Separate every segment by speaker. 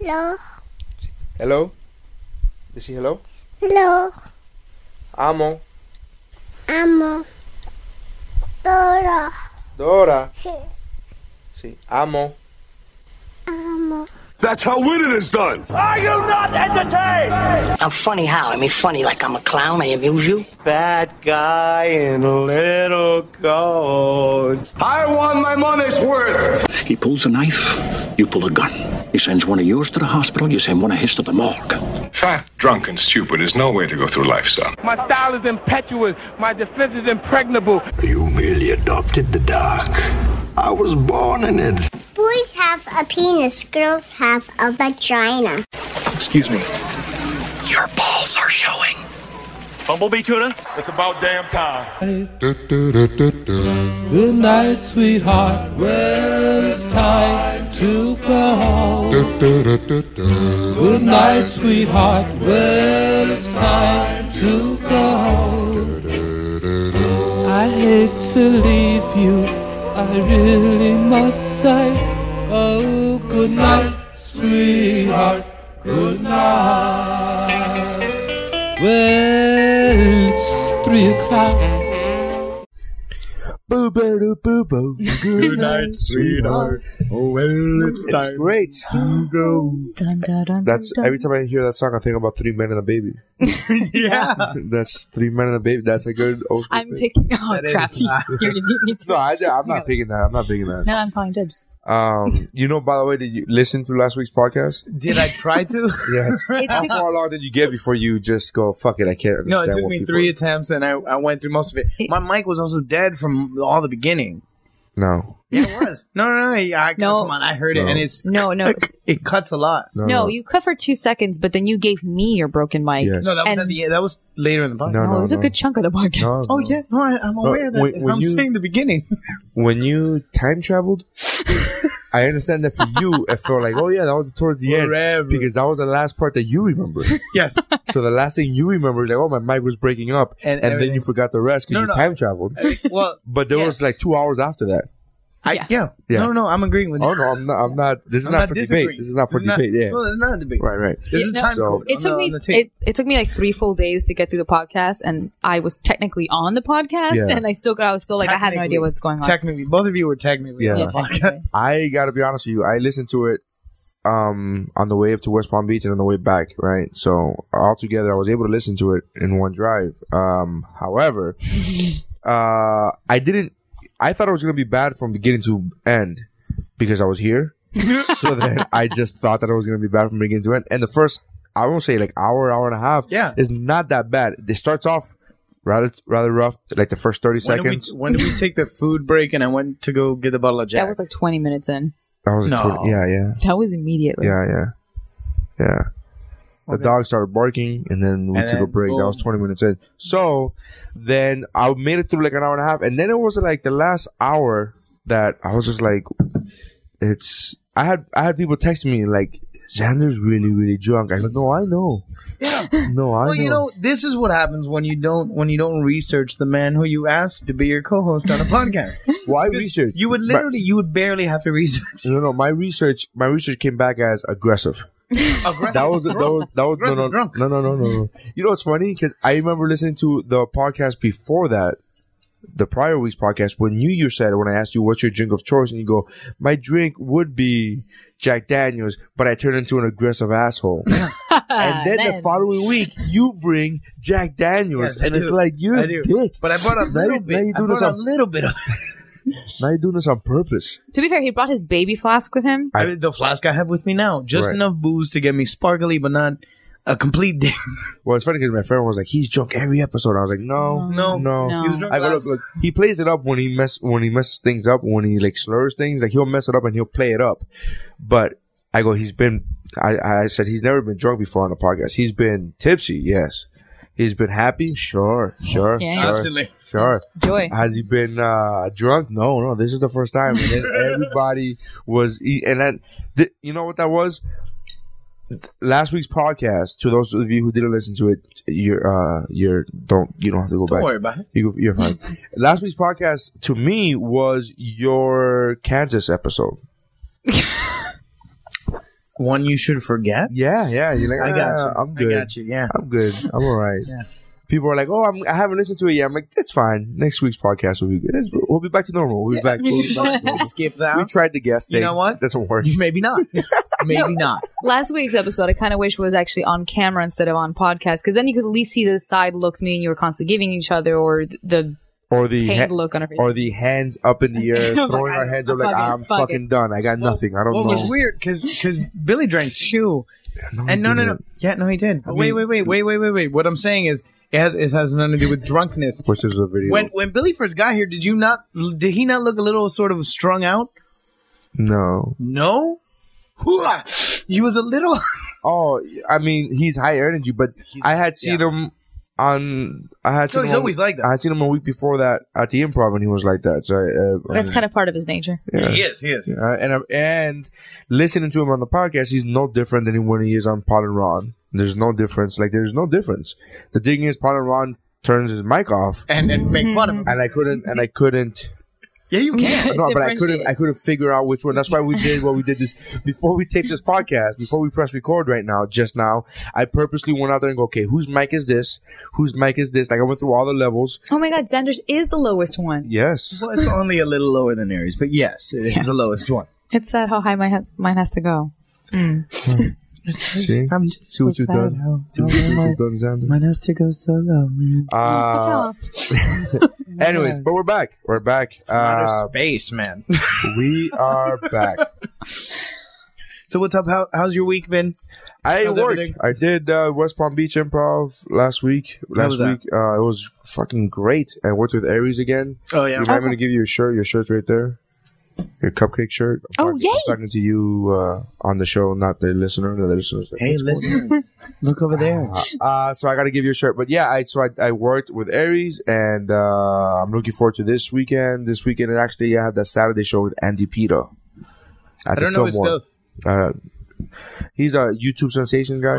Speaker 1: Hello.
Speaker 2: Hello? Is she hello?
Speaker 1: Hello.
Speaker 2: Amo.
Speaker 1: Amo. Dora.
Speaker 2: Dora.
Speaker 1: Sí.
Speaker 2: Sí. Amo.
Speaker 1: Amo.
Speaker 3: That's how winning is done.
Speaker 4: Are you not entertained?
Speaker 5: I'm funny how? I mean, funny like I'm a clown. I amuse you.
Speaker 4: That guy in a little coat.
Speaker 3: I want my money's worth.
Speaker 6: He pulls a knife, you pull a gun. He sends one of yours to the hospital, you send one of his to the morgue.
Speaker 3: Fat, drunk, and stupid is no way to go through life, son.
Speaker 7: My style is impetuous. My defense is impregnable.
Speaker 8: You merely adopted the dark. I was born in it.
Speaker 1: Boys have a penis, girls have a vagina.
Speaker 2: Excuse me.
Speaker 6: Your balls are showing.
Speaker 4: Bumblebee tuna?
Speaker 3: It's about damn time.
Speaker 9: Good night, sweetheart. Well, it's time to go home. Good night, sweetheart. Well, it's time to go home. I hate to leave you. I really must say, oh, good night, sweetheart. Good night. Well, it's three o'clock.
Speaker 2: Boo boo doo, boo boo. Good night, sweetheart.
Speaker 9: Oh, well,
Speaker 2: It's great.
Speaker 10: Dun, dun, dun,
Speaker 2: That's
Speaker 10: dun.
Speaker 2: every time I hear that song, I think about Three Men and a Baby.
Speaker 9: Yeah.
Speaker 2: That's Three Men and a Baby. That's a good old school
Speaker 10: I'm
Speaker 2: thing.
Speaker 10: picking. Oh,
Speaker 9: That is
Speaker 10: crap.
Speaker 9: not-
Speaker 10: You're gonna beat me to
Speaker 2: No, I, am
Speaker 10: No.
Speaker 2: not picking that. I'm not picking that.
Speaker 10: No, I'm calling dibs.
Speaker 2: Um, you know, by the way, did you listen to last week's podcast?
Speaker 9: Did I try to?
Speaker 2: Yes.
Speaker 10: It
Speaker 2: How
Speaker 10: took,
Speaker 2: far along did you get before you just go, fuck it, I can't
Speaker 9: No,
Speaker 2: understand
Speaker 9: it took
Speaker 2: what
Speaker 9: me
Speaker 2: people-
Speaker 9: three attempts, and I, I went through most of it. My mic was also dead from all the beginning.
Speaker 2: No.
Speaker 9: Yeah, it was. no, no, no. yeah, I,
Speaker 10: No.
Speaker 9: Come on, I heard it,
Speaker 2: No.
Speaker 9: and it's
Speaker 10: no, no,
Speaker 9: it cuts a lot.
Speaker 2: No,
Speaker 10: no. You cut for two seconds, but then you gave me your broken mic.
Speaker 2: Yes.
Speaker 9: No, that was
Speaker 10: And-
Speaker 9: at the that was later in the podcast.
Speaker 2: No,
Speaker 10: Oh, it was a
Speaker 2: no.
Speaker 10: good chunk of the podcast.
Speaker 2: No,
Speaker 9: Oh yeah, no, I, I'm aware of that
Speaker 2: when- when
Speaker 9: I'm
Speaker 2: you-
Speaker 9: saying the beginning.
Speaker 2: when you time traveled, I understand that for you, it felt like, oh yeah, that was towards the
Speaker 9: Forever.
Speaker 2: end because that was the last part that you remember.
Speaker 9: yes.
Speaker 2: so the last thing you remember, like, oh my mic was breaking up, and,
Speaker 9: And
Speaker 2: then you
Speaker 9: everything.
Speaker 2: forgot the rest because
Speaker 9: No,
Speaker 2: you
Speaker 9: no.
Speaker 2: time traveled.
Speaker 9: Well,
Speaker 2: But there
Speaker 9: Yeah.
Speaker 2: was like two hours after that.
Speaker 9: I
Speaker 10: Yeah.
Speaker 9: yeah.
Speaker 2: Yeah.
Speaker 9: No, no, I'm agreeing with you.
Speaker 2: Oh no, I'm not. I'm not. This is
Speaker 9: I'm
Speaker 2: not, for debate.
Speaker 9: disagreeing.
Speaker 2: This is not for debate. yeah.
Speaker 9: No, it's not a debate.
Speaker 2: right. Right.
Speaker 9: There's
Speaker 10: Yeah,
Speaker 9: a time
Speaker 2: no.
Speaker 9: code.
Speaker 10: It
Speaker 9: on
Speaker 10: took
Speaker 9: the-
Speaker 10: me
Speaker 9: on the tape.
Speaker 10: it, it took me like three full days to get through the podcast, and I was technically on the podcast,
Speaker 2: Yeah.
Speaker 10: and I still got I was still like I had no
Speaker 9: Technically.
Speaker 10: idea what's going on.
Speaker 9: Technically, both of you were technically
Speaker 2: Yeah.
Speaker 9: on
Speaker 10: yeah,
Speaker 9: the
Speaker 10: technically.
Speaker 9: podcast.
Speaker 2: I gotta be honest with you. I listened to it um on the way up to West Palm Beach and on the way back, right? So altogether I was able to listen to it in one drive. Um however uh I didn't I thought it was gonna be bad from beginning to end because I was here. so then I just thought that it was gonna be bad from beginning to end. And the first I won't say like hour, hour and a half
Speaker 9: Yeah.
Speaker 2: is not that bad. It starts off rather rather rough, like the first thirty
Speaker 9: When did,
Speaker 2: seconds.
Speaker 9: we, when did we take the food break and I went to go get the bottle of Jack?
Speaker 10: That was like twenty minutes in.
Speaker 2: that was a
Speaker 9: No.
Speaker 2: twen- yeah, yeah.
Speaker 10: That was immediately.
Speaker 2: Yeah, yeah, yeah. The
Speaker 9: Okay.
Speaker 2: dog started barking, and then we
Speaker 9: And
Speaker 2: took a
Speaker 9: then,
Speaker 2: break. That was
Speaker 9: boom.
Speaker 2: twenty minutes in. So then I made it through like an hour and a half, and then it was like the last hour that I was just like, it's. I had I had people texting me like, Xander's really really drunk. I go, no, I know. Yeah. No, I
Speaker 9: well,
Speaker 2: know.
Speaker 9: you know, this is what happens when you don't when you don't research the man who you asked to be your co-host on a podcast.
Speaker 2: Why
Speaker 9: Because
Speaker 2: research?
Speaker 9: You would literally, you would barely have to research.
Speaker 2: My, no, no. My research, my research came back as aggressive.
Speaker 9: Aggressive
Speaker 2: that was that was that was no
Speaker 9: Aggressive
Speaker 2: no,
Speaker 9: drunk.
Speaker 2: no no no no no. You know what's funny? Because I remember listening to the podcast before that, the prior week's podcast when you you said when I asked you what's your drink of choice and you go, my drink would be Jack Daniels, but I turned into an aggressive asshole. and then, the following week you bring Jack Daniels,
Speaker 9: Yes, I
Speaker 2: and it's
Speaker 9: do.
Speaker 2: like you're
Speaker 9: I
Speaker 2: a
Speaker 9: do.
Speaker 2: dick.
Speaker 9: But I bought a
Speaker 2: now,
Speaker 9: little
Speaker 2: you- Now
Speaker 9: bit.
Speaker 2: you're
Speaker 9: I
Speaker 2: doing this
Speaker 9: bought a
Speaker 2: on
Speaker 9: little bit of.
Speaker 2: now you're doing this on purpose.
Speaker 10: To be fair, he brought his baby flask with him.
Speaker 9: I mean, the flask I have with me now, just
Speaker 2: Right.
Speaker 9: enough booze to get me sparkly, but not a complete. Day.
Speaker 2: Well, it's funny because my friend was like, he's drunk every episode. I was like, no,
Speaker 9: No.
Speaker 2: no.
Speaker 10: No.
Speaker 2: I go, look, look, he plays it up when he mess when he messes things up when he like slurs things like he'll mess it up and he'll play it up. But I go, he's been I, I said he's never been drunk before on the podcast. He's been tipsy, yes. He's been happy, sure, sure,
Speaker 10: Yeah.
Speaker 2: sure,
Speaker 9: Absolutely.
Speaker 2: sure.
Speaker 10: Joy.
Speaker 2: Has he been uh, drunk? No, no. This is the first time. And then everybody was, e- and then th- you know what that was. Last week's podcast. To those of you who didn't listen to it, you're uh, you're don't you don't have to go
Speaker 9: Don't
Speaker 2: back.
Speaker 9: worry about it.
Speaker 2: You, you're fine. Last week's podcast to me was your Kansas episode.
Speaker 9: one you should forget.
Speaker 2: Yeah, yeah. You're like,
Speaker 9: I got
Speaker 2: "Ah,
Speaker 9: you.
Speaker 2: I'm good.
Speaker 9: I got you. Yeah.
Speaker 2: I'm good. I'm all right.
Speaker 9: Yeah.
Speaker 2: People are like, oh, I'm, I haven't listened to it yet. I'm like, that's fine. Next week's podcast will be good. It's- We'll be back to normal. We'll be back. We'll be back.
Speaker 9: Skip
Speaker 2: we
Speaker 9: that.
Speaker 2: tried the guest
Speaker 9: You
Speaker 2: thing.
Speaker 9: know what?
Speaker 2: Doesn't work.
Speaker 9: Maybe not. Maybe not.
Speaker 10: Last week's episode, I kind of wish was actually on camera instead of on podcast, because then you could at least see the side looks me and you were constantly giving each other, or th- the
Speaker 2: Or the
Speaker 10: pained
Speaker 2: ha-
Speaker 10: look on her face.
Speaker 2: or the hands up in the
Speaker 9: Oh
Speaker 2: air,
Speaker 10: Like,
Speaker 2: throwing our
Speaker 10: I'm
Speaker 2: hands up like
Speaker 10: fucking-
Speaker 2: I'm
Speaker 10: fuck
Speaker 2: fucking done. I got nothing. I don't
Speaker 9: Well, it was
Speaker 2: know.
Speaker 9: weird because Billy drank two,
Speaker 2: No,
Speaker 9: and no,
Speaker 2: you
Speaker 9: no, no,
Speaker 2: didn't.
Speaker 9: yeah, no, he did. But wait, wait, wait, wait, wait, wait, wait. What I'm saying is, it has it has nothing to do with drunkenness.
Speaker 2: Which is a video.
Speaker 9: When when Billy first got here, did you not? Did he not look a little sort of strung out?
Speaker 2: no.
Speaker 9: No. Hooah! He was a little.
Speaker 2: Oh, I mean, he's high energy, but I had seen him on. I had
Speaker 9: No,
Speaker 2: seen
Speaker 9: he's
Speaker 2: him
Speaker 9: always like that.
Speaker 2: I had seen him a week before that at the improv, and he was like that. So I, uh,
Speaker 10: That's kind of part of his nature.
Speaker 9: He is. He is.
Speaker 2: Uh, and I'm- and listening to him on the podcast, he's no different than when he is on Pod and Ron. There's no difference. Like there's no difference. The thing is, Pod and Ron turns his mic off,
Speaker 9: And and make fun of him.
Speaker 2: and I couldn't. And I couldn't.
Speaker 9: Yeah, you can.
Speaker 2: No, but I couldn't.
Speaker 10: Differentiate.
Speaker 2: I couldn't figure out which one. That's why we did what we did this before we taped this podcast. Before we press record right now, just now, I purposely went out there and go, okay, whose mic is this? Whose mic is this? Like I went through all the levels.
Speaker 10: Oh my God, Xander's is the lowest one.
Speaker 2: Yes.
Speaker 9: Well, it's only a little lower than Aries, but yes, it is the lowest one.
Speaker 10: It's sad how high my ha- mine has to go.
Speaker 2: See,
Speaker 9: I'm just
Speaker 2: see what you've done. See what see what you've done, Xander.
Speaker 9: Mine has to go so low.
Speaker 2: Uh,
Speaker 10: Fuck off.
Speaker 2: Anyways, but we're back. We're back. Uh,
Speaker 9: space, man.
Speaker 2: we are back.
Speaker 9: So what's up? How, how's your week been?
Speaker 2: I
Speaker 9: How's
Speaker 2: worked.
Speaker 9: everything?
Speaker 2: I did uh, West Palm Beach Improv last week.
Speaker 9: was
Speaker 2: Last
Speaker 9: that?
Speaker 2: week, uh, it was fucking great. I worked with Aries again.
Speaker 9: Oh
Speaker 2: You know, I'm going to give you your shirt. Your shirt's right there. Your cupcake shirt. I'm
Speaker 10: Oh,
Speaker 2: talking,
Speaker 10: yay!
Speaker 2: I'm talking to you uh, on the show, not the listener. The listeners.
Speaker 9: Hey, listeners, look over there.
Speaker 2: Uh, so I got to give you a shirt. But yeah, I so I, I worked with Aries, and uh, I'm looking forward to this weekend. This weekend, and actually, I have that Saturday show with Andy Pita.
Speaker 9: I don't know his stuff.
Speaker 2: Uh, he's a YouTube sensation guy.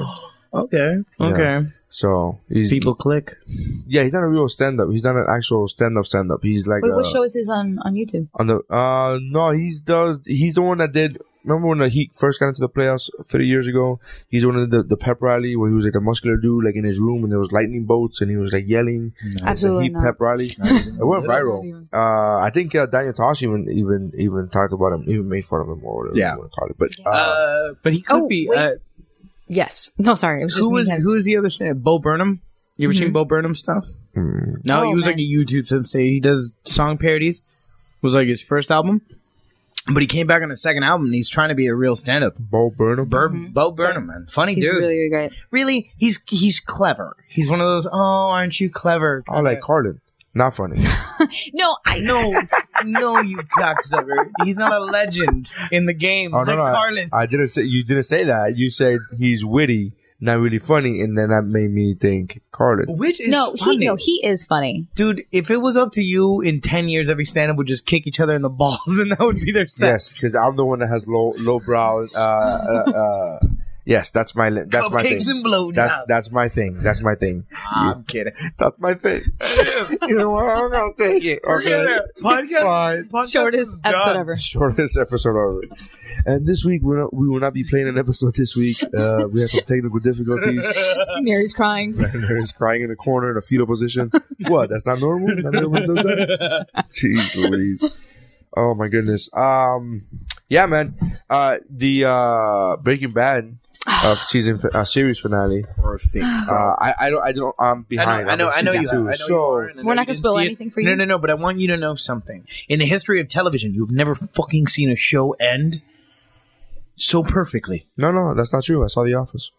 Speaker 9: Okay,
Speaker 2: okay. So he's
Speaker 9: People click.
Speaker 2: yeah, he's not a real stand up. He's not an actual stand up stand up. He's like
Speaker 10: Wait, what
Speaker 2: uh,
Speaker 10: show is his on, on YouTube?
Speaker 2: on the uh no, he's does he's the one that did remember when the Heat first got into the playoffs three years ago? He's the one of the the pep rally where he was like the muscular dude like in his room and there was lightning bolts and he was like yelling. It's a
Speaker 10: Absolutely
Speaker 2: Heat
Speaker 10: not.
Speaker 2: pep rally. it went viral. Uh I think uh, Daniel Tosh even even even talked about him, even made fun of him or whatever
Speaker 9: Yeah.
Speaker 2: you want to call it. But uh,
Speaker 9: Uh, but he could
Speaker 10: Oh,
Speaker 9: be.
Speaker 10: wait.
Speaker 9: Uh,
Speaker 10: Yes. No, sorry. It was just
Speaker 9: who
Speaker 10: me
Speaker 9: was
Speaker 10: having-
Speaker 9: who was the other? Stand- Bo Burnham. You ever seen Bo Burnham stuff?
Speaker 2: Hmm.
Speaker 9: No, he
Speaker 10: Oh,
Speaker 9: was like a
Speaker 10: man.
Speaker 9: YouTube sensei. He does song parodies. Was like his first album, but he came back on his second album. and He's trying to be a real stand-up.
Speaker 2: Bo Burnham.
Speaker 9: Bur- Bo Burnham, man, funny
Speaker 10: Mm-hmm. He's
Speaker 9: dude.
Speaker 10: really,
Speaker 9: Really,
Speaker 10: really great.
Speaker 9: he's he's clever. He's one of those. Oh, aren't you clever?
Speaker 2: I like Carlin. Not funny.
Speaker 10: No, I know.
Speaker 9: no, you cocksucker. He's not a legend in the game.
Speaker 2: Oh
Speaker 9: like
Speaker 2: no, no, I-
Speaker 9: Carlin.
Speaker 2: I, didn't say you didn't say that. You said he's witty, not really funny, and then that made me think Carlin.
Speaker 9: which is
Speaker 10: no,
Speaker 9: funny.
Speaker 10: he no, he is funny.
Speaker 2: Oh,
Speaker 9: dude. If it was up to you, in ten years, every stand-up would just kick each other in the balls, and that would be their set.
Speaker 2: Yes, because I'm the one that has low low brow. Uh, uh, uh, yes, that's my li- that's my thing.
Speaker 9: Cupcakes and blowjobs.
Speaker 2: That's that's my thing. That's my thing.
Speaker 9: I'm kidding.
Speaker 2: That's my thing. you know what? I'm gonna take it. Okay.
Speaker 9: Podcast. podcast
Speaker 10: Shortest
Speaker 9: is done.
Speaker 10: episode ever.
Speaker 2: Shortest episode ever. And this week we're not, we will not be playing an episode. This week uh, we had some technical difficulties.
Speaker 10: Mary's crying.
Speaker 2: There's crying in the corner in a fetal position. what? That's not normal. Not normal does that? Jeez Louise. Oh my goodness. Um, yeah, man. Uh, the uh Breaking Bad uh, season fi- uh, series finale. Perfect. Uh, I I don't I don't I'm
Speaker 9: I
Speaker 2: behind.
Speaker 9: know, I know,
Speaker 2: I'm on
Speaker 9: I know you.
Speaker 2: season
Speaker 9: Are, I
Speaker 2: two.
Speaker 9: know you
Speaker 2: so
Speaker 9: are, and I know you
Speaker 10: We're not gonna
Speaker 9: didn't
Speaker 10: spoil
Speaker 9: see it.
Speaker 10: anything for
Speaker 9: No,
Speaker 10: you.
Speaker 9: no, no. But I want you to know something. In the history of television, you've never fucking seen a show end so perfectly.
Speaker 2: no, no, that's not true. I saw The Office.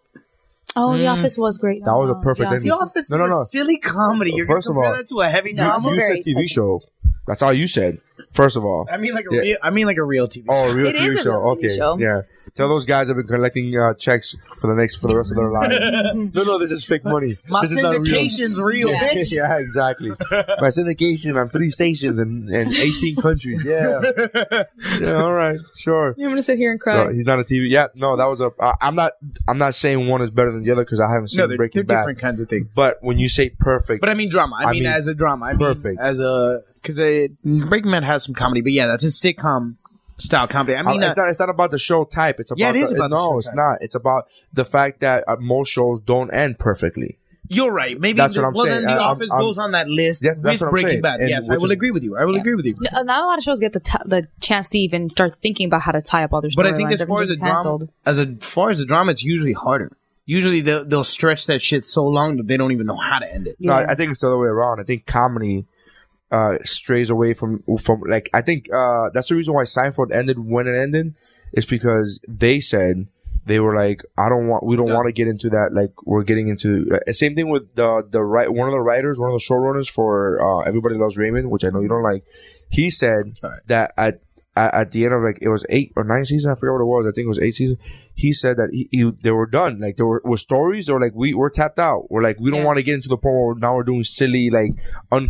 Speaker 10: Oh,
Speaker 9: Mm.
Speaker 10: The Office was great. Oh,
Speaker 2: That was a perfect
Speaker 10: yeah.
Speaker 2: ending. The Office No, is no, a no.
Speaker 9: silly comedy.
Speaker 2: You're gonna First of compare all, that
Speaker 9: to a heavy
Speaker 10: novel?
Speaker 2: you
Speaker 10: a
Speaker 2: said
Speaker 10: very
Speaker 2: TV
Speaker 10: touching-
Speaker 2: show. That's all you said. First of all.
Speaker 9: I mean, like a
Speaker 2: Yeah.
Speaker 9: real. I mean, like a real TV.
Speaker 2: Oh, a real
Speaker 10: It
Speaker 2: TV
Speaker 10: is a
Speaker 2: show.
Speaker 10: real TV
Speaker 2: okay,
Speaker 10: show.
Speaker 2: yeah. Tell those guys have been collecting uh, checks for the next for the rest of their lives. no, no, this is fake money.
Speaker 9: My
Speaker 2: this is not real.
Speaker 9: syndication's real, bitch.
Speaker 2: yeah, exactly. My syndication on three stations and, and 18 countries. Yeah. yeah. All right. Sure.
Speaker 10: I'm gonna sit here and
Speaker 2: So
Speaker 10: cry.
Speaker 2: he's not a TV. Yeah. No, that was a. I, I'm not. I'm not saying one is better than the other because I haven't seen
Speaker 9: No, they're,
Speaker 2: Breaking
Speaker 9: they're
Speaker 2: Bad.
Speaker 9: different kinds of things.
Speaker 2: But when you say perfect,
Speaker 9: But I mean drama. I,
Speaker 2: I
Speaker 9: mean,
Speaker 2: mean,
Speaker 9: as a drama. I mean
Speaker 2: perfect.
Speaker 9: as a because Breaking Bad has some comedy, but yeah, that's a sitcom style comedy. I mean,
Speaker 2: Uh,
Speaker 9: uh,
Speaker 2: it's, not, it's not about the show type. It's about
Speaker 9: Yeah, it is
Speaker 2: the,
Speaker 9: about the
Speaker 2: no,
Speaker 9: show
Speaker 2: it's
Speaker 9: type.
Speaker 2: not. It's about the fact that uh, most shows don't end perfectly.
Speaker 9: you're right. Maybe
Speaker 2: That's
Speaker 9: the-
Speaker 2: what I'm
Speaker 9: well,
Speaker 2: saying.
Speaker 9: then the
Speaker 2: I- I'm-
Speaker 9: Office
Speaker 2: I'm-
Speaker 9: goes on that list
Speaker 2: Yes, that's
Speaker 9: with
Speaker 2: what I'm
Speaker 9: Breaking
Speaker 2: saying.
Speaker 9: Bad.
Speaker 2: And
Speaker 9: yes, I
Speaker 2: which
Speaker 9: will
Speaker 2: is-
Speaker 9: agree with you. I will agree with you.
Speaker 10: Uh, Not a lot of shows get the t- the chance to even start thinking about how to tie up all their
Speaker 9: But I think
Speaker 10: storylines.
Speaker 9: as far as a
Speaker 10: Everything's canceled.
Speaker 9: drama, as a, far as a drama, it's usually harder. Usually they'll, they'll stretch that shit so long that they don't even know how to end it.
Speaker 2: No, I, I think it's the other way around. I think comedy uh, strays away from from like I think uh, that's the reason why Seinfeld ended when it ended is because they said they were like I don't want we don't want to get into that like we're getting into uh, same thing with the the right one of the writers one of the showrunners for uh, Everybody Loves Raymond which I know you don't like he said that at at at the end of like it was eight or nine seasons, I forget what it was. I think it was eight seasons. He said that he, he they were done. Like there were, were stories or like we we're tapped out. We're like we don't
Speaker 10: Yeah.
Speaker 2: want to get into the point where now we're doing silly like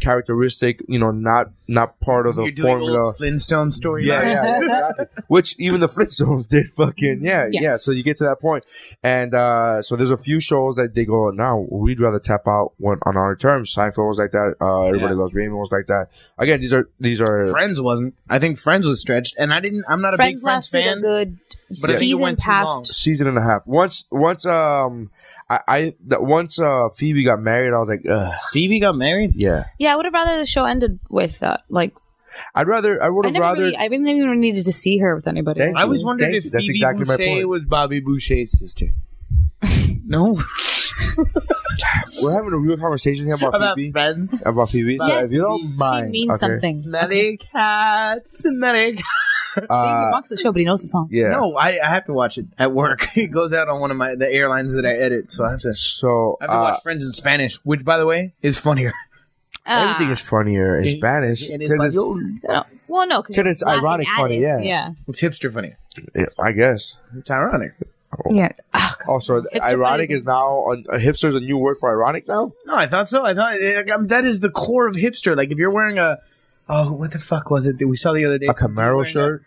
Speaker 2: uncharacteristic. You know, not not part of the
Speaker 9: You're doing
Speaker 2: formula.
Speaker 9: old Flintstone story.
Speaker 2: Yeah, yeah, yeah, exactly. Which even the Flintstones did fucking yeah, yeah,
Speaker 10: Yeah.
Speaker 2: So you get to that point, and uh, so there's a few shows that they go now. We'd rather tap out when, on our terms. Seinfeld was like that. Uh, Everybody
Speaker 9: Yeah.
Speaker 2: loves Raymond was like that. Again, these are these are
Speaker 9: Friends wasn't. I think Friends was stretched, and I didn't. I'm not a big
Speaker 10: Friends
Speaker 9: Friends
Speaker 10: lasted
Speaker 9: fan.
Speaker 10: a good
Speaker 9: but I think it
Speaker 10: season
Speaker 9: went too long.
Speaker 10: past.
Speaker 2: season and a half. Once once um I, I that once uh Phoebe got married, I was like, ugh,
Speaker 9: Phoebe got married.
Speaker 2: yeah.
Speaker 10: Yeah, I would have rather the show ended with uh, like
Speaker 2: I'd rather I would
Speaker 10: I
Speaker 2: have
Speaker 10: never
Speaker 2: rather
Speaker 10: really, I really never even needed to see her with anybody.
Speaker 2: Thank
Speaker 9: I always
Speaker 2: you.
Speaker 9: wondered
Speaker 2: Thank
Speaker 9: if
Speaker 2: you. That's
Speaker 9: Phoebe
Speaker 2: exactly my
Speaker 9: Boucher
Speaker 2: point.
Speaker 9: was Bobby Boucher's sister. no,
Speaker 2: we're having a real conversation here about,
Speaker 9: about
Speaker 2: Phoebe.
Speaker 9: Friends.
Speaker 2: About Phoebe. So
Speaker 10: Yeah,
Speaker 2: if you don't mind
Speaker 10: She means
Speaker 2: okay.
Speaker 10: something.
Speaker 9: Smelly cat, smelly cat.
Speaker 10: he
Speaker 2: Uh,
Speaker 10: walks the show, but he knows the song.
Speaker 2: yeah.
Speaker 9: No, I, I have to watch it at work. it goes out on one of my the airlines that I edit, so I have to.
Speaker 2: So
Speaker 9: I have to
Speaker 2: uh,
Speaker 9: watch Friends in Spanish, which, by the way, is funnier.
Speaker 10: Ah.
Speaker 2: everything is funnier in
Speaker 9: It-
Speaker 2: Spanish.
Speaker 9: it is
Speaker 2: 'cause
Speaker 9: funny.
Speaker 10: No. Well, no, because
Speaker 2: 'Cause it's ironic funny, yeah.
Speaker 10: yeah,
Speaker 9: It's hipster funny.
Speaker 2: it's- I guess.
Speaker 9: It's ironic.
Speaker 10: yeah. Oh, God.
Speaker 2: Also,
Speaker 10: Hipster
Speaker 2: ironic
Speaker 10: funny.
Speaker 2: is now a, a hipster's a new word for ironic now.
Speaker 9: No, I thought so. I thought like, um, that is the core of hipster. Like if you're wearing a, oh, what the fuck was it that we saw the other day?
Speaker 2: A
Speaker 9: Something
Speaker 2: Camaro
Speaker 9: wearing
Speaker 2: shirt.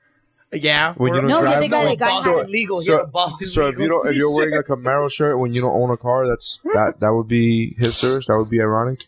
Speaker 9: A, yeah.
Speaker 2: When you
Speaker 9: or-
Speaker 2: don't No, yeah, drive, they got no,
Speaker 10: a guy
Speaker 9: Boston
Speaker 10: had it.
Speaker 9: legal
Speaker 2: So-
Speaker 9: here, a Boston
Speaker 2: So if you
Speaker 9: legal
Speaker 2: don't, if you're
Speaker 9: t-shirt.
Speaker 2: wearing a Camaro shirt when you don't own a car, that's that that would be hipsters. That would be ironic.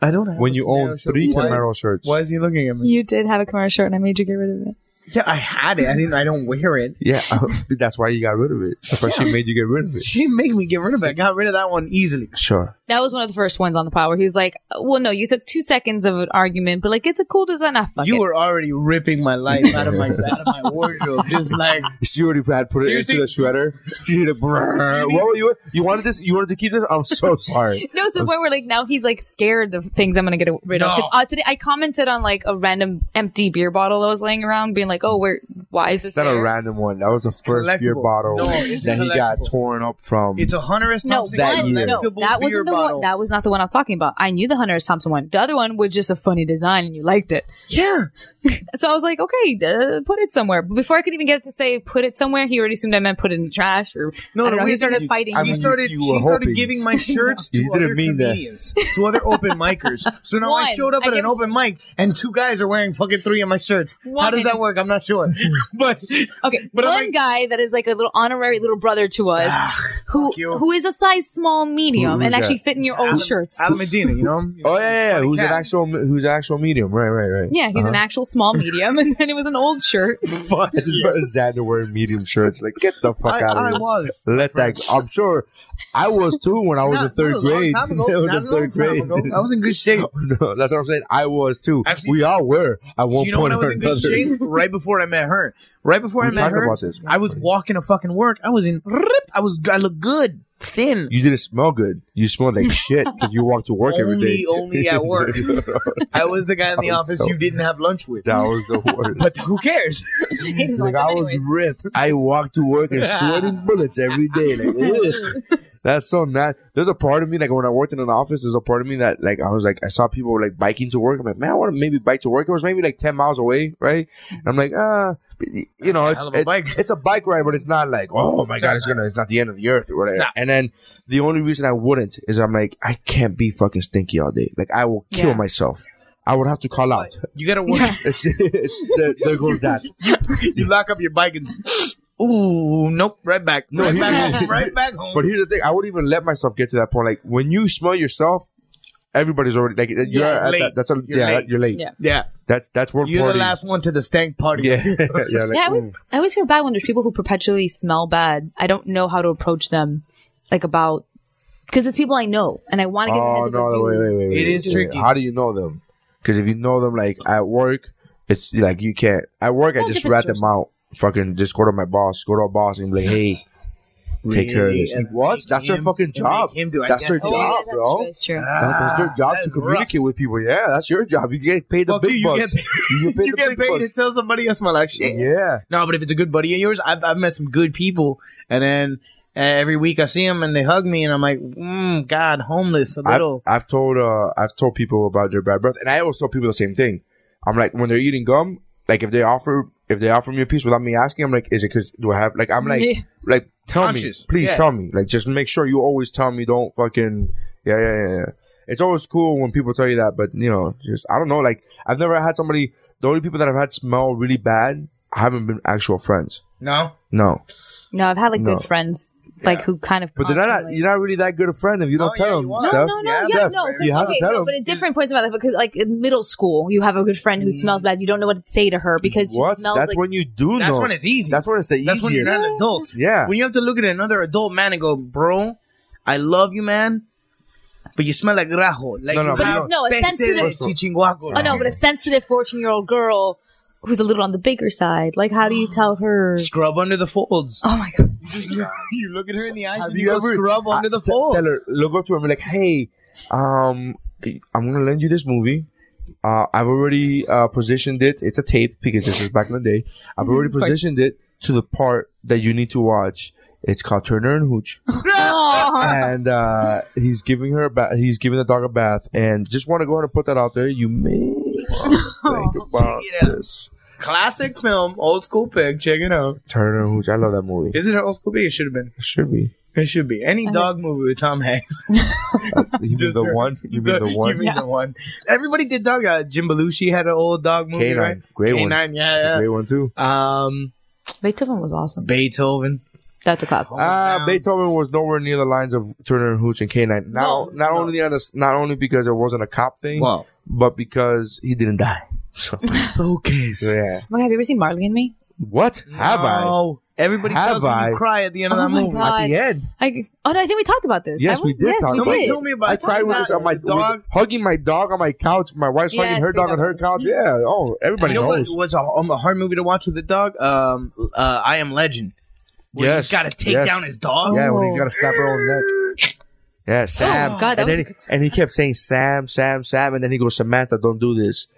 Speaker 9: I don't have
Speaker 2: when
Speaker 9: a
Speaker 2: you
Speaker 9: Camaro
Speaker 2: own
Speaker 9: shirt.
Speaker 2: three
Speaker 9: Why is-
Speaker 2: Camaro shirts.
Speaker 9: Why is he looking at me?
Speaker 10: You did have a Camaro shirt, and I made you get rid of it.
Speaker 9: Yeah, I had it. I didn't. I don't wear it.
Speaker 2: Yeah, that's why you got rid of it. That's why she made you get rid of it.
Speaker 9: She didn't make me get rid of it. I got rid of that one easily.
Speaker 2: Sure.
Speaker 10: That was one of the first ones on the pod where he was like, "Well, no, you took two seconds of an argument, but like it's a cool design." Ah, fuck
Speaker 9: you
Speaker 10: it.
Speaker 9: were already ripping my life out of my out of my wardrobe, just like
Speaker 2: She already had put it
Speaker 9: Seriously?
Speaker 2: into the shredder. She did a brrrr. What were you? You wanted this? You wanted to keep this? I'm so sorry.
Speaker 10: No, so where we're like now he's like scared of things I'm gonna get rid of. 'Cause, uh, today I commented on like a random empty beer bottle that was laying around, being like, "Oh, where? Why is this?"
Speaker 2: It's not a
Speaker 10: there?"
Speaker 2: random one. That was the first beer
Speaker 9: Collectible.
Speaker 2: bottle
Speaker 9: No, it's
Speaker 2: that he got
Speaker 9: collectible.
Speaker 2: torn up from.
Speaker 9: it's a Hunter S.
Speaker 10: No,
Speaker 9: Thompson
Speaker 10: that,
Speaker 2: year.
Speaker 10: no,
Speaker 9: collectible
Speaker 10: that
Speaker 9: beer
Speaker 10: wasn't the
Speaker 9: bottle.
Speaker 10: one. That was not the one I was talking about. I knew the Hunter S. Thompson one. The other one was just a funny design, and you liked it.
Speaker 9: yeah,
Speaker 10: So I was like, okay, uh, put it somewhere. But before I could even get it to say put it somewhere, he already assumed I meant put it in the trash or
Speaker 9: No,
Speaker 10: I don't
Speaker 9: no,
Speaker 10: know.
Speaker 9: we
Speaker 10: He started
Speaker 9: didn't-
Speaker 10: fighting.
Speaker 2: I
Speaker 9: she
Speaker 2: mean,
Speaker 9: started.
Speaker 2: you
Speaker 9: She
Speaker 2: were
Speaker 9: started
Speaker 2: hoping.
Speaker 9: giving my shirts to
Speaker 2: You didn't
Speaker 9: other
Speaker 2: mean that.
Speaker 9: comedians, to other open micers. So now I
Speaker 10: One.
Speaker 9: showed up
Speaker 10: I
Speaker 9: at an
Speaker 10: give-
Speaker 9: open mic, and two guys are wearing fucking three of my shirts. How
Speaker 10: One.
Speaker 9: does that work? I'm not sure, but
Speaker 10: Okay,
Speaker 9: But I'm
Speaker 10: one
Speaker 9: like- Ah,
Speaker 10: guy that is like a little honorary little brother to us, who
Speaker 9: fuck you.
Speaker 10: who is a size small medium
Speaker 2: Who- who's
Speaker 10: and actually
Speaker 2: that?
Speaker 10: fit in your own shirts.
Speaker 9: Al Medina, you know him.
Speaker 2: oh yeah, yeah. yeah. Who's an
Speaker 9: cat.
Speaker 2: actual? Who's an actual medium? Right, right, right.
Speaker 10: yeah, he's an actual small medium, and then it was an old shirt.
Speaker 9: Fuck
Speaker 2: It's Uh-huh. just
Speaker 9: you.
Speaker 2: about Xander wearing medium shirts. Like, get the fuck
Speaker 9: I,
Speaker 2: out of
Speaker 9: I
Speaker 2: here.
Speaker 9: was.
Speaker 2: Let that. I'm sure I was too when I was
Speaker 9: Not-
Speaker 2: in third
Speaker 9: not a long
Speaker 2: grade.
Speaker 9: time ago.
Speaker 2: I was in
Speaker 9: Not a long
Speaker 2: third
Speaker 9: time
Speaker 2: grade.
Speaker 9: ago. I was in good shape.
Speaker 2: No, that's what I'm saying. I was too.
Speaker 9: Actually-
Speaker 2: we all were at one
Speaker 9: Do you know
Speaker 2: point
Speaker 9: when I was
Speaker 2: or
Speaker 9: in good
Speaker 2: another.
Speaker 9: shape? Right before I met her. Right before
Speaker 2: We
Speaker 9: I met
Speaker 2: talked
Speaker 9: her,
Speaker 2: about this.
Speaker 9: I was walking to fucking work. I was in. I was. I looked good, thin.
Speaker 2: You didn't smell good. You smelled like shit because you walked to work every day.
Speaker 9: Only- only at work. I was the guy in the
Speaker 2: I was
Speaker 9: office
Speaker 2: dope.
Speaker 9: you didn't have lunch with.
Speaker 2: that was the worst.
Speaker 9: But who cares?
Speaker 10: He's
Speaker 2: like,
Speaker 10: like,
Speaker 2: I was
Speaker 10: "Anyways."
Speaker 2: ripped. I walked to work and sweating bullets every day. Like, ugh. That's so nice. There's a part of me like when I worked in an office. There's a part of me that like I was like I saw people like biking to work. I'm like, man, I want to maybe bike to work. It was maybe like ten miles away, right? And I'm like, ah, but y- you know, it's
Speaker 9: hell of a
Speaker 2: it's,
Speaker 9: bike.
Speaker 2: it's a bike ride, but it's not like oh my god, it's gonna it's not the end of the earth or whatever.
Speaker 9: Nah.
Speaker 2: And then the only reason I wouldn't is I'm like I can't be fucking stinky all day. Like I will kill
Speaker 10: Yeah.
Speaker 2: myself. I would have to call out.
Speaker 9: You gotta work.
Speaker 2: there, there goes that.
Speaker 9: You lock up your bike and. s- Ooh, nope. Right back.
Speaker 2: No,
Speaker 9: right
Speaker 2: he-
Speaker 9: back home. Right back home.
Speaker 2: But here's the thing: I wouldn't even let myself get to that point. Like when you smell yourself, everybody's already like you're
Speaker 9: Yeah, it's
Speaker 2: at
Speaker 9: late.
Speaker 2: that, that's a
Speaker 9: You're
Speaker 2: yeah
Speaker 9: late.
Speaker 2: that- you're late.
Speaker 10: Yeah.
Speaker 9: Yeah,
Speaker 2: That's that's world
Speaker 9: you're
Speaker 2: party.
Speaker 9: the last one to the stank party.
Speaker 2: Yeah, yeah, like,
Speaker 10: Yeah, I always
Speaker 2: mm.
Speaker 10: I always feel bad when there's people who perpetually smell bad. I don't know how to approach them, like about because it's people I know and I want to get the
Speaker 2: Oh
Speaker 10: heads up
Speaker 2: no!
Speaker 10: with
Speaker 2: Wait,
Speaker 10: you.
Speaker 2: wait, wait, wait.
Speaker 9: It is
Speaker 2: wait.
Speaker 9: tricky.
Speaker 2: How do you know them? Because if you know them, like at work, it's like you can't. At work, I
Speaker 10: Well,
Speaker 2: just
Speaker 10: different
Speaker 2: rat them out. Fucking just go to my boss, go to a boss, and be like, hey. Take care of this.
Speaker 9: And
Speaker 2: Like, what?
Speaker 9: make
Speaker 2: That's their
Speaker 9: him-
Speaker 2: fucking
Speaker 9: and
Speaker 2: job.
Speaker 9: make him do it.
Speaker 2: That's their
Speaker 9: Yes, it
Speaker 10: Oh, yeah,
Speaker 2: job,
Speaker 10: that's
Speaker 2: bro.
Speaker 10: true. That's true.
Speaker 2: That- that's their job
Speaker 9: Ah, that
Speaker 2: to
Speaker 9: is rough.
Speaker 2: communicate with people. Yeah, that's your job. You get paid the
Speaker 9: Fucker,
Speaker 2: big
Speaker 9: you get
Speaker 2: bucks.
Speaker 9: paid-
Speaker 2: you get paid
Speaker 9: you
Speaker 2: the
Speaker 9: get
Speaker 2: big
Speaker 9: paid
Speaker 2: bucks.
Speaker 9: to tell somebody else my like shit.
Speaker 2: Yeah.
Speaker 9: No, but if it's a good buddy of yours, I've, I've met some good people, and then uh, every week I see them and they hug me, and I'm like, mm, God, homeless a
Speaker 2: I've,
Speaker 9: little.
Speaker 2: I've told uh I've told people about their bad breath, and I always tell people the same thing. I'm like when they're eating gum, like if they offer if they offer me a piece without me asking, I'm like, is it because do I have like I'm like
Speaker 10: Yeah.
Speaker 2: like tell
Speaker 9: Conscious.
Speaker 2: me, please
Speaker 9: Yeah.
Speaker 2: tell me, like just make sure you always tell me, don't fucking yeah yeah yeah. yeah. It's always cool when people tell you that, but you know, just I don't know. Like I've never had somebody. The only people that I've had smell really bad haven't been actual friends.
Speaker 9: no,
Speaker 2: No,
Speaker 10: No, I've had like
Speaker 2: No.
Speaker 10: good friends, like who kind of.
Speaker 2: but they're not.
Speaker 10: constantly-
Speaker 2: You're not really that good a friend if you don't
Speaker 9: Oh,
Speaker 2: tell
Speaker 9: yeah,
Speaker 2: them
Speaker 9: you are.
Speaker 2: stuff.
Speaker 10: No,
Speaker 9: Yeah,
Speaker 10: no, no, yeah,
Speaker 2: Steph,
Speaker 10: no. 'cause-
Speaker 2: You have
Speaker 10: okay,
Speaker 2: to tell
Speaker 10: no,
Speaker 2: them.
Speaker 10: but at different points about it, because like in middle school, you have a good friend who smells bad. You don't know what to say to her because
Speaker 2: Mm. What?
Speaker 10: she smells
Speaker 2: That's
Speaker 10: like.
Speaker 2: when you do
Speaker 9: that's
Speaker 2: know.
Speaker 9: when it's easy.
Speaker 2: That's when it's the
Speaker 9: That's
Speaker 2: easiest.
Speaker 9: when you're not an adult.
Speaker 2: Yeah.
Speaker 9: When you have to look at another adult man and go, bro, I love you, man, but you smell like grajo. Like
Speaker 2: No, no,
Speaker 9: you
Speaker 2: but
Speaker 9: have
Speaker 10: no, a
Speaker 9: peces de
Speaker 10: sensitive-
Speaker 9: chichinguaco.
Speaker 10: oh no, but a sensitive fourteen-year-old girl who's a little on the bigger side. Like, how do you tell her?
Speaker 9: Scrub under the folds.
Speaker 10: Oh my god!
Speaker 9: you look at her in the eyes
Speaker 2: Have
Speaker 9: and you, Ah, go scrub under
Speaker 2: I-
Speaker 9: the
Speaker 2: t-
Speaker 9: folds.
Speaker 2: Tell her, look up to her and be like, hey, um, I'm going to lend you this movie. Uh, I've already uh, positioned it. It's a tape because this is back in the day.
Speaker 9: Mhm.
Speaker 2: I've already positioned it to the part that you need to watch. It's called Turner and Hooch, and uh, he's giving her a bath. He's giving the dog a bath, and just want to go ahead and put that out there. You may want to
Speaker 9: Oh,
Speaker 2: think about
Speaker 9: Check it out.
Speaker 2: this.
Speaker 9: Classic film, old school pic. Check it out.
Speaker 2: Turner and Hooch. I love that movie.
Speaker 9: Is it an old school pic? It should have been.
Speaker 2: It should be.
Speaker 9: It should be any
Speaker 10: Uh-huh.
Speaker 9: dog movie with Tom Hanks.
Speaker 2: You mean the
Speaker 9: Deserves-
Speaker 2: one? You mean the
Speaker 9: You
Speaker 2: one?
Speaker 9: mean the one? Everybody did dog. Uh, Jim Belushi had an old dog movie,
Speaker 2: K9.
Speaker 9: right?
Speaker 2: Great one.
Speaker 9: K9, yeah,
Speaker 2: It's
Speaker 9: yeah.
Speaker 2: a great one too.
Speaker 9: Um,
Speaker 10: Beethoven was awesome.
Speaker 9: Beethoven.
Speaker 10: That's a classic. Oh
Speaker 2: Uh,
Speaker 9: Um,
Speaker 2: Beethoven was nowhere near the lines of Turner and Hooch and K9. Now,
Speaker 10: No,
Speaker 2: not only on the, not only because it wasn't a cop thing,
Speaker 9: Wow.
Speaker 2: but because he didn't die. So,
Speaker 9: So case.
Speaker 2: yeah.
Speaker 10: oh my god, have you ever seen Marley and Me?
Speaker 2: What have I?
Speaker 9: Oh, everybody
Speaker 2: Have
Speaker 9: tells me
Speaker 2: I?
Speaker 9: you cry at the end of
Speaker 10: Oh
Speaker 9: that
Speaker 10: my
Speaker 9: movie.
Speaker 10: God.
Speaker 2: At the end,
Speaker 10: I oh no, I think we talked about this.
Speaker 2: yes,
Speaker 10: I-
Speaker 2: we did.
Speaker 10: Yes,
Speaker 2: talk about
Speaker 10: we
Speaker 9: Somebody
Speaker 10: did.
Speaker 2: it.
Speaker 9: told me about
Speaker 2: I
Speaker 9: it.
Speaker 2: cried with
Speaker 10: Talked
Speaker 2: this on my
Speaker 9: about this
Speaker 2: dog,
Speaker 9: dog.
Speaker 2: hugging my dog on my couch. My wife's hugging
Speaker 10: Yes,
Speaker 2: her
Speaker 10: we
Speaker 2: dog on
Speaker 10: talked
Speaker 2: her
Speaker 10: about
Speaker 2: couch. Yeah. Oh, everybody
Speaker 9: You know what
Speaker 2: knows.
Speaker 9: was a, um, a hard movie to watch with the dog? Um, uh, I Am Legend. Where
Speaker 2: Yes,
Speaker 9: he's got to take
Speaker 2: yes.
Speaker 9: down his dog.
Speaker 2: Yeah, when he's gonna snap her own neck. Yeah, Sam.
Speaker 10: Oh. God,
Speaker 2: and,
Speaker 10: that was
Speaker 2: then
Speaker 10: a
Speaker 2: he,
Speaker 10: good scene.
Speaker 2: and he kept saying Sam, Sam, Sam, and then he goes Samantha, don't do this.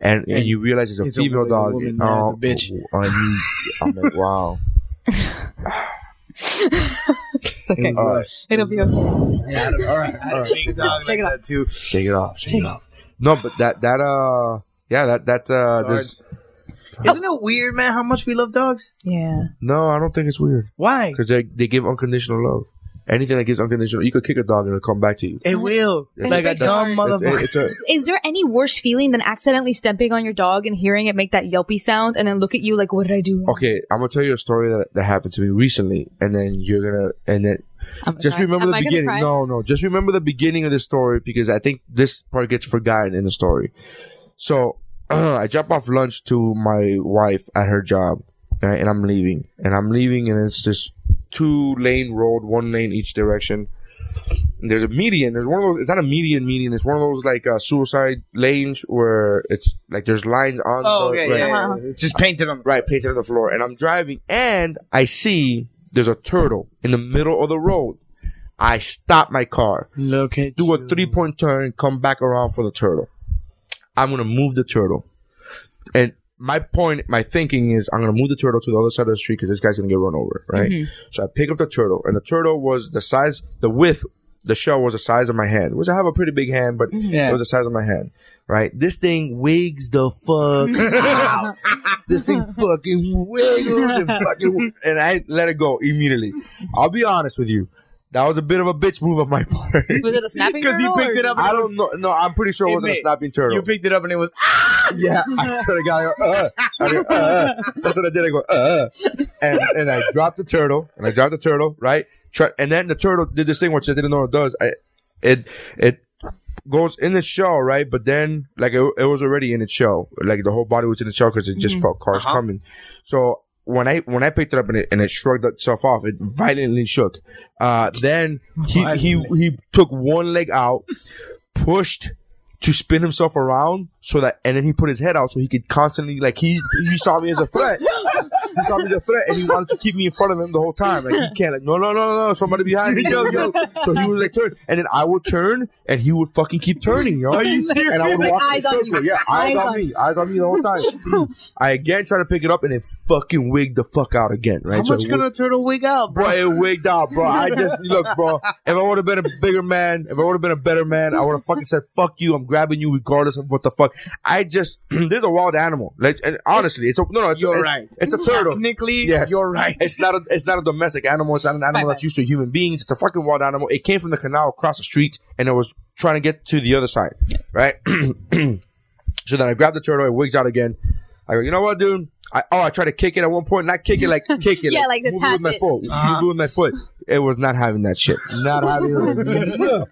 Speaker 2: And and you realize it's a
Speaker 9: It's a
Speaker 2: female
Speaker 9: woman-
Speaker 2: dog.
Speaker 9: woman, yeah, it's a bitch.
Speaker 2: oh, I mean, I'm like, wow.
Speaker 10: It's okay.
Speaker 2: All right,
Speaker 10: It'll be okay.
Speaker 9: All right, I had a big dog
Speaker 10: Shake it
Speaker 9: like that
Speaker 10: off.
Speaker 9: too.
Speaker 2: shake it off, shake it off. No, but that that uh, yeah, that that uh,
Speaker 9: It's
Speaker 2: this,
Speaker 9: Isn't it weird, man? How much we love dogs?
Speaker 10: Yeah.
Speaker 2: no, I don't think it's weird
Speaker 9: Why?
Speaker 2: because they they give unconditional love. Anything that gives unconditional, you could kick a dog and it'll come back to you.
Speaker 9: It will.
Speaker 2: It's-
Speaker 9: like a
Speaker 2: it's-
Speaker 9: dumb
Speaker 2: it's-
Speaker 9: motherfucker.
Speaker 2: it's a-
Speaker 10: Is there any worse feeling than accidentally stepping on your dog and hearing it make that yelpy sound and then look at you like, what did I do? wrong?"
Speaker 2: Okay, I'm gonna tell you a story that, that happened to me recently, and then you're gonna and then
Speaker 10: I'm
Speaker 2: just
Speaker 10: sorry.
Speaker 2: remember
Speaker 10: Am
Speaker 2: the
Speaker 10: I gonna
Speaker 2: beginning.
Speaker 10: cry?
Speaker 2: No, no, just remember the beginning of the story because I think this part gets forgotten in the story. So I drop off lunch to my wife at her job, right, and I'm leaving, and I'm leaving, and it's this two lane road, one lane each direction. And there's a median. There's one of those. It's not a median median. It's one of those like uh, suicide lanes where it's like there's lines on.
Speaker 9: Oh,
Speaker 2: the-
Speaker 9: okay.
Speaker 2: right.
Speaker 9: yeah, yeah, yeah. Just painted on.
Speaker 2: Right, painted on the floor. And I'm driving and I see there's a turtle in the middle of the road. I stop my car,
Speaker 9: Look at
Speaker 2: do a three point turn, come back around for the turtle. I'm gonna move the turtle. And my point, my thinking is I'm gonna move the turtle to the other side of the street because this guy's gonna get run over, right? So I pick up the turtle, and the turtle was the size, the width, the shell was the size of my hand. Which I have a pretty big hand, but
Speaker 9: Yeah.
Speaker 2: it was the size of my hand, right? This thing wigs the fuck out. this thing fucking wiggles and fucking, and I let it go immediately. I'll be honest with you, that was a bit of a bitch move on my part.
Speaker 10: Was it a snapping
Speaker 9: Because he
Speaker 10: turtle
Speaker 9: picked
Speaker 10: or-
Speaker 9: it up.
Speaker 2: I don't know. No, I'm pretty sure it wasn't a
Speaker 9: Admit,
Speaker 2: snapping turtle.
Speaker 9: You picked it up and it was.
Speaker 2: Yeah, I swear to God, I go, uh, I go, uh, uh. that's what I did. I go, uh, uh. and and I dropped the turtle, and I dropped the turtle, right? Try, and then the turtle did this thing which I didn't know it does. I, it it goes in the shell, right? But then, like, it, it was already in the shell. Like, the whole body was in the shell because it just felt cars coming. So when I when I picked it up and it, and it shrugged itself off, it violently shook. Uh, then he, he he took one leg out, pushed to spin himself around so that, and then he put his head out so he could constantly like he's he saw me as a threat. He saw me as a threat, and he wanted to keep me in front of him the whole time. Like he can't, like no, no, no, no, no, somebody behind me, yo, yo. So he was like turn, and then I would turn, and he would fucking keep turning, yo. Are you serious? And I would
Speaker 11: Like,
Speaker 2: walk in a
Speaker 11: eyes on you.
Speaker 2: circle. yeah, eyes,
Speaker 11: Eyes
Speaker 2: on,
Speaker 11: on
Speaker 2: me, eyes on me the whole time. I again try to pick it up, and it fucking wigged the fuck out again, right?
Speaker 9: How
Speaker 2: So
Speaker 9: much
Speaker 2: it
Speaker 9: could a turtle wig out, bro?
Speaker 2: Bro, it wigged out, bro. I just look, bro. If I would have been a bigger man, if I would have been a better man, I would have fucking said, "Fuck you." I'm grabbing you regardless of what the fuck. I just this is a wild animal. Like, and honestly, it's a, no, no. It's,
Speaker 9: You're
Speaker 2: it's,
Speaker 9: right.
Speaker 2: It's a turtle.
Speaker 9: Technically,
Speaker 2: Yes.
Speaker 9: you're right.
Speaker 2: It's not a it's not a domestic animal. It's not an animal that's used to human beings. It's a fucking wild animal. It came from the canal across the street, and it was trying to get to the other side, right? So then I grab the turtle, it wigs out again. I go, you know what, dude? I, oh, I tried to kick it at one point, not kick it like kick it.
Speaker 10: Yeah, like the
Speaker 2: move it
Speaker 10: tap
Speaker 2: with my
Speaker 10: it.
Speaker 2: foot,
Speaker 9: Uh-huh.
Speaker 2: move it with my foot. It was not having that shit. Not having it. No,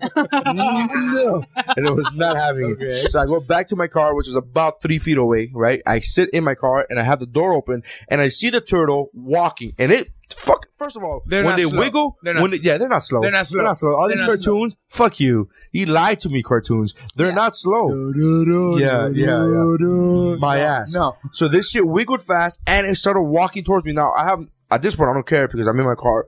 Speaker 2: no. And it was not having it. So I go back to my car, which is about three feet away. Right, I sit in my car and I have the door open, and I see the turtle walking, and it. Fuck. First of all,
Speaker 9: They're
Speaker 2: when
Speaker 9: not
Speaker 2: they
Speaker 9: slow.
Speaker 2: wiggle,
Speaker 9: They're not
Speaker 2: when they,
Speaker 9: slow.
Speaker 2: yeah, they're not slow.
Speaker 9: They're not slow.
Speaker 2: They're not slow. All
Speaker 9: They're
Speaker 2: these
Speaker 9: not slow.
Speaker 2: cartoons, fuck you. You lied to me, cartoons. They're not slow. Yeah, yeah, yeah my ass.
Speaker 9: no.
Speaker 2: So this shit wiggled fast and it started walking towards me. Now I have at this point I don't care because I'm in my car.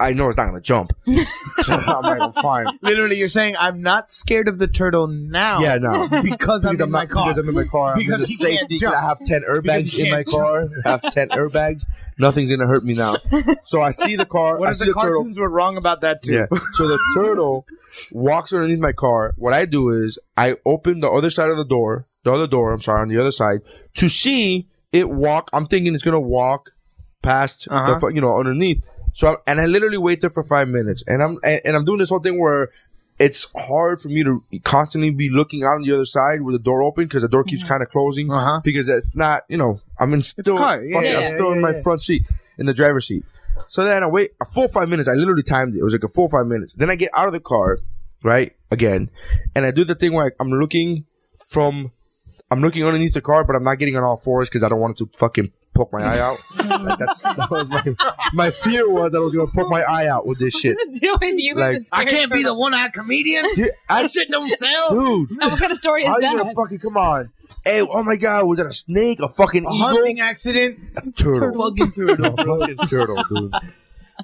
Speaker 2: I know it's not gonna jump. so I'm like, I'm fine.
Speaker 9: Literally, you're saying I'm not scared of the turtle now.
Speaker 2: Yeah, no.
Speaker 9: because, I'm in my
Speaker 2: not-
Speaker 9: car.
Speaker 2: Because I'm in my car.
Speaker 9: Because
Speaker 2: Because the
Speaker 9: he can't
Speaker 2: safety.
Speaker 9: jump.
Speaker 2: I have ten
Speaker 9: Because
Speaker 2: airbags
Speaker 9: he
Speaker 2: in my
Speaker 9: can't
Speaker 2: car. I have ten airbags. Nothing's gonna hurt me now. So I see the car.
Speaker 9: what
Speaker 2: I
Speaker 9: if
Speaker 2: see
Speaker 9: the
Speaker 2: turtle.
Speaker 9: cartoons were wrong about that too?
Speaker 2: Yeah. So the turtle walks underneath my car. What I do is I open the other side of the door, the other door, I'm sorry, on the other side, to see it walk. I'm thinking it's going to walk past
Speaker 9: Uh-huh.
Speaker 2: the fu- you know underneath. So I'm, and I literally wait there for five minutes, and I'm and, and I'm doing this whole thing where it's hard for me to constantly be looking out on the other side with the door open because the door keeps kind of closing
Speaker 9: Uh-huh.
Speaker 2: because it's not you know I'm in still
Speaker 9: car, yeah,
Speaker 2: fucking-
Speaker 10: yeah,
Speaker 2: I'm
Speaker 10: yeah,
Speaker 2: still in my front seat in the driver's seat. So then I wait a full five minutes. I literally timed it. It was like a full five minutes. Then I get out of the car, right again, and I do the thing where I'm looking from I'm looking underneath the car, but I'm not getting on all fours because I don't want it to fucking poke my eye out. Like, that's, that was my, my fear was that I was gonna poke my eye out with this shit.
Speaker 10: do with you?
Speaker 2: Like,
Speaker 10: with a
Speaker 9: I
Speaker 10: scared
Speaker 9: can't be the
Speaker 10: turtle?
Speaker 9: one-eyed comedian.
Speaker 2: Dude, I
Speaker 9: That shit don't sell.
Speaker 2: dude,
Speaker 10: Oh, what kind of story is
Speaker 2: how you gonna
Speaker 10: that?
Speaker 2: fucking come on? Hey, oh my god, was that a snake, a fucking
Speaker 9: A
Speaker 2: eagle?
Speaker 9: hunting accident.
Speaker 2: turtle?
Speaker 9: Fucking turtle.
Speaker 2: A fucking turtle, dude.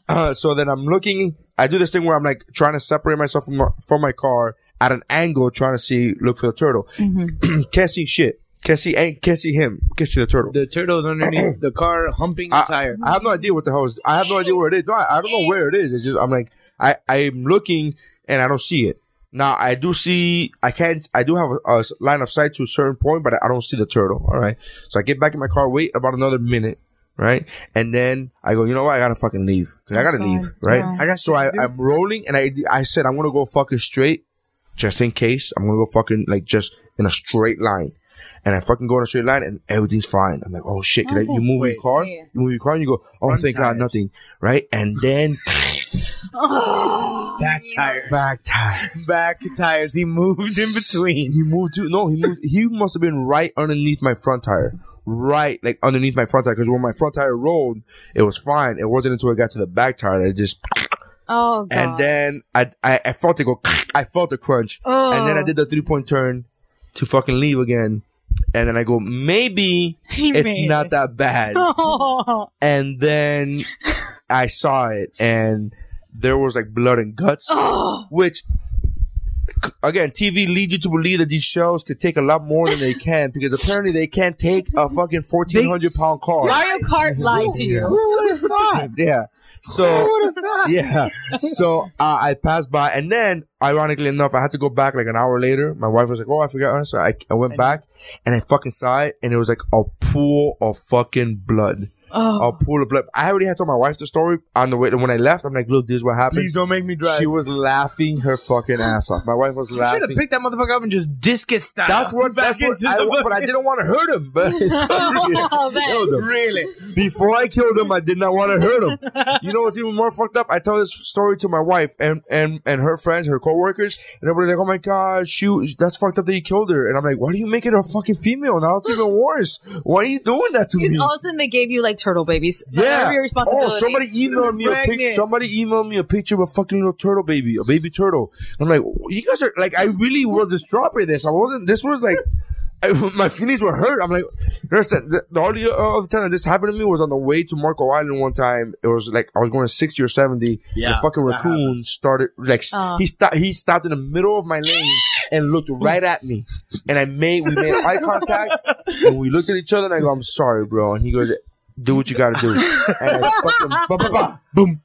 Speaker 2: Uh, so then I'm looking. I do this thing where I'm like trying to separate myself from my, from my car at an angle, trying to see, look for the turtle. can't see shit. Can't see, ain't- can't see him. Can't see the turtle.
Speaker 9: the turtle's underneath the car, humping the
Speaker 2: I,
Speaker 9: tire.
Speaker 2: I have no idea what the hell is. I have no idea where it is. No, I, I don't know where it is. It's just I'm like I I'm looking and I don't see it. Now I do see I can't I do have a, a line of sight to a certain point, but I don't see the turtle. All right, so I get back in my car, wait about another minute, right, and then I go, you know what, I gotta fucking leave. I gotta leave, right? I got so I, I'm rolling and I I said I'm gonna go fucking straight, just in case. I'm gonna go fucking like just in a straight line. And I fucking go in a straight line and everything's fine. I'm like, oh shit, like, you move your car,
Speaker 10: Yeah.
Speaker 2: you move your car and you go, oh,
Speaker 9: Front
Speaker 2: thank God,
Speaker 9: tires.
Speaker 2: nothing. Right? And then
Speaker 9: Back tires.
Speaker 2: back tires.
Speaker 9: Back tires. He moved in between.
Speaker 2: He moved to, no, he moved, he must have been right underneath my front tire. Right, like underneath my front tire. Because when my front tire rolled, it was fine. It wasn't until it got to the back tire that it just,
Speaker 10: Oh god.
Speaker 2: and then I, I, I felt it go, I felt the crunch.
Speaker 10: oh.
Speaker 2: And then I did the three point turn to fucking leave again. And then I go, maybe
Speaker 10: He
Speaker 2: it's
Speaker 10: made
Speaker 2: not
Speaker 10: it.
Speaker 2: that bad.
Speaker 10: Oh.
Speaker 2: and then I saw it, and there was like blood and guts,
Speaker 10: Oh.
Speaker 2: which c- again, TV leads you to believe that these shows could take a lot more than they can because apparently they can't take a fucking fourteen hundred pound car.
Speaker 10: Mario Kart lied to you.
Speaker 2: Who would have thought? yeah. So yeah. So uh, I passed by, and then ironically enough, I had to go back like an hour later. My wife was like, "Oh, I forgot." her." So I, I went back, and I fucking saw it, and it was like a pool of fucking blood. I'll pull a blip. I already had told my wife the story on the way. When I left, I'm like, look, this is what happened.
Speaker 9: Please don't make me drive.
Speaker 2: She was laughing her fucking ass off. My wife was
Speaker 9: should have
Speaker 2: laughing.
Speaker 9: picked that motherfucker up and just discus style.
Speaker 2: That's what. That's what I, but I didn't want to hurt him. But
Speaker 10: Oh, man.
Speaker 2: Killed him.
Speaker 9: Really?
Speaker 2: Before I killed him, I did not want to hurt him. You know what's even more fucked up? I tell this story to my wife and and and her friends, her coworkers, and everybody's like, "Oh my god, shoot, that's fucked up that you killed her." And I'm like, "Why do you make it a fucking female? Now it's even worse. Why are you doing that to me?"
Speaker 10: Because all of a sudden they gave you like turtle babies. Like,
Speaker 2: yeah.
Speaker 10: that'd be your responsibility.
Speaker 2: Oh, somebody emailed me a
Speaker 9: Pregnant.
Speaker 2: picture. Somebody emailed me a picture of a fucking little turtle baby, a baby turtle. I'm like, you guys are like, I really was distraught by this. I wasn't. This was like. I, my feelings were hurt. I'm like, listen, the, the only uh, other time that this happened to me was on the way to Marco Island one time. It was like I was going 60 or 70.
Speaker 9: Yeah,
Speaker 2: the fucking
Speaker 9: that
Speaker 2: raccoon
Speaker 9: happens.
Speaker 2: started like s-
Speaker 10: Oh.
Speaker 2: he stopped. He stopped in the middle of my lane and looked right at me. And I made we made eye contact and we looked at each other and I go, I'm sorry, bro. And he goes, do what you gotta do. And I fucking ba ba ba boom.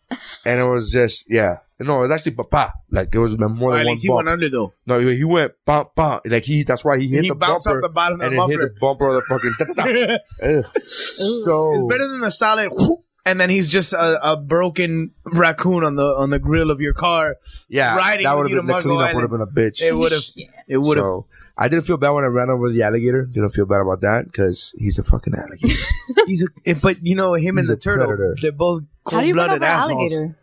Speaker 2: And it was just yeah. No, it was actually papa. Like it was more
Speaker 9: Or
Speaker 2: than
Speaker 9: at
Speaker 2: one
Speaker 9: least he
Speaker 2: bump.
Speaker 9: went under though.
Speaker 2: no, he he went bump bump. Like he that's why he hit
Speaker 9: He
Speaker 2: the
Speaker 9: bounced
Speaker 2: bumper
Speaker 9: off the bottom of the
Speaker 2: and it hit
Speaker 9: muffler.
Speaker 2: the bumper of the fucking. da-da-da. Ugh. so
Speaker 9: It's better than the solid. whoop, And then he's just a, a broken raccoon on the on the grill of your car.
Speaker 2: yeah,
Speaker 9: riding
Speaker 2: that
Speaker 9: with
Speaker 2: would
Speaker 9: you
Speaker 2: have been
Speaker 9: to
Speaker 2: the
Speaker 9: Marco
Speaker 2: cleanup
Speaker 9: Island.
Speaker 2: would have been a bitch.
Speaker 9: It would have. It would have.
Speaker 2: So, I didn't feel bad when I ran over the alligator. Didn't feel bad about that because he's a fucking alligator.
Speaker 9: He's a, eh, but you know him and
Speaker 2: He's
Speaker 9: the
Speaker 2: a
Speaker 9: turtle.
Speaker 2: predator.
Speaker 9: They're both
Speaker 10: How
Speaker 9: cold
Speaker 10: do you run over
Speaker 9: blooded
Speaker 10: an
Speaker 9: assholes.
Speaker 10: alligator? Like,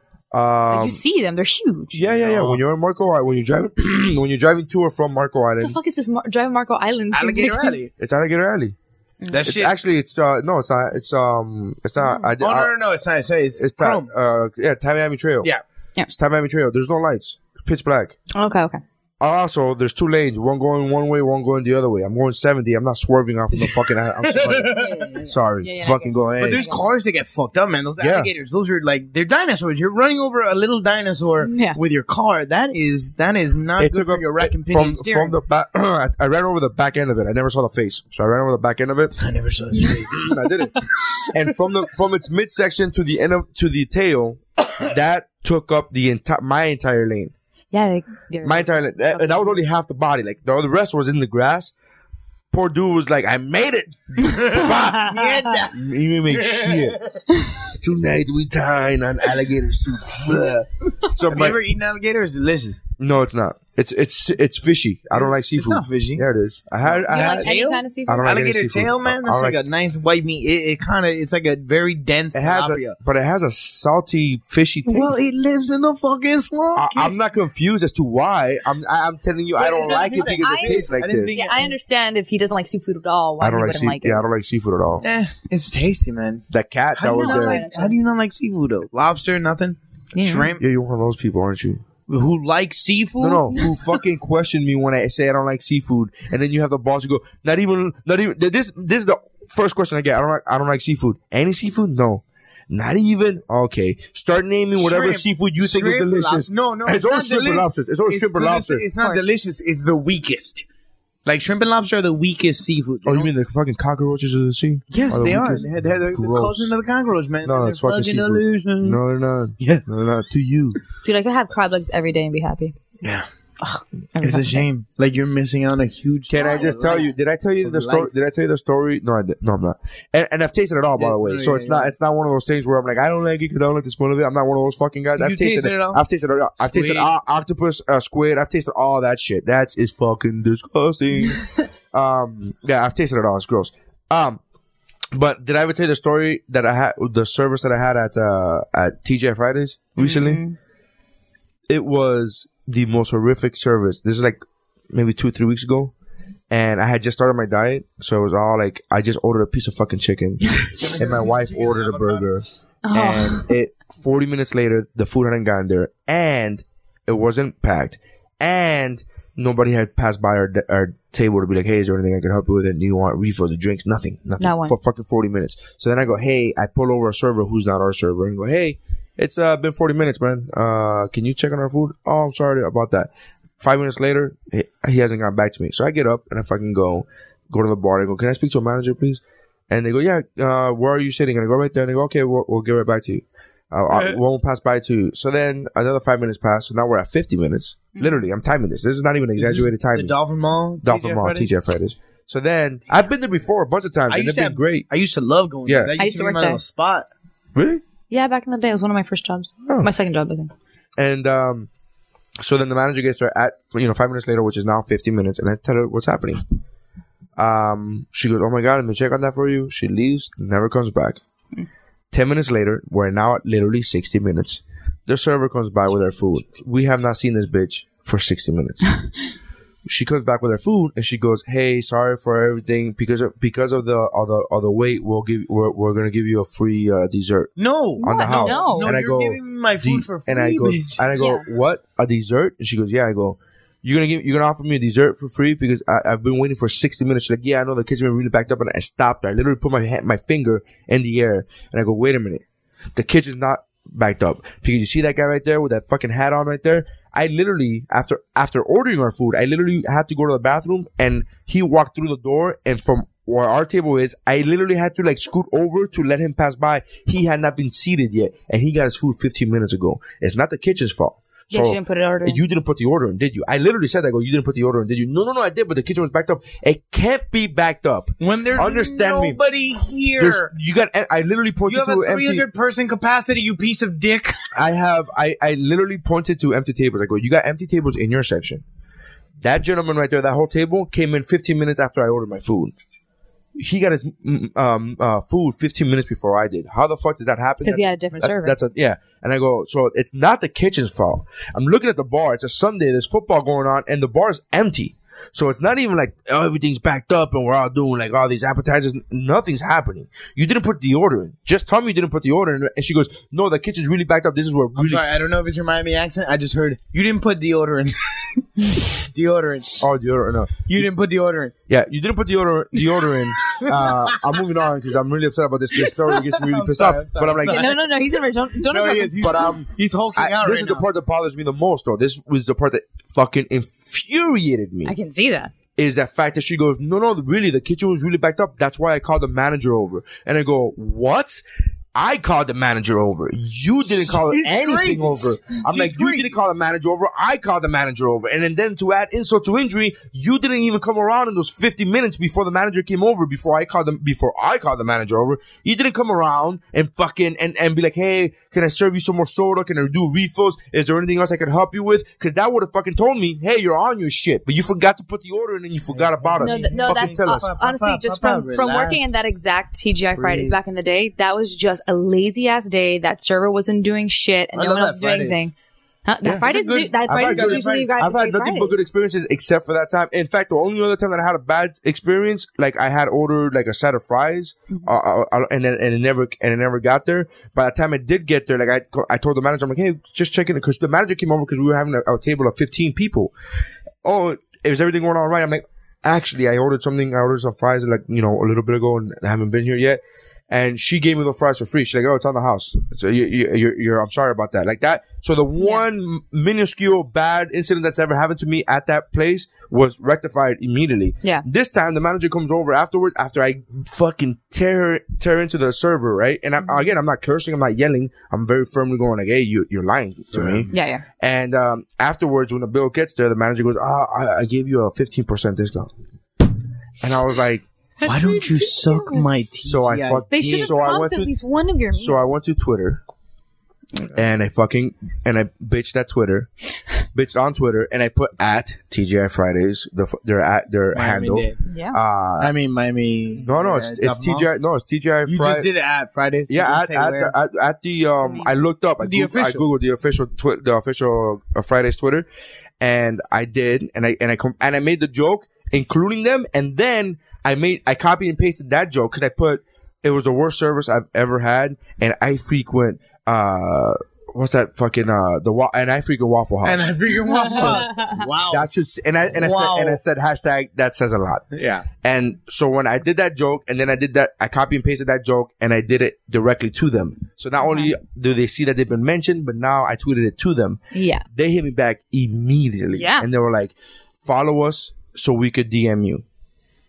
Speaker 2: Um,
Speaker 10: you see them; they're huge.
Speaker 2: yeah, yeah, yeah. When you're in Marco Island, when you're driving, when you're driving to or from Marco
Speaker 10: What the
Speaker 2: Island,
Speaker 10: fuck is this Mar- Drive Marco Island? Seems
Speaker 9: Alligator
Speaker 10: like-
Speaker 9: alley.
Speaker 2: it's alligator alley.
Speaker 9: That
Speaker 2: It's
Speaker 9: shit.
Speaker 2: actually it's uh no it's not it's um it's not I,
Speaker 9: oh
Speaker 2: I-
Speaker 9: no no no! It's not. It's, it's,
Speaker 2: it's not,
Speaker 9: chrome.
Speaker 2: uh yeah Tamiami Trail
Speaker 9: Yeah.
Speaker 10: Yeah.
Speaker 2: it's Tamiami Trail there's no lights pitch black
Speaker 10: Okay, okay.
Speaker 2: also there's two lanes one going one way one going the other way I'm going 70 I'm not swerving off of the fucking I- I'm sorry, sorry
Speaker 10: Yeah, yeah, I
Speaker 2: fucking
Speaker 10: get
Speaker 2: going
Speaker 9: But there's cars that get fucked up, man. Those
Speaker 2: Yeah.
Speaker 9: alligators, those are like they're dinosaurs. You're running over a little dinosaur
Speaker 10: Yeah.
Speaker 9: with your car. That is that is not good for your rack and pinion
Speaker 2: from
Speaker 9: steering.
Speaker 2: from the back I, I ran over the back end of it I never saw the face so I ran over the back end of it
Speaker 9: I never saw his face.
Speaker 2: I did it. And from the from its midsection to the end of to the tail, that took up the entire my entire lane.
Speaker 10: Yeah, like, they're-
Speaker 2: My entire lane. That, and that was only half the body. Like the, the rest was in the grass. Poor dude was like, I made it. Mierda. you ain't make shit. Tonight we dine on alligator soup. so
Speaker 9: Have
Speaker 2: my-
Speaker 9: you ever eaten alligator? It's delicious.
Speaker 2: no, it's not. It's it's it's fishy. I don't like seafood.
Speaker 9: not fishy.
Speaker 2: There it is. I had I
Speaker 10: you
Speaker 2: had.
Speaker 10: like any
Speaker 9: tail?
Speaker 10: kind of seafood?
Speaker 2: I don't like any
Speaker 9: alligator
Speaker 2: seafood.
Speaker 9: tail, man.
Speaker 2: I- I
Speaker 9: That's
Speaker 2: don't
Speaker 9: like,
Speaker 2: like-
Speaker 9: a nice white meat. It, it kind of it's like a very dense.
Speaker 2: it has
Speaker 9: tilapia.
Speaker 2: a, but it has a salty, fishy taste.
Speaker 9: well, it lives in the fucking swamp.
Speaker 2: I,
Speaker 9: kid.
Speaker 2: I'm not confused as to why. I'm I, I'm telling you, I
Speaker 9: But
Speaker 2: don't
Speaker 9: it
Speaker 2: like it
Speaker 9: doesn't-
Speaker 2: because
Speaker 10: I-
Speaker 2: it tastes
Speaker 9: I
Speaker 2: like
Speaker 9: didn't
Speaker 2: this.
Speaker 9: think-
Speaker 10: Yeah, I understand if he doesn't like seafood at all. Why
Speaker 2: I don't
Speaker 10: he
Speaker 2: like
Speaker 10: wouldn't
Speaker 2: seafood.
Speaker 10: like it?
Speaker 2: yeah, I don't like seafood at all.
Speaker 9: Eh, it's tasty, man.
Speaker 2: That cat
Speaker 9: How
Speaker 2: that
Speaker 9: do, you
Speaker 2: was
Speaker 9: not
Speaker 2: there.
Speaker 9: like, how do you not like seafood though? Lobster, nothing.
Speaker 10: Yeah.
Speaker 9: Shrimp.
Speaker 2: yeah, you're one of those people, aren't you?
Speaker 9: Who likes seafood?
Speaker 2: No, no. Who fucking questioned me when I say I don't like seafood, and then you have the boss who go, not even, not even. This, this is the first question I get. I don't like, I don't like seafood. Any seafood? No. Not even okay. Start naming whatever
Speaker 9: Shrimp.
Speaker 2: seafood you think
Speaker 9: Shrimp,
Speaker 2: is delicious.
Speaker 9: lobster. No, no,
Speaker 2: it's,
Speaker 9: it's
Speaker 2: all
Speaker 9: not
Speaker 2: shrimp and
Speaker 9: deli-
Speaker 2: lobsters. It's all shrimp and
Speaker 9: delicious-
Speaker 2: lobster.
Speaker 9: It's
Speaker 10: Of
Speaker 9: not
Speaker 10: course.
Speaker 9: delicious. It's the weakest. Like shrimp and lobster are the weakest seafood.
Speaker 2: Oh,
Speaker 9: They
Speaker 2: you
Speaker 9: don't-
Speaker 2: mean the fucking cockroaches of the sea?
Speaker 9: yes,
Speaker 2: the
Speaker 9: they are.
Speaker 2: weakest?
Speaker 9: They're, they're, they're the
Speaker 2: Gross.
Speaker 9: cousin of the cockroach, man.
Speaker 2: No,
Speaker 9: They're
Speaker 2: that's fucking seafood.
Speaker 9: delicious.
Speaker 2: No, they're not.
Speaker 9: Yeah.
Speaker 2: no, they're not. To you,
Speaker 10: Dude, I could have crab legs every day and be happy.
Speaker 9: Yeah.
Speaker 10: Every
Speaker 9: It's a
Speaker 10: fucking day.
Speaker 9: shame. Like you're missing out on a huge.
Speaker 2: Can I just tell you? Did I tell you
Speaker 9: Of
Speaker 2: the story?
Speaker 9: life.
Speaker 2: Did I tell you the story? No, I did. no, I'm not. And, and I've tasted it all, by
Speaker 9: Yeah,
Speaker 2: the way.
Speaker 9: no,
Speaker 2: so
Speaker 9: yeah,
Speaker 2: it's not.
Speaker 9: yeah.
Speaker 2: It's not one of those things where I'm like, I don't like it because I don't like the smell of it. I'm not one of those fucking guys. I've
Speaker 9: You
Speaker 2: tasted,
Speaker 9: tasted
Speaker 2: it.
Speaker 9: it all?
Speaker 2: I've tasted it. All. I've tasted
Speaker 9: Squid.
Speaker 2: all, octopus, uh, squid. I've tasted all that shit. That's is fucking disgusting. um, yeah, I've tasted it all. It's gross. Um, but did I ever tell you the story that I had, the service that I had at uh, at TJ Fridays recently? It was the most horrific service. This is like maybe two, three weeks ago, and I had just started my diet, so it was all like I just ordered a piece of fucking chicken, and my wife ordered a burger,
Speaker 10: Oh,
Speaker 2: and it forty minutes later the food hadn't gotten there, and it wasn't packed, and nobody had passed by our, our table to be like, hey, is there anything I can help you with? And do you want refills or drinks? Nothing, nothing
Speaker 10: Not one.
Speaker 2: for fucking 40 minutes. So then I go, hey, I pull over a server who's not our server and go, hey, it's uh, been 40 minutes, man. Uh, can you check on our food? Oh, I'm sorry about that. Five minutes later, he, he hasn't gotten back to me. So I get up and I fucking go, go to the bar. I go, can I speak to a manager, please? And they go, yeah, uh, where are you sitting? And I go right there. And they go, okay, we'll, we'll get right back to you. Uh, I won't pass by to you. So then another five minutes pass. So now we're at 50 minutes. Literally, I'm timing this. This is not even exaggerated
Speaker 9: The
Speaker 2: timing.
Speaker 9: dolphin mall.
Speaker 2: Dolphin
Speaker 9: TGI
Speaker 2: Mall,
Speaker 9: Fridays?
Speaker 2: TJ Fridays. So then I've been there before a bunch of times.
Speaker 9: I
Speaker 2: and
Speaker 9: used
Speaker 2: it's
Speaker 9: to
Speaker 2: been
Speaker 9: have,
Speaker 2: great.
Speaker 9: I used to love going.
Speaker 2: Yeah.
Speaker 9: there. That
Speaker 10: I
Speaker 9: used to be
Speaker 10: used to
Speaker 9: my
Speaker 10: work
Speaker 9: little
Speaker 10: there.
Speaker 9: spot.
Speaker 2: Really?
Speaker 10: Yeah, back in the day, it was one of my first jobs.
Speaker 2: Oh.
Speaker 10: My second job, I think.
Speaker 2: And um, so then the manager gets there at you know five minutes later, which is now fifteen minutes, and I tell her what's happening. Um, she goes, "Oh my god, I'm gonna check on that for you." She leaves, never comes back. Ten minutes later, we're now at literally sixty minutes. The server comes by with her food. We have not seen this bitch for sixty minutes. she comes back with her food and she goes, "Hey, sorry for everything because of, because of the of the of the wait, we'll give we're, we're gonna give you a free uh, dessert."
Speaker 9: No,
Speaker 2: on the
Speaker 10: What?
Speaker 2: house.
Speaker 10: No.
Speaker 9: No,
Speaker 2: and I
Speaker 9: you're
Speaker 2: go,
Speaker 9: giving me my food
Speaker 2: "The-"
Speaker 9: for free,
Speaker 2: and I go,
Speaker 9: bitch.
Speaker 2: and I go,
Speaker 10: Yeah.
Speaker 2: what a dessert? And she goes, yeah. I go, you're gonna give, you're gonna offer me a dessert for free because I, I've been waiting for sixty minutes. She's like, yeah, I know the kitchen been really backed up, and I stopped. I literally put my hand, my finger in the air, and I go, wait a minute, the kitchen's not backed up because you see that guy right there with that fucking hat on right there. I literally after after ordering our food, I literally had to go to the bathroom, and he walked through the door, and from where our table is, I literally had to like scoot over to let him pass by. He had not been seated yet, and he got his food 15 minutes ago. It's not the kitchen's fault.
Speaker 10: Yeah, she didn't put it order. in.
Speaker 2: You didn't put the order in, did you? I literally said, "I go, you didn't put the order in, did you?" No, no, no, I did, but the kitchen was backed up. It can't be backed up.
Speaker 9: when there's
Speaker 2: Understand me.
Speaker 9: nobody
Speaker 2: There's,
Speaker 9: here.
Speaker 2: you got. I literally
Speaker 9: You
Speaker 2: pointed
Speaker 9: have a
Speaker 2: to empty.
Speaker 9: 300 person capacity, you piece of dick.
Speaker 2: I have. I I literally pointed to empty tables. I go, you got empty tables in your section. That gentleman right there, that whole table came in 15 minutes after I ordered my food. He got his mm, um, uh, food 15 minutes before I did. How the fuck does that happen?
Speaker 10: 'Cause he
Speaker 2: That's-
Speaker 10: had a different
Speaker 2: that-
Speaker 10: server.
Speaker 2: That's a yeah. And I go, so it's not the kitchen's fault. I'm looking at the bar. It's a Sunday. There's football going on, and the bar is empty. So it's not even like oh, everything's backed up and we're all doing like all these appetizers. Nothing's happening. You didn't put the order in. Just tell me you didn't put the order in. And she goes, no, the kitchen's really backed up. This is where
Speaker 9: I'm
Speaker 2: really
Speaker 9: sorry, I don't know if it's your Miami accent. I just heard you didn't put deodorant. deodorant.
Speaker 2: Oh, the order. No.
Speaker 9: You didn't put deodorant.
Speaker 2: Yeah, you didn't put the order the order in. Uh, I'm moving on because I'm really upset about this. This story gets me really
Speaker 9: I'm
Speaker 2: pissed
Speaker 9: sorry,
Speaker 2: off.
Speaker 9: I'm sorry,
Speaker 2: but I'm
Speaker 9: I'm
Speaker 2: like,
Speaker 9: sorry.
Speaker 10: no, no, no. He's in rich. Don't, don't
Speaker 9: No, he
Speaker 10: remember.
Speaker 9: is. He's,
Speaker 2: But, um,
Speaker 9: he's hulking
Speaker 2: I-
Speaker 9: out
Speaker 2: this
Speaker 9: right
Speaker 2: is the
Speaker 9: now.
Speaker 2: part that bothers me the most, though. This was the part that fucking infuriated me.
Speaker 10: I can see that.
Speaker 2: is that fact that she goes, no, no, really, the kitchen was really backed up. That's why I called the manager over. And I go, what? I called the manager over. You didn't call
Speaker 9: She's
Speaker 2: anything
Speaker 9: crazy.
Speaker 2: over. I'm
Speaker 9: She's
Speaker 2: like,
Speaker 9: crazy.
Speaker 2: you didn't call the manager over. I called the manager over. And then, then to add insult to injury, you didn't even come around in those 50 minutes before the manager came over. Before I called them, before I called the manager over, you didn't come around and fucking and, and be like, hey, can I serve you some more soda? Can I do refills? Is there anything else I can help you with? Because that would have fucking told me, hey, you're on your shit, but you forgot to put the order in and you forgot about us.
Speaker 10: No, th- no,
Speaker 2: Fucking
Speaker 10: that's
Speaker 2: tell us.
Speaker 10: uh, honestly just from from working in that exact TGI Fridays back in the day. That was just a lazy ass day. That server wasn't doing shit, and
Speaker 9: I
Speaker 10: no
Speaker 9: love
Speaker 10: one else was
Speaker 9: that
Speaker 10: doing
Speaker 9: Fridays.
Speaker 10: anything. Huh? That Fridays,
Speaker 9: That's a
Speaker 10: do-
Speaker 9: good-
Speaker 10: that
Speaker 2: I've
Speaker 10: Fridays
Speaker 2: had
Speaker 10: is
Speaker 2: good-
Speaker 10: usually you guys.
Speaker 2: I've had
Speaker 10: free
Speaker 2: nothing but good
Speaker 10: Fridays.
Speaker 2: experiences except for that time. In fact, the only other time that I had a bad experience, like I had ordered like a set of fries,
Speaker 10: Mm-hmm.
Speaker 2: uh, uh, uh, and then and it never and it never got there. By the time it did get there, like I co- I told the manager, I'm like, hey, just checking because the manager came over because we were having a, a table of 15 people. Oh, is everything going all right? I'm like, actually, I ordered something. I ordered some fries like you know a little bit ago, and I haven't been here yet. And she gave me the fries for free. She's like, "Oh, it's on the house." So you, you, you're, you're, I'm sorry about that. Like that. So the one minuscule bad incident that's ever happened to me at that place was rectified immediately.
Speaker 10: Yeah.
Speaker 2: This time the manager comes over afterwards after I fucking tear her- tear into the server, right? And
Speaker 10: Mm-hmm.
Speaker 2: I, again, I'm not cursing, I'm not yelling. I'm very firmly going like, "Hey, you, you're lying to me."
Speaker 10: Yeah, yeah.
Speaker 2: And um, afterwards, when the bill gets there, the manager goes, "Ah, I, I gave you a fifteen percent discount." And I was like,
Speaker 9: Why don't you suck my teeth?
Speaker 2: "So I fuck."
Speaker 10: They should have
Speaker 2: so I went
Speaker 10: prompted at
Speaker 2: to
Speaker 10: least one of your.
Speaker 2: so I went to Twitter, and I fucking and I bitched at Twitter, bitched on Twitter, and I put at TGI Fridays the, f- their at their handle.
Speaker 10: yeah.
Speaker 2: Uh,
Speaker 9: I mean, Miami.
Speaker 2: no, no,
Speaker 9: uh,
Speaker 2: it's, it's
Speaker 9: Dublin.
Speaker 2: TGI. No, it's TGI
Speaker 9: You
Speaker 2: Fridays.
Speaker 9: just did it at Fridays. You
Speaker 2: Yeah,
Speaker 9: didn't
Speaker 2: at,
Speaker 9: say
Speaker 2: at,
Speaker 9: where.
Speaker 2: the, at, at the um, I looked up. I,
Speaker 9: The
Speaker 2: Goog- I
Speaker 9: official.
Speaker 2: googled the official twi- the official uh, Fridays Twitter, and I did, and I and I com- and I made the joke, including them, and then I made I copied and pasted that joke because I put it was the worst service I've ever had, and I frequent uh what's that fucking uh the wa- and I frequent Waffle House.
Speaker 9: and I figured one Wow.
Speaker 2: that's just and I and I
Speaker 9: Wow.
Speaker 2: said and I said hashtag that says a lot.
Speaker 9: yeah.
Speaker 2: And so when I did that joke, and then I did that, I copy and pasted that joke, and I did it directly to them. So not only do they see that they've been mentioned, but now I tweeted it to them.
Speaker 10: yeah.
Speaker 2: They hit me back immediately,
Speaker 10: Yeah.
Speaker 2: and they were like, "Follow us so we could DM you."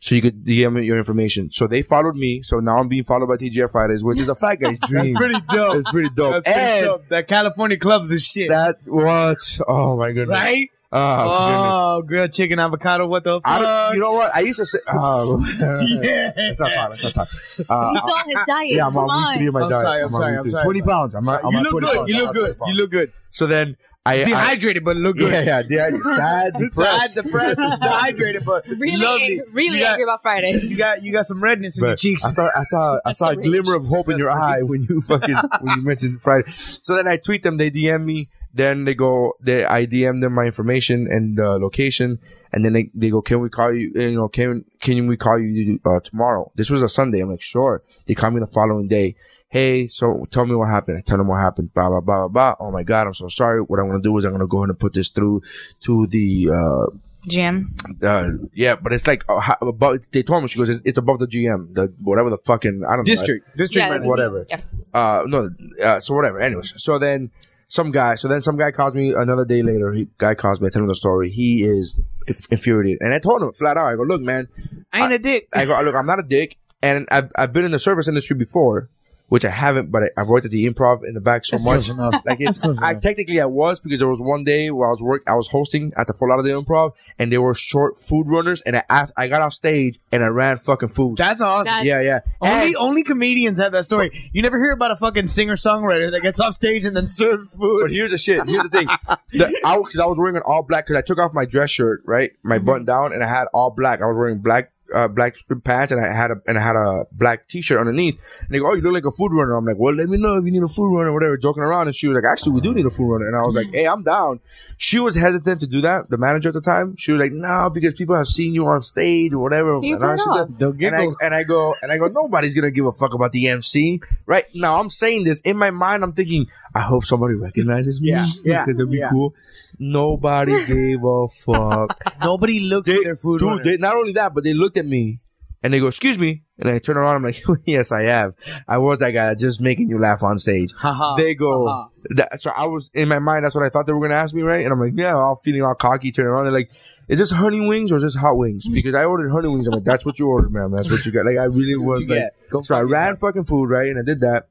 Speaker 2: So you could DM me your information. So they followed me. So now I'm being followed by TGI Fridays, which is a fat guy's dream.
Speaker 9: Pretty dope.
Speaker 2: It's pretty dope.
Speaker 9: That's pretty
Speaker 2: and
Speaker 9: dope. That California club's the shit.
Speaker 2: that was oh my goodness.
Speaker 9: right?
Speaker 2: Oh, goodness.
Speaker 9: Oh, grilled chicken avocado. What the
Speaker 2: I
Speaker 9: fuck?
Speaker 2: don't, you know what? I used to say. Oh,
Speaker 9: Yeah.
Speaker 2: Let's not talk. Let's not talk. Uh,
Speaker 10: He's still on his diet.
Speaker 2: yeah, I'm
Speaker 10: Come
Speaker 2: on week three
Speaker 10: on.
Speaker 2: of my
Speaker 9: I'm
Speaker 2: diet.
Speaker 9: sorry, I'm
Speaker 2: on
Speaker 9: sorry,
Speaker 2: week
Speaker 9: I'm
Speaker 2: three.
Speaker 9: sorry,
Speaker 2: Twenty
Speaker 9: I'm sorry.
Speaker 2: pounds. I'm, on- I'm
Speaker 9: you
Speaker 2: on
Speaker 9: look
Speaker 2: 20
Speaker 9: good.
Speaker 2: pounds.
Speaker 9: You
Speaker 2: I'm
Speaker 9: look
Speaker 2: on
Speaker 9: good.
Speaker 2: 20
Speaker 9: You look good.
Speaker 2: pounds. So then I. I
Speaker 9: Dehydrated, but look good.
Speaker 2: yeah, yeah, dehydrated, sad,
Speaker 9: Sad,
Speaker 2: depressed.
Speaker 9: depressed, dehydrated, but
Speaker 10: Really,
Speaker 9: lovely.
Speaker 10: ang- really
Speaker 9: you got,
Speaker 10: angry about Fridays.
Speaker 9: You got you got some redness in your
Speaker 2: But
Speaker 9: cheeks.
Speaker 2: I saw, I saw, I saw a glimmer of hope in your eye when you fucking when you mentioned Friday. So then I tweet them. They DM me. Then they go. They I DM them my information and uh, location, and then they, they go, "Can we call you? You know, can can we call you uh, tomorrow?" This was a Sunday. I'm like, "Sure." They call me the following day. Hey, so tell me what happened. I tell them what happened. Blah blah blah blah blah. Oh my god, I'm so sorry. What I'm gonna do is I'm gonna go ahead and put this through to the uh,
Speaker 10: Jim.
Speaker 2: uh, yeah, but it's like uh, ho- above. They told me she goes, it's, it's above the GM, the whatever the fucking I don't
Speaker 9: district, district,
Speaker 10: Yeah,
Speaker 9: manager.
Speaker 2: whatever.
Speaker 10: Yeah.
Speaker 2: know. Uh, no, uh, so whatever. Anyways, so then some guy, so then some guy calls me another day later. He guy calls me, I tell him the story. He is inf- infuriated, and I told him flat out. I go, look, man,
Speaker 9: I ain't a dick.
Speaker 2: I go, look, I'm not a dick, and I've I've been in the service industry before. Which I haven't, but I, I've worked at the improv in the back so much. Like it's, I technically I was because there was one day where I was work, I was hosting at the Fort Lauderdale Improv, and they were short food runners, and I af- I got off stage and I ran fucking food.
Speaker 9: That's awesome.
Speaker 10: That-
Speaker 2: yeah, yeah.
Speaker 9: only
Speaker 2: And-
Speaker 9: only comedians have that story. You never hear about a fucking singer songwriter that gets off stage and then serves food.
Speaker 2: But here's the shit. Here's the thing. The, I because I was wearing an all black because I took off my dress shirt, right, my button down, and I had all black. I was wearing black uh, black pants, and I had a and I had a black t shirt underneath. And they go, "Oh, you look like a food runner." I'm like, "Well, let me know if you need a food runner, or whatever." Joking around, and she was like, "Actually, we do need a food runner." And I was like, "Hey, I'm down." She was hesitant to do that. The manager at the time, she was like, "No, because people have seen you on stage or whatever."
Speaker 10: You
Speaker 2: And I
Speaker 10: put it
Speaker 2: said,
Speaker 10: off.
Speaker 9: They'll
Speaker 2: and I,
Speaker 9: giggle.
Speaker 2: and I go and I go. Nobody's gonna give a fuck about the MC, right? Now I'm saying this in my mind. I'm thinking, I hope somebody recognizes me
Speaker 9: Yeah, yeah,
Speaker 2: because it'd be
Speaker 9: yeah.
Speaker 2: cool. Nobody gave a fuck.
Speaker 9: Nobody looks
Speaker 2: They-
Speaker 9: at their food.
Speaker 2: dude,
Speaker 9: runner.
Speaker 2: they, not only that, but they looked at me and they go, "Excuse me," and I turn around. I'm like, "Yes, I have. I was that guy that's just making you laugh on stage."
Speaker 9: Haha.
Speaker 2: they go.
Speaker 9: haha.
Speaker 2: That, so I was in my mind. That's what I thought they were gonna ask me, right? And I'm like, yeah, all feeling all cocky. Turning around, they're like, "Is this honey wings or is this hot wings?" Because I ordered honey wings. I'm like, "That's what you ordered, ma'am. That's what you got." Like I really
Speaker 9: what
Speaker 2: was
Speaker 9: you
Speaker 2: like,
Speaker 9: get. Go
Speaker 2: so I
Speaker 9: fuck
Speaker 2: ran fucking food right, and I did that.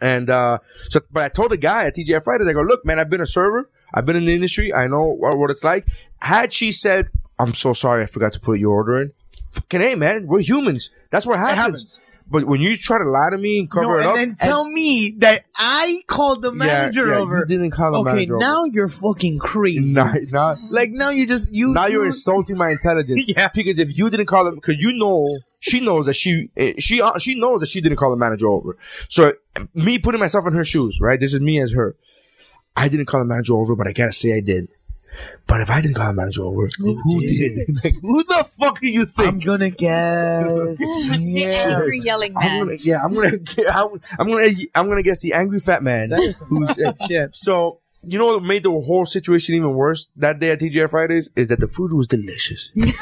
Speaker 2: And uh so, but I told the guy at TGI Fridays, I go, "Look, man, I've been a server. I've been in the industry. I know what, what it's like." Had she said, "I'm so sorry, I forgot to put your order in," fucking hey, man, we're humans. That's what happens.
Speaker 9: happens.
Speaker 2: But when you try to lie to me and cover
Speaker 9: No,
Speaker 2: it
Speaker 9: and
Speaker 2: up,
Speaker 9: then tell me that I called the
Speaker 2: Yeah,
Speaker 9: manager
Speaker 2: yeah, you
Speaker 9: over.
Speaker 2: didn't call the
Speaker 9: okay,
Speaker 2: manager over.
Speaker 9: now you're fucking crazy.
Speaker 2: Nah, nah.
Speaker 9: Like now you just you
Speaker 2: now you're
Speaker 9: you-
Speaker 2: insulting my intelligence.
Speaker 9: Yeah.
Speaker 2: because if you didn't call them, because you know she knows that she eh, she uh, she knows that she didn't call the manager over. So me putting myself in her shoes, right? This is me as her. I didn't call the manager over, but I gotta say I did. But if I didn't call the manager over, who, did? Like, who the fuck do you think?
Speaker 9: I'm gonna guess.
Speaker 10: The
Speaker 9: yeah.
Speaker 10: angry yelling
Speaker 2: I'm
Speaker 10: man.
Speaker 2: gonna, yeah, I'm gonna, I'm, I'm gonna, I'm gonna guess the angry fat man.
Speaker 9: That is some fucked up shit.
Speaker 2: So you know what made the whole situation even worse that day at TGI Fridays is that the food was delicious. it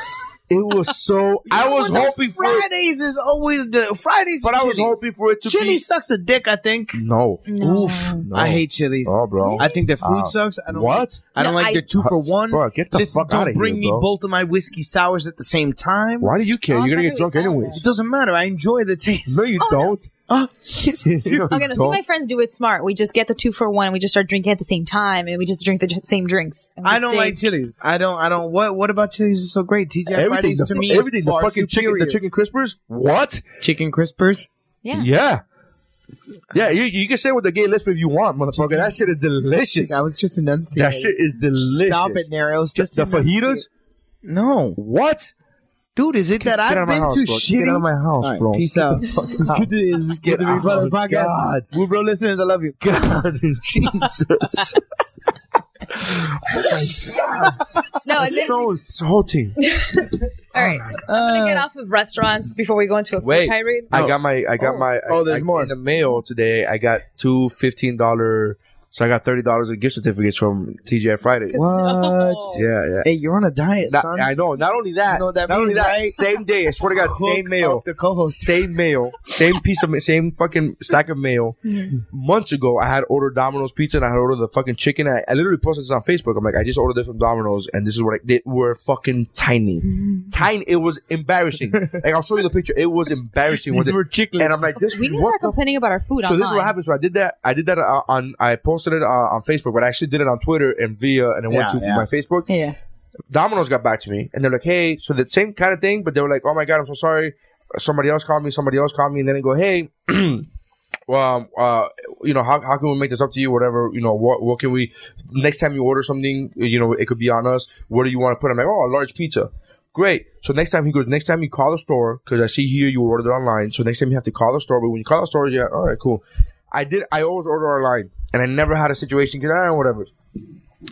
Speaker 2: was so. I was
Speaker 9: Well, the
Speaker 2: hoping for it,
Speaker 9: Fridays is always the Fridays.
Speaker 2: but
Speaker 9: and
Speaker 2: I was
Speaker 9: Chili's.
Speaker 2: hoping for it to
Speaker 9: Chili
Speaker 2: be
Speaker 9: sucks a dick. I think.
Speaker 2: no.
Speaker 10: No.
Speaker 2: No.
Speaker 9: I hate Chili's.
Speaker 2: Oh, bro.
Speaker 9: I think their food
Speaker 2: Wow.
Speaker 9: sucks. I don't
Speaker 2: What?
Speaker 9: Like, I don't
Speaker 10: No,
Speaker 9: like
Speaker 10: I-
Speaker 9: their two for one.
Speaker 2: Bro, get the
Speaker 9: Listen,
Speaker 2: fuck
Speaker 9: don't
Speaker 2: outta here,
Speaker 9: bring me
Speaker 2: bro.
Speaker 9: both of my whiskey sours at the same time.
Speaker 2: Why do you care? You're gonna get drunk
Speaker 9: It
Speaker 2: anyways.
Speaker 9: doesn't matter. I enjoy the taste.
Speaker 2: No, you don't.
Speaker 9: Oh, yes, I do.
Speaker 10: Okay, no, some of my friends do it smart. We just get the two for one and we just start drinking at the same time and we just drink the j- same drinks. And we
Speaker 9: I don't
Speaker 10: stay-
Speaker 9: like chili. I don't. I don't. What? What about chilies is so great? TJ
Speaker 2: Everything,
Speaker 9: Fridays
Speaker 2: the,
Speaker 9: to
Speaker 2: fu-
Speaker 9: me,
Speaker 2: everything,
Speaker 9: is
Speaker 2: the
Speaker 9: far
Speaker 2: fucking chicken,
Speaker 9: superior.
Speaker 2: the chicken crispers. What?
Speaker 9: chicken crispers.
Speaker 10: Yeah.
Speaker 2: Yeah. Yeah, you, you can say what the gay lisp if you want, motherfucker. That shit is delicious.
Speaker 9: I was just enunciating.
Speaker 2: That shit is delicious.
Speaker 9: Stop it, Nero's. Just
Speaker 2: the fajitas?
Speaker 9: enunciate. No,
Speaker 2: What?
Speaker 9: dude. Is it that
Speaker 2: Get out
Speaker 9: I've
Speaker 2: of my
Speaker 9: been
Speaker 2: house,
Speaker 9: too
Speaker 2: bro.
Speaker 9: shitty?
Speaker 2: Get out of my house,
Speaker 9: All right,
Speaker 2: bro.
Speaker 9: Peace
Speaker 2: Get
Speaker 9: out.
Speaker 2: the fuck
Speaker 9: It's good to, it's good to be part of the
Speaker 2: out.
Speaker 9: podcast.
Speaker 2: God.
Speaker 9: Woo, bro, listeners, I love you.
Speaker 2: God, Jesus.
Speaker 10: No, and then,
Speaker 2: so insulting.
Speaker 10: all right. I'm gonna get off of restaurants before we go into a food
Speaker 2: Wait,
Speaker 10: tirade.
Speaker 2: I got my, I got my.
Speaker 9: Oh,
Speaker 2: I-
Speaker 9: there's
Speaker 2: I-
Speaker 9: more.
Speaker 2: in the mail today. I got two fifteen dollar. So I got thirty dollars in gift certificates from TGI Fridays.
Speaker 9: What?
Speaker 2: Yeah, yeah.
Speaker 9: Hey, you're on a diet,
Speaker 2: Not-
Speaker 9: son.
Speaker 2: I know. Not only that,
Speaker 9: You know what that
Speaker 2: not only
Speaker 9: means,
Speaker 2: that,
Speaker 9: right?
Speaker 2: same day. I swear to God, same
Speaker 9: Hook
Speaker 2: mail.
Speaker 9: up The co-host.
Speaker 2: same mail, same piece of, same fucking stack of mail. Months ago, I had ordered Domino's pizza and I had ordered the fucking chicken. I, I literally posted this on Facebook. I'm like, I just ordered it from Domino's, and this is what I, they were fucking tiny, tiny. It was embarrassing. like I'll show you the picture. It was embarrassing.
Speaker 9: These
Speaker 2: was it?
Speaker 9: were chicklets.
Speaker 2: And I'm like, this.
Speaker 10: We need
Speaker 2: what
Speaker 10: to start
Speaker 2: the
Speaker 10: complaining about our food
Speaker 2: so this is what
Speaker 10: online.
Speaker 2: happened. So I did that. I did that uh, on. I posted it uh, on Facebook, but I actually did it on Twitter and via, and it went
Speaker 9: Yeah,
Speaker 2: to
Speaker 9: yeah.
Speaker 2: my Facebook.
Speaker 10: Yeah.
Speaker 2: Domino's got back to me and they're like, hey, so the same kind of thing, but they were like, oh my God, I'm so sorry. Somebody else called me, somebody else called me. And then they go, hey, um, uh, you know, how, how can we make this up to you? Whatever, you know, what, what can we, next time you order something, you know, it could be on us. What do you want to put? I'm like, oh, a large pizza. Great. So next time he goes, next time you call the store, because I see here you ordered online. So next time you have to call the store. But when you call the store, yeah, all right, cool. I did, I always order online and I never had a situation, because I whatever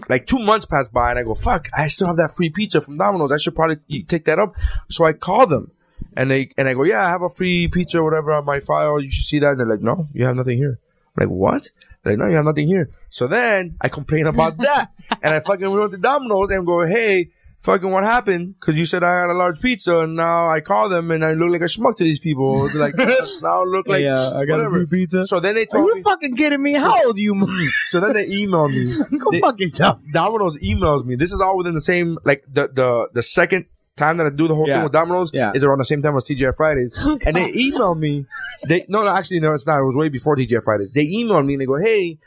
Speaker 2: like two months pass by and I go, fuck, I still have that free pizza from Domino's. I should probably e- take that up. So I call them and they, and I go, yeah, I have a free pizza or whatever on my file. You should see that. And they're like, no, you have nothing here. I'm like, what? They're like, no, you have nothing here. So then I complain about that and I fucking went to Domino's and go, hey, fucking what happened? Cause you said I had a large pizza and now I call them and I look like a schmuck to these people. They're like, now I look like,
Speaker 9: yeah, uh, I got
Speaker 2: whatever.
Speaker 9: a free pizza.
Speaker 2: So then they
Speaker 9: Are
Speaker 2: told
Speaker 9: you
Speaker 2: me,
Speaker 9: fucking kidding me? How old are you? man?
Speaker 2: so then they emailed me.
Speaker 9: Go fuck yourself.
Speaker 2: Domino's emails me. This is all within the same like the the the second time that I do the whole
Speaker 9: Yeah.
Speaker 2: thing with Domino's
Speaker 9: Yeah. Oh,
Speaker 2: is around the same time as TGI Fridays. and they email me. They no, no, actually no, it's not. It was way before TGI Fridays. They emailed me and they go, "Hey,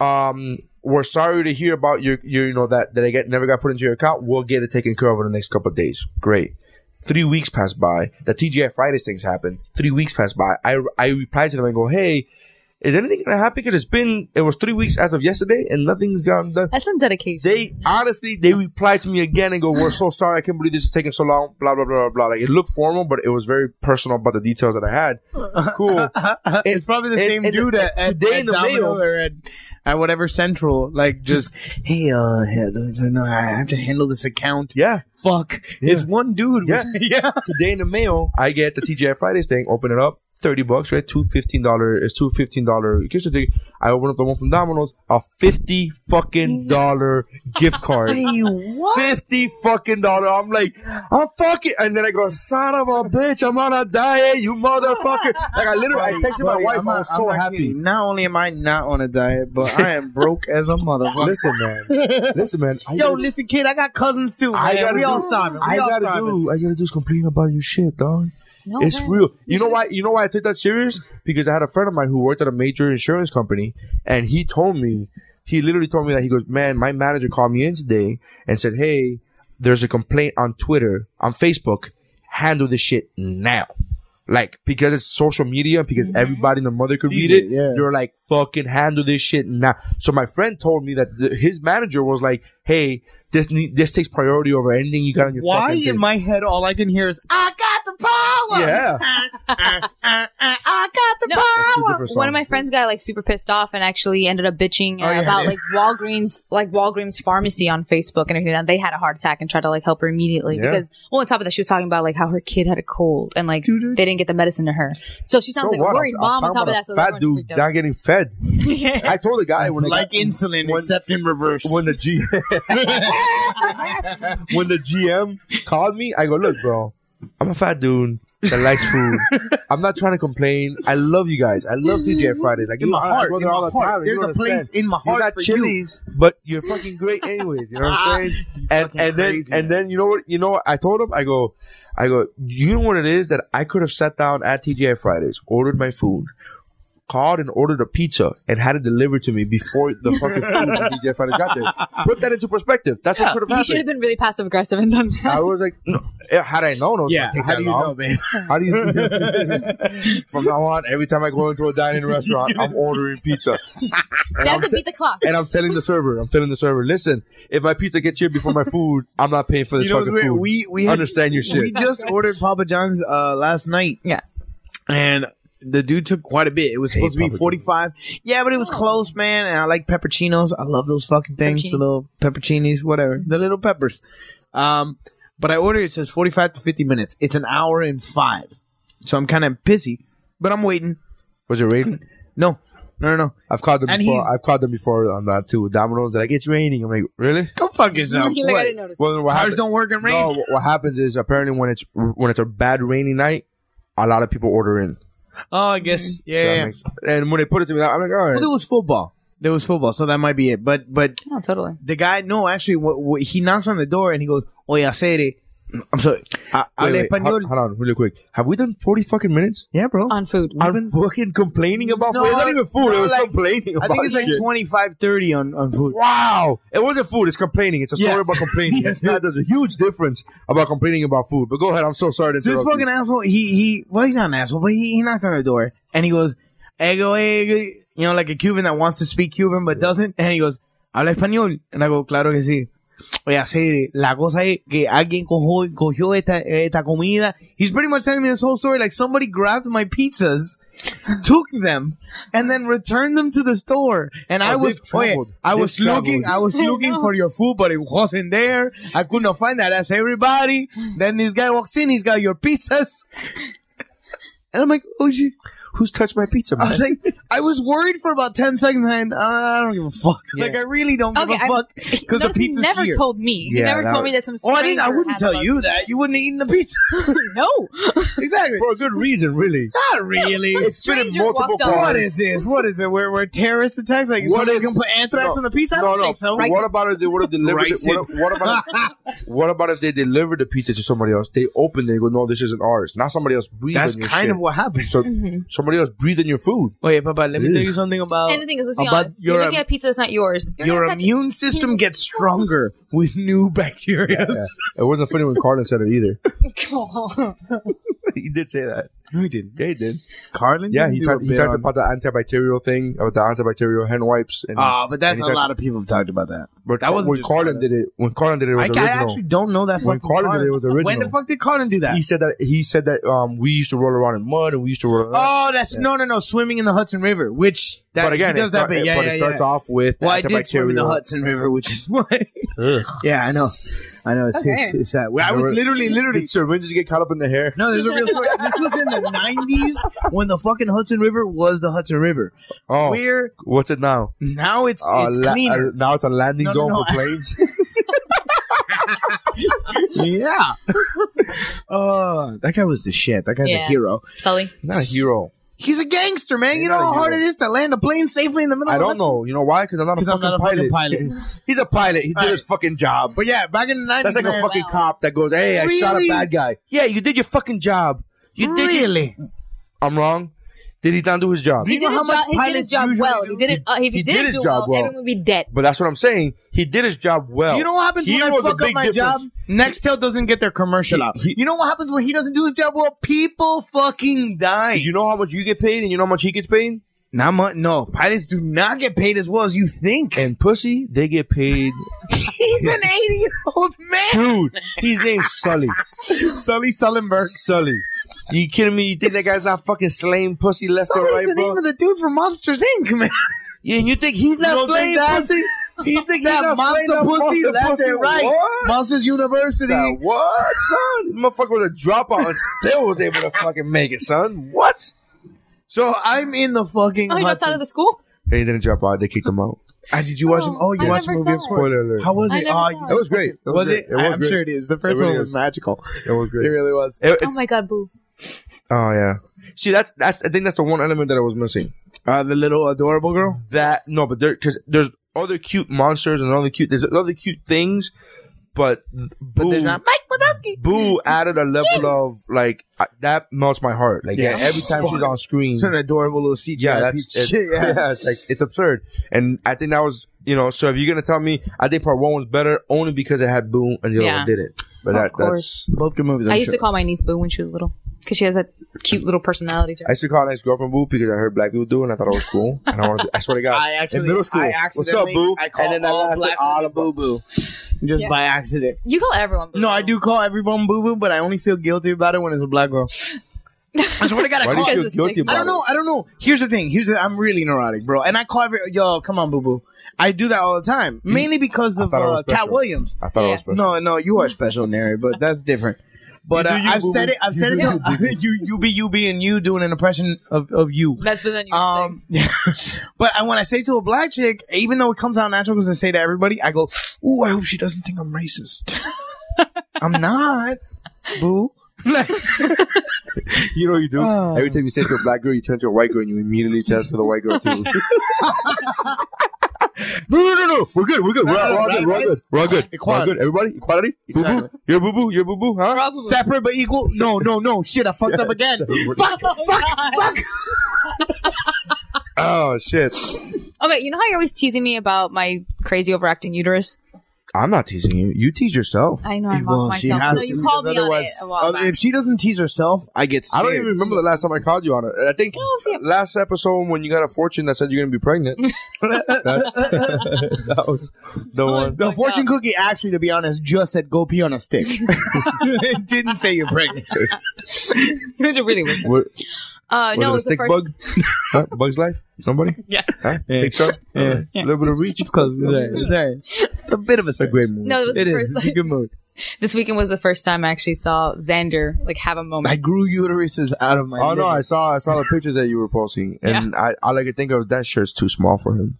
Speaker 2: um, we're sorry to hear about your your you know that that I get never got put into your account. We'll get it taken care of in the next couple of days." Great. Three weeks pass by. The TGI Fridays things happen. Three weeks pass by. I I reply to them and go, "Hey." Is anything gonna happen? Because it's been it was three weeks as of yesterday, and nothing's gotten done
Speaker 10: That's some dedication.
Speaker 2: they honestly they replied to me again and go, "We're so sorry. I can't believe this is taking so long." Blah blah blah blah. blah. Like it looked formal, but it was very personal about the details that I had. Cool.
Speaker 9: it's probably the
Speaker 2: and-
Speaker 9: same
Speaker 2: and
Speaker 9: dude at, at,
Speaker 2: today
Speaker 9: at
Speaker 2: in the
Speaker 9: Domino
Speaker 2: mail-
Speaker 9: or at, at whatever central. Like, just hey, uh, yeah, no, I have to handle this account.
Speaker 2: Yeah.
Speaker 9: Fuck, it's one dude.
Speaker 2: Yeah.
Speaker 9: yeah.
Speaker 2: Today in the mail, I get the TGI Fridays thing. Open it up. Thirty bucks, right? Two fifteen dollar. It's two fifteen dollar gift certificate. I open up the one from Domino's. A fifty fucking dollar gift card. Fifty fucking dollar. I'm like, I'm fucking. And then I go, son of a bitch, I'm on a diet, you motherfucker. Like I literally, I texted my
Speaker 9: Buddy,
Speaker 2: wife.
Speaker 9: I'm
Speaker 2: I
Speaker 9: not-
Speaker 2: was
Speaker 9: I'm
Speaker 2: so
Speaker 9: not
Speaker 2: happy.
Speaker 9: kidding. Not only am I not on a diet, but I am broke as a motherfucker.
Speaker 2: Listen, man. Listen, man. I
Speaker 9: Yo,
Speaker 2: gotta-
Speaker 9: listen, kid, I got cousins too.
Speaker 2: I
Speaker 9: man.
Speaker 2: gotta
Speaker 9: We
Speaker 2: do,
Speaker 9: all starving. We
Speaker 2: I
Speaker 9: all
Speaker 2: gotta
Speaker 9: starving.
Speaker 2: do. I gotta do is complain about your shit, dog.
Speaker 10: Oh,
Speaker 2: it's real. You know why? You know why I took that serious? Because I had a friend of mine who worked at a major insurance company, and he told me, he literally told me that he goes, "Man, my manager called me in today and said, hey, there's a complaint on Twitter, on Facebook. Handle this shit now." Like because it's social media, because everybody in the mother could read
Speaker 9: Sees
Speaker 2: it.
Speaker 9: it, yeah.
Speaker 2: You're like fucking handle this shit now. So my friend told me that th- his manager was like, "Hey, this need, this takes priority over anything you got on your
Speaker 9: Why
Speaker 2: fucking
Speaker 9: in
Speaker 2: thing."
Speaker 9: my head all I can hear is I got the power.
Speaker 2: yeah,
Speaker 9: I got the
Speaker 10: No.
Speaker 2: That's two different
Speaker 10: One of my
Speaker 2: songs.
Speaker 10: friends got like super pissed off and actually ended up bitching uh,
Speaker 9: Oh, yeah,
Speaker 10: about
Speaker 9: yeah.
Speaker 10: like Walgreens, like Walgreens pharmacy on Facebook and everything. And they had a heart attack and tried to like help her immediately
Speaker 2: Yeah.
Speaker 10: because well, on top of that, she was talking about like how her kid had a cold and like they didn't get the medicine to her. So she sounds
Speaker 2: So
Speaker 10: like
Speaker 2: what?
Speaker 10: a worried
Speaker 2: Oh, I'm-
Speaker 10: mom
Speaker 2: I'm
Speaker 10: on top
Speaker 2: talking
Speaker 10: of that. So
Speaker 2: about a fat dude
Speaker 10: everyone's
Speaker 2: not getting fed.
Speaker 10: freaked out.
Speaker 2: I told the guy
Speaker 9: It's
Speaker 2: when
Speaker 9: like
Speaker 2: I got,
Speaker 9: insulin,
Speaker 2: when-
Speaker 9: except in reverse.
Speaker 2: when the G when the GM called me, I go, "Look, bro, I'm a fat dude." That likes food. I'm not trying to complain. I love you guys. I love TJ Fridays. Like
Speaker 9: in my
Speaker 2: I
Speaker 9: heart,
Speaker 2: go
Speaker 9: in
Speaker 2: there all
Speaker 9: my
Speaker 2: the time. You
Speaker 9: heart. There's
Speaker 2: don't
Speaker 9: a place
Speaker 2: understand.
Speaker 9: in my
Speaker 2: You're
Speaker 9: heart
Speaker 2: not
Speaker 9: for you.
Speaker 2: chilies, but you're fucking great anyways. You know what I'm saying? and
Speaker 9: fucking
Speaker 2: and then
Speaker 9: crazy,
Speaker 2: and then you know what you know what I told him I go I go you know what it is that I could have sat down at TGI Fridays ordered my food called and ordered a pizza and had it delivered to me before the fucking food from TGI Fridays got there put that into perspective that's what could have
Speaker 10: You should have
Speaker 2: happened
Speaker 10: been really passive aggressive and done that.
Speaker 2: I was like no eh, had I known it was
Speaker 9: Yeah,
Speaker 2: gonna take
Speaker 9: how
Speaker 2: that
Speaker 9: do you
Speaker 2: long
Speaker 9: know, man?
Speaker 2: how do you from now on every time I go into a dining restaurant I'm ordering pizza
Speaker 10: That could beat the clock.
Speaker 2: and I'm telling the server, I'm telling the server, listen, if my pizza gets here before my food, I'm not paying for this
Speaker 9: You know,
Speaker 2: fucking
Speaker 9: we,
Speaker 2: food.
Speaker 9: we we had-
Speaker 2: understand your
Speaker 9: we
Speaker 2: shit.
Speaker 9: just ordered Papa John's uh, last night.
Speaker 10: Yeah.
Speaker 9: and the dude took quite a bit. It was supposed to be
Speaker 2: Papa John's.
Speaker 9: forty five. Yeah, but it was
Speaker 10: Oh.
Speaker 9: close, man. And I like pepperoncinos. I love those fucking things. The
Speaker 10: Peppercini.
Speaker 9: little pepperoncinis, whatever. The little peppers. Um, but I ordered. It says forty five to fifty minutes. It's an hour and five. So I'm kind of pissy, but I'm waiting.
Speaker 2: Was it raining?
Speaker 9: No, no, no, no.
Speaker 2: I've called them
Speaker 9: And
Speaker 2: before.
Speaker 9: he's-
Speaker 2: I've called them before on that too. Domino's. They're like, it's raining. I'm like, really?
Speaker 9: Go fuck yourself.
Speaker 10: Like, I
Speaker 9: What?
Speaker 10: didn't notice.
Speaker 2: Well, then what
Speaker 9: Cars
Speaker 2: happens?
Speaker 9: don't work in rain.
Speaker 2: No, what- what happens is apparently when it's when it's a bad rainy night, a lot of people order in.
Speaker 9: Oh, I guess. Yeah.
Speaker 2: So that
Speaker 9: yeah.
Speaker 2: makes- and when they put it to me, I'm like, all
Speaker 9: Well, there
Speaker 2: right.
Speaker 9: was football. There was football, so that might be it. But but
Speaker 10: oh, totally.
Speaker 9: the guy, no, actually, what, what, he knocks on the door and he goes, "Oye, acere," I'm sorry. Uh,
Speaker 2: Wait,
Speaker 9: habla
Speaker 2: wait, ho-
Speaker 9: español.
Speaker 2: hold on, really quick. Have we done forty fucking minutes?
Speaker 9: yeah, bro.
Speaker 10: on food.
Speaker 2: I've been fucking complaining about food. It's not even food.
Speaker 9: no,
Speaker 2: it was
Speaker 9: like-
Speaker 2: complaining
Speaker 9: I
Speaker 2: about
Speaker 9: think it's like
Speaker 2: shit.
Speaker 9: twenty five thirty on on food.
Speaker 2: Wow. It wasn't food. It's complaining. It's a story
Speaker 9: Yes.
Speaker 2: about complaining.
Speaker 9: Yes.
Speaker 2: It's not, there's a huge difference about complaining about food. But go ahead. I'm so sorry to
Speaker 9: So this
Speaker 2: interrupt
Speaker 9: fucking
Speaker 2: you.
Speaker 9: asshole, he he well he's not an asshole, but he, he knocked on the door and he goes, I go, "Hey, hey," you know, like a Cuban that wants to speak Cuban but doesn't, and he goes, habla español, and I go, claro que sí. Oye, sí, la cosa es que alguien cogió, cogió esta, esta comida. He's pretty much telling me this whole story, like somebody grabbed my pizzas, took them, and then returned them to the store. And I
Speaker 2: Oh,
Speaker 9: was,
Speaker 2: they've
Speaker 9: oye,
Speaker 2: traveled.
Speaker 9: I
Speaker 2: They've
Speaker 9: was looking,
Speaker 2: traveled.
Speaker 9: I was looking for your food, but it wasn't there. I could not find that. That's everybody. Then this guy walks in. He's got your pizzas. And I'm like, oh, shit.
Speaker 2: Who's touched my pizza, man?
Speaker 9: I was like, I was worried for about 10 seconds. And uh, I don't give a fuck. Like, I really don't give
Speaker 10: Okay,
Speaker 9: a
Speaker 10: I'm-
Speaker 9: fuck. Because the
Speaker 10: Never- he
Speaker 9: pizza's
Speaker 10: never
Speaker 9: here.
Speaker 10: told me. he
Speaker 2: Yeah,
Speaker 10: never
Speaker 2: that
Speaker 10: told
Speaker 2: was-
Speaker 10: me that some.
Speaker 9: Oh, I didn't. I
Speaker 10: stranger
Speaker 9: wouldn't
Speaker 10: had
Speaker 9: tell you that. You wouldn't have eaten the pizza.
Speaker 10: no.
Speaker 9: exactly.
Speaker 2: For a good reason, really.
Speaker 9: Not really.
Speaker 10: Some
Speaker 2: been in
Speaker 10: stranger
Speaker 2: multiple
Speaker 10: walked up.
Speaker 9: what is this? What is it? We're, we're terrorist attacks? Like,
Speaker 2: What
Speaker 9: somebody
Speaker 2: is-
Speaker 9: can put anthrax
Speaker 2: No.
Speaker 9: on the pizza? I
Speaker 2: No,
Speaker 9: don't
Speaker 2: no.
Speaker 9: think so.
Speaker 2: What about if they would have delivered it? What, what about if, what about if they delivered the pizza to somebody else? They opened it and go, no, this isn't ours. Not somebody else breathing
Speaker 9: That's
Speaker 2: your
Speaker 9: kind
Speaker 2: shit.
Speaker 9: of what happened.
Speaker 2: So somebody else breathing your food.
Speaker 9: Wait, Papa, let me
Speaker 2: Ugh.
Speaker 9: tell you something about
Speaker 10: And the thing is, let's be
Speaker 9: about
Speaker 10: honest.
Speaker 9: your
Speaker 10: You're looking at pizza that's not yours. You're
Speaker 9: your
Speaker 10: not touching it.
Speaker 9: immune system gets stronger with new bacteria.
Speaker 2: It wasn't funny when Carlin said it either.
Speaker 10: Oh.
Speaker 2: he did say that.
Speaker 9: No, he didn't.
Speaker 2: Yeah, he did.
Speaker 9: Carlin,
Speaker 2: Yeah,
Speaker 9: didn't
Speaker 2: he,
Speaker 9: do a
Speaker 2: talked, he
Speaker 9: bit
Speaker 2: talked
Speaker 9: on-
Speaker 2: about the antibacterial thing, about the antibacterial hand wipes. And,
Speaker 9: Ah, but that's
Speaker 2: and
Speaker 9: a
Speaker 2: he talked-
Speaker 9: lot of people have talked about that.
Speaker 2: But
Speaker 9: That wasn't
Speaker 2: when
Speaker 9: just
Speaker 2: Carlin
Speaker 9: Carlin.
Speaker 2: did it, when Carlin did it, it
Speaker 9: I,
Speaker 2: was
Speaker 9: I
Speaker 2: original.
Speaker 9: actually don't know that.
Speaker 2: When
Speaker 9: fucking
Speaker 2: Carlin did it, it was
Speaker 9: When the
Speaker 2: original.
Speaker 9: fuck did Carlin do that?
Speaker 2: he said that he said that um, we used to roll around in mud and we used to roll around.
Speaker 9: oh, that's no, no, no. Swimming in the Hudson River, which that,
Speaker 2: but again,
Speaker 9: he does
Speaker 2: it, start-
Speaker 9: that bit. Yeah,
Speaker 2: but
Speaker 9: yeah,
Speaker 2: it starts
Speaker 9: yeah.
Speaker 2: off with
Speaker 9: Well, I did swim in the
Speaker 2: antibacterial.
Speaker 9: Hudson River, which is why.
Speaker 2: Ugh.
Speaker 9: yeah, I know, I know. It's it's, it's sad. I was
Speaker 2: There were-
Speaker 9: literally, literally
Speaker 2: Did syringes get caught up in the hair?
Speaker 9: No, there's a real story. this was in the '90s when the fucking Hudson River was the Hudson River.
Speaker 2: Oh,
Speaker 9: Where
Speaker 2: what's it now?
Speaker 9: now it's
Speaker 2: Uh,
Speaker 9: it's
Speaker 2: la-
Speaker 9: cleaner.
Speaker 2: uh, now it's a landing
Speaker 9: No, no,
Speaker 2: zone
Speaker 9: no, I-
Speaker 2: for planes.
Speaker 9: yeah. Uh, that guy was the shit. That guy's a
Speaker 10: Yeah.
Speaker 9: hero.
Speaker 10: Sully.
Speaker 2: Not a hero.
Speaker 9: He's a gangster, man.
Speaker 2: He's
Speaker 9: you know
Speaker 2: not a
Speaker 9: how hard it
Speaker 2: hero.
Speaker 9: is to land a plane safely in the middle.
Speaker 2: I
Speaker 9: of
Speaker 2: don't
Speaker 9: Hudson?
Speaker 2: know. You know why? Because I'm not a
Speaker 9: 'Cause I'm
Speaker 2: fucking
Speaker 9: not a fucking
Speaker 2: pilot.
Speaker 9: pilot.
Speaker 2: He's a pilot. He did his fucking job.
Speaker 9: But yeah, back in the nineties,
Speaker 2: That's like a
Speaker 9: man,
Speaker 2: fucking cop that goes, "Hey, I shot a
Speaker 9: Really?
Speaker 2: bad guy." Yeah, you did your fucking job. You did. your-
Speaker 9: really.
Speaker 2: I'm wrong. Did he not do his job?
Speaker 10: He
Speaker 9: know
Speaker 10: did,
Speaker 9: how
Speaker 10: his
Speaker 9: much
Speaker 10: job, he did
Speaker 9: pilots
Speaker 10: his job
Speaker 9: usually
Speaker 10: well.
Speaker 9: do?
Speaker 10: He did it. Uh, if he,
Speaker 2: He
Speaker 10: didn't
Speaker 2: did his
Speaker 10: do it
Speaker 2: job
Speaker 10: well,
Speaker 2: well.
Speaker 10: everyone would be dead.
Speaker 2: But that's what I'm saying. He did his job well.
Speaker 9: Do you know what happens
Speaker 2: He
Speaker 9: when I
Speaker 2: was a
Speaker 9: fuck up
Speaker 2: big
Speaker 9: my job?
Speaker 2: difference.
Speaker 9: Nextel doesn't get their commercial out. you know what happens when he doesn't do his job well? People fucking die.
Speaker 2: You know how much you get paid, and you know how much he gets paid.
Speaker 9: Not much. No, pilots do not get paid as well as you think.
Speaker 2: And pussy, they get paid.
Speaker 9: He's an 80 year old man.
Speaker 2: Dude, he's named Sully.
Speaker 9: Sully Sullenberg.
Speaker 2: Sully. You kidding me? You think that guy's not fucking slaying pussy left
Speaker 9: Sully's
Speaker 2: or right,
Speaker 9: the
Speaker 2: bro?
Speaker 9: name of the dude from Monsters Inc. Man.
Speaker 2: yeah, and you think he's not
Speaker 9: don't
Speaker 2: slaying
Speaker 9: think that?
Speaker 2: pussy? He think he's not
Speaker 9: That
Speaker 2: slaying
Speaker 9: monster
Speaker 2: no
Speaker 9: pussy left
Speaker 2: pussy?
Speaker 9: and right.
Speaker 2: What?
Speaker 9: Monsters University.
Speaker 2: That what, son? This motherfucker was a dropout and still was able to fucking make it, son. What?
Speaker 9: So I'm in the fucking.
Speaker 10: Oh, he dropped
Speaker 9: Hudson.
Speaker 10: out of the school.
Speaker 2: They didn't drop out. They kicked him out.
Speaker 9: Ah, did you watch
Speaker 10: Oh,
Speaker 9: him? Oh, you
Speaker 10: I
Speaker 9: watched the movie
Speaker 10: never saw
Speaker 9: of
Speaker 10: it.
Speaker 9: Sports.
Speaker 2: Spoiler alert.
Speaker 9: How was
Speaker 10: I
Speaker 9: it?
Speaker 10: never
Speaker 9: Oh,
Speaker 10: saw
Speaker 9: you-
Speaker 10: it.
Speaker 2: That was great. That
Speaker 9: was
Speaker 2: great.
Speaker 9: it?
Speaker 2: was
Speaker 9: I'm
Speaker 2: great.
Speaker 9: sure it is. The first
Speaker 2: really
Speaker 9: one was
Speaker 2: is.
Speaker 9: magical.
Speaker 2: It was
Speaker 9: It
Speaker 2: great.
Speaker 9: really was.
Speaker 2: It-
Speaker 10: Oh
Speaker 2: it's-
Speaker 10: my god, boo!
Speaker 2: oh yeah. See, that's that's. I think that's the one element that I was missing.
Speaker 9: Uh, the little adorable girl.
Speaker 2: that no, but there because there's other cute monsters and other cute there's other cute things, but
Speaker 9: But
Speaker 2: Boo,
Speaker 9: there's not Mike Wazowski.
Speaker 2: Boo added a level of like I- that melts my heart. Like
Speaker 9: Yeah.
Speaker 2: yeah, every time she's on screen,
Speaker 9: It's an adorable little CGI
Speaker 2: yeah,
Speaker 9: piece
Speaker 2: that's
Speaker 9: of
Speaker 2: it's,
Speaker 9: shit. Yeah.
Speaker 2: it's like it's absurd. And I think that was you know. So if you're gonna tell me, I think part one was better only because it had Boo and the other
Speaker 10: Yeah.
Speaker 2: one didn't. But that, that's
Speaker 9: Both good movies. I'm
Speaker 10: I used
Speaker 9: sure.
Speaker 10: to call my niece Boo when she was little because she has that cute little personality.
Speaker 2: I
Speaker 10: To her.
Speaker 2: used to call an ex-girlfriend Boo because I heard black people do it and I thought it was cool. And I wanted to, I swear to God,
Speaker 9: I
Speaker 2: in
Speaker 9: actually,
Speaker 2: middle school,
Speaker 9: I
Speaker 2: what's up,
Speaker 9: accidentally,
Speaker 2: Boo?
Speaker 9: I call
Speaker 2: I
Speaker 9: all
Speaker 2: lasted
Speaker 9: black
Speaker 2: all
Speaker 9: people boo boo, just
Speaker 10: Yeah.
Speaker 9: by accident.
Speaker 10: you call everyone. Boo.
Speaker 9: No, I do call everyone boo boo, but I only feel guilty about it when it's a black girl. I swear to God, I
Speaker 2: Why do
Speaker 9: call.
Speaker 2: you feel
Speaker 10: Because
Speaker 2: guilty
Speaker 10: it's-
Speaker 2: about
Speaker 9: I don't know. I don't know. Here's the thing. Here's the, I'm really neurotic, bro, and I call every yo. Come on, boo boo. I do that all the time, mainly because of
Speaker 2: thought I was
Speaker 9: uh, Cat
Speaker 2: special.
Speaker 9: Williams.
Speaker 2: I thought it was special.
Speaker 9: No, no, you are special, Neri, but that's different. But
Speaker 2: You
Speaker 9: uh,
Speaker 2: do you,
Speaker 9: I've
Speaker 2: boo-boo.
Speaker 9: said it. I've
Speaker 2: You
Speaker 9: said it.
Speaker 2: do
Speaker 9: till- you, you be you be and you doing an impression of of you.
Speaker 10: That's been the new thing.
Speaker 9: Um, but I, when I say to a black chick, even though it comes out natural because I say to everybody, I go, "Ooh, I hope she doesn't think I'm racist." I'm not, boo. Like,
Speaker 2: You know what you do?
Speaker 9: Oh.
Speaker 2: Every time you say to a black girl, you turn to a white girl and you immediately turn to the white girl too. No, no, no, no. We're good. We're good. We're, all- we're all
Speaker 9: right,
Speaker 2: good. We're all
Speaker 9: right.
Speaker 2: good. We're all good. We're all
Speaker 9: Equality.
Speaker 2: good. Everybody, equality. Boo boo.
Speaker 9: Exactly.
Speaker 2: You're boo boo. You're boo boo. Huh?
Speaker 10: Probably.
Speaker 9: Separate but equal? No, no, no. Shit, I fucked up again. Fuck, fuck, fuck.
Speaker 2: Oh shit.
Speaker 10: Okay, you know how you're always teasing me about my crazy overacting uterus?
Speaker 2: I'm not teasing you. You tease yourself.
Speaker 10: I know I'm off myself. No, you called me on it a while back.
Speaker 9: If she doesn't tease herself, I get
Speaker 2: I
Speaker 9: scared.
Speaker 2: don't even remember the last time I called you on it. I think
Speaker 10: yeah.
Speaker 2: last episode when you got a fortune that said you're gonna be pregnant. That's, that was the one.
Speaker 9: The
Speaker 10: Fucked
Speaker 9: fortune
Speaker 10: up.
Speaker 9: cookie actually, to be honest, just said go pee on a stick. it didn't say you're pregnant.
Speaker 10: It was a really weird.
Speaker 2: What,
Speaker 10: Uh,
Speaker 2: was it
Speaker 10: no, it
Speaker 2: a
Speaker 10: was the
Speaker 2: stick
Speaker 10: first.
Speaker 2: bug? Huh? Bug's life? Somebody?
Speaker 10: Yes.
Speaker 2: Huh?
Speaker 9: Yeah.
Speaker 2: Big shark?
Speaker 9: Yeah.
Speaker 2: Alright. A little bit of reach.
Speaker 9: Cause it's a bit of a
Speaker 2: It's a great movie.
Speaker 10: No, it was
Speaker 9: It
Speaker 10: the
Speaker 9: is.
Speaker 10: first.
Speaker 9: It's a good mood.
Speaker 10: this weekend was the first time I actually saw Xander like have a moment.
Speaker 9: I grew uteruses out of my.
Speaker 2: Oh no!
Speaker 9: liver.
Speaker 2: I saw I saw the pictures that you were posting, and I all I could think of that shirt's too small for him.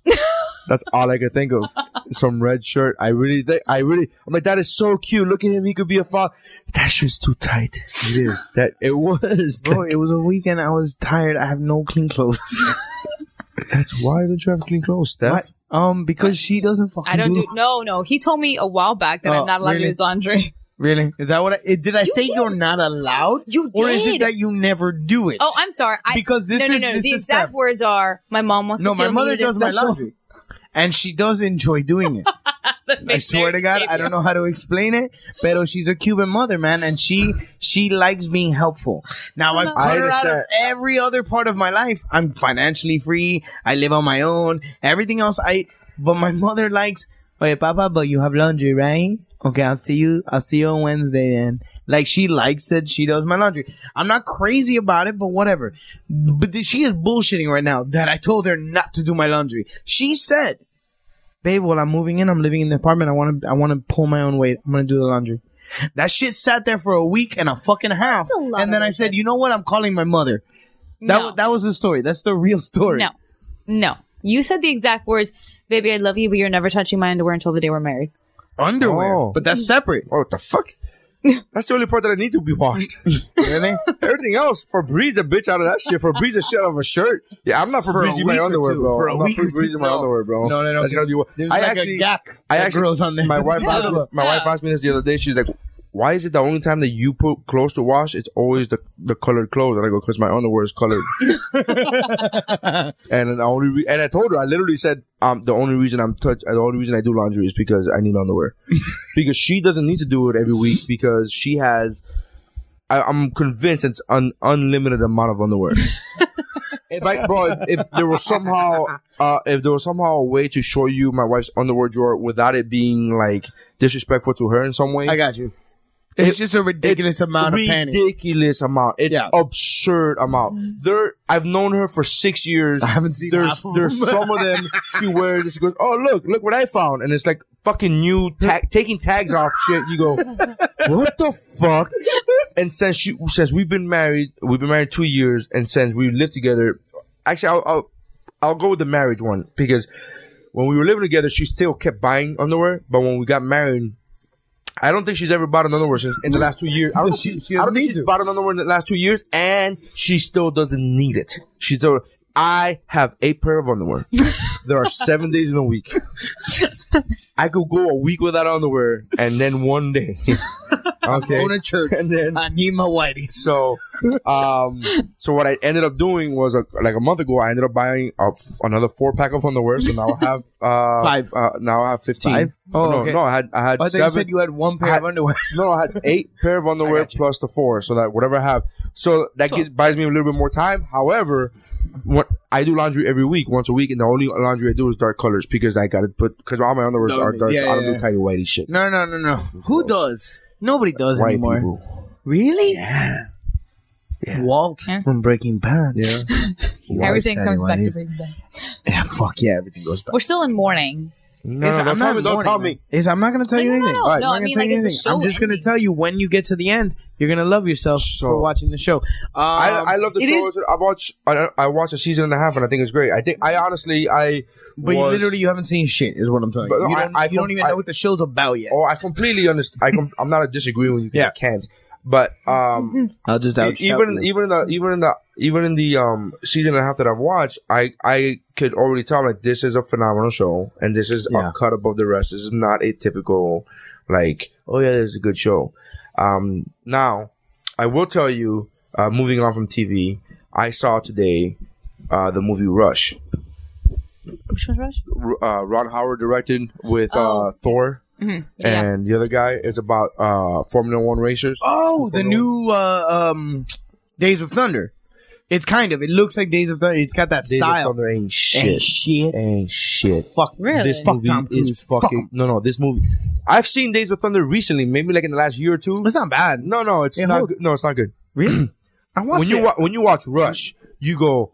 Speaker 2: That's all I could think of. Some red shirt. I really think I really. I'm like that is so cute. Look at him. He could be a father. That shirt's too tight. It is. That it was.
Speaker 9: Bro, it was a weekend. I was tired. I have no clean clothes.
Speaker 2: That's why don't you have clean clothes, Steph?
Speaker 9: um, because she doesn't fucking.
Speaker 10: I don't do no, no. He told me a while back that
Speaker 9: Oh,
Speaker 10: I'm not allowed
Speaker 9: really?
Speaker 10: to use laundry.
Speaker 9: Really? Is that what? I, it- did I say you're not allowed?
Speaker 10: You
Speaker 9: Or is it
Speaker 10: did.
Speaker 9: that you never do it?
Speaker 10: Oh, I'm sorry. I,
Speaker 9: Because this
Speaker 10: no, no,
Speaker 9: is-
Speaker 10: no.
Speaker 9: this
Speaker 10: the
Speaker 9: is
Speaker 10: exact
Speaker 9: Steph.
Speaker 10: words are my mom wants.
Speaker 9: no.
Speaker 10: to feel
Speaker 9: My mother
Speaker 10: needed,
Speaker 9: does my
Speaker 10: special."
Speaker 9: laundry, and she does enjoy doing it. I swear to God, I don't know how to explain it, but she's a Cuban mother, man, and she she likes being helpful. Now I've
Speaker 2: I
Speaker 9: cut her out of
Speaker 2: understand.
Speaker 9: every other part of my life. I'm financially free. I live on my own. Everything else, I. But my mother likes. Oye, Papa, but you have laundry, right? Okay, I'll see you. I'll see you on Wednesday. Then, like, she likes that she does my laundry. I'm not crazy about it, but whatever. But th- she is bullshitting right now that I told her not to do my laundry. She said babe, well, I'm moving in. I'm living in the apartment. I want to, I want to pull my own weight. I'm gonna do the laundry. That shit sat there for a week and a fucking half,
Speaker 10: That's a lot
Speaker 9: and then
Speaker 10: of
Speaker 9: I said, you know what? I'm calling my mother. That
Speaker 10: No.
Speaker 9: wa- that was the story. That's the real story.
Speaker 10: No, no. You said the exact words, baby. I love you, but you're never touching my underwear until the day we're married.
Speaker 9: underwear,
Speaker 2: Oh.
Speaker 9: but that's separate.
Speaker 2: Oh, what the fuck? That's the only part that I need to be washed.
Speaker 9: really?
Speaker 2: Everything else, Febreze a bitch out of that shit. Febreze a shit out of a shirt. Yeah, I'm not
Speaker 9: For a
Speaker 2: Febreze
Speaker 9: week
Speaker 2: my
Speaker 9: or
Speaker 2: underwear,
Speaker 9: two.
Speaker 2: bro.
Speaker 9: For a
Speaker 2: I'm not
Speaker 9: week or two,
Speaker 2: Febreze my
Speaker 9: no.
Speaker 2: underwear, bro.
Speaker 9: No, no, no,
Speaker 2: That's gotta be.
Speaker 9: there's
Speaker 2: I
Speaker 9: like a
Speaker 2: actually,
Speaker 9: gap
Speaker 2: I
Speaker 9: that
Speaker 2: actually,
Speaker 9: grows on there.
Speaker 2: My wife,
Speaker 9: Yeah.
Speaker 2: asked me, my wife asked me this the other day. She's like, "Why is it the only time that you put clothes to wash? It's always the the colored clothes." And I go, "Cause my underwear is colored." and then the only re- and I told her, I literally said, "Um, the only reason I'm touch, the only reason I do laundry is because I need underwear." because she doesn't need to do it every week because she has. I, I'm convinced it's an unlimited amount of underwear. if I, bro, if, if there was somehow, uh, if there was somehow a way to show you my wife's underwear drawer without it being like disrespectful to her in some way,
Speaker 9: I got you. It's
Speaker 2: It-
Speaker 9: just a ridiculous amount of panties.
Speaker 2: ridiculous amount. It's
Speaker 9: Yeah.
Speaker 2: absurd amount. There, I've known her for six years.
Speaker 9: I haven't seen
Speaker 2: There's
Speaker 9: half of
Speaker 2: there's
Speaker 9: them.
Speaker 2: some of them she wears. and She goes, oh look, look what I found, and it's like fucking new tag, taking tags off shit. You go, what the fuck? And since she since we've been married, we've been married two years, and since we lived together, actually, I'll I'll, I'll go with the marriage one because. When we were living together, she still kept buying underwear, but when we got married, I don't think she's ever bought an underwear since in the last two years. I don't,
Speaker 9: She-
Speaker 2: she,
Speaker 9: she
Speaker 2: I don't
Speaker 9: doesn't
Speaker 2: think
Speaker 9: need
Speaker 2: she's
Speaker 9: to.
Speaker 2: bought an underwear in the last two years, and she still doesn't need it. She's still. I have a pair of underwear. there are seven days in a week. I could go a week without underwear, and then one day. okay.
Speaker 9: Own a church.
Speaker 2: And then
Speaker 9: I need my whiteies.
Speaker 2: so, um, so what I ended up doing was uh like a month ago, I ended up buying a, another four pack of underwear. So now I have uh,
Speaker 9: Five.
Speaker 2: Uh, now I have fifteen.
Speaker 9: Five? Oh,
Speaker 2: no,
Speaker 9: okay.
Speaker 2: no, I had I had
Speaker 9: I thought
Speaker 2: seven.
Speaker 9: you said you had one pair
Speaker 2: I-
Speaker 9: of underwear.
Speaker 2: No, I had eight pair of underwear
Speaker 9: got you.
Speaker 2: plus the four, so that whatever I have, so that gives, buys me a little bit more time. However, what I do laundry every week, once a week, and the only laundry I do is dark colors because I got to put because all my underwear are dark.
Speaker 9: yeah,
Speaker 2: I don't
Speaker 9: yeah.
Speaker 2: do tidy whitey shit.
Speaker 9: No, no, no, no. Who does? Nobody does
Speaker 2: White
Speaker 9: anymore.
Speaker 2: people.
Speaker 9: Really? Yeah. Walt
Speaker 10: Yeah.
Speaker 9: from Breaking Bad.
Speaker 2: Yeah.
Speaker 10: Everything
Speaker 9: White
Speaker 10: comes back to
Speaker 9: anyways.
Speaker 10: baby.
Speaker 9: Yeah, fuck yeah, everything goes back.
Speaker 10: We're still in mourning.
Speaker 2: No,
Speaker 9: It's-
Speaker 2: no, don't
Speaker 9: I'm
Speaker 2: tell
Speaker 9: not
Speaker 2: me. Don't
Speaker 9: mourning,
Speaker 2: tell
Speaker 9: man.
Speaker 2: me.
Speaker 9: It's- I'm not gonna tell
Speaker 10: No,
Speaker 9: you
Speaker 10: no,
Speaker 9: anything.
Speaker 10: no.
Speaker 9: All right,
Speaker 10: No,
Speaker 9: I'm not
Speaker 10: I
Speaker 9: gonna
Speaker 10: mean,
Speaker 9: tell
Speaker 10: like,
Speaker 9: you
Speaker 10: it's the
Speaker 9: anything. I'm
Speaker 10: show
Speaker 9: just gonna
Speaker 10: ending.
Speaker 9: tell you when you get to the end, you're gonna love yourself
Speaker 2: So-
Speaker 9: for watching the show. Um,
Speaker 2: I, I love the
Speaker 9: it
Speaker 2: show.
Speaker 9: is-
Speaker 2: I watch I, I watch a season and a half, and I think it's great. I think I honestly I
Speaker 9: but you
Speaker 2: was-
Speaker 9: literally you haven't seen shit, is what I'm telling
Speaker 2: But
Speaker 9: you.
Speaker 2: no,
Speaker 9: You
Speaker 2: I-
Speaker 9: don't,
Speaker 2: I
Speaker 9: you don't
Speaker 2: com-
Speaker 9: even
Speaker 2: Oh, I-
Speaker 9: know what the show's about yet.
Speaker 2: oh I completely understand. I com- I'm not disagreeing with you. 'cause
Speaker 9: Yeah.
Speaker 2: I can't. But um,
Speaker 9: I'll just out
Speaker 2: even even in the even in the even in the um season and a half that I've watched, I I could already tell like this is a phenomenal show and this is
Speaker 9: Yeah.
Speaker 2: a cut above the rest. This is not a typical like oh yeah, this is a good show. Um, now I will tell you, uh, moving on from TV, I saw today uh the movie Rush.
Speaker 10: Which one's Rush? Oh.
Speaker 2: R- Uh, Ron Howard directed with uh, Thor.
Speaker 10: Mm-hmm. Yeah.
Speaker 2: And the other guy is about uh, Formula One racers.
Speaker 9: Oh, the new uh, um, Days of Thunder. It's kind of. It looks like Days of Thunder. It's got that
Speaker 2: Days of
Speaker 9: style.
Speaker 2: Thunder ain't shit.
Speaker 9: Ain't shit.
Speaker 2: Ain't shit.
Speaker 9: Fuck.
Speaker 10: Really?
Speaker 2: This
Speaker 9: Fuck
Speaker 2: movie
Speaker 9: Tom
Speaker 2: is
Speaker 9: Cruise. Fuck
Speaker 2: fucking
Speaker 9: him.
Speaker 2: no, no. This movie, I've seen Days of Thunder recently, maybe like in the last year or two.
Speaker 9: It's not bad.
Speaker 2: No, no, it's
Speaker 9: It
Speaker 2: not.
Speaker 9: hold-
Speaker 2: Good. No, it's not good.
Speaker 9: Really? I watched
Speaker 2: When you
Speaker 9: it.
Speaker 2: wa- when you watch Rush, you go,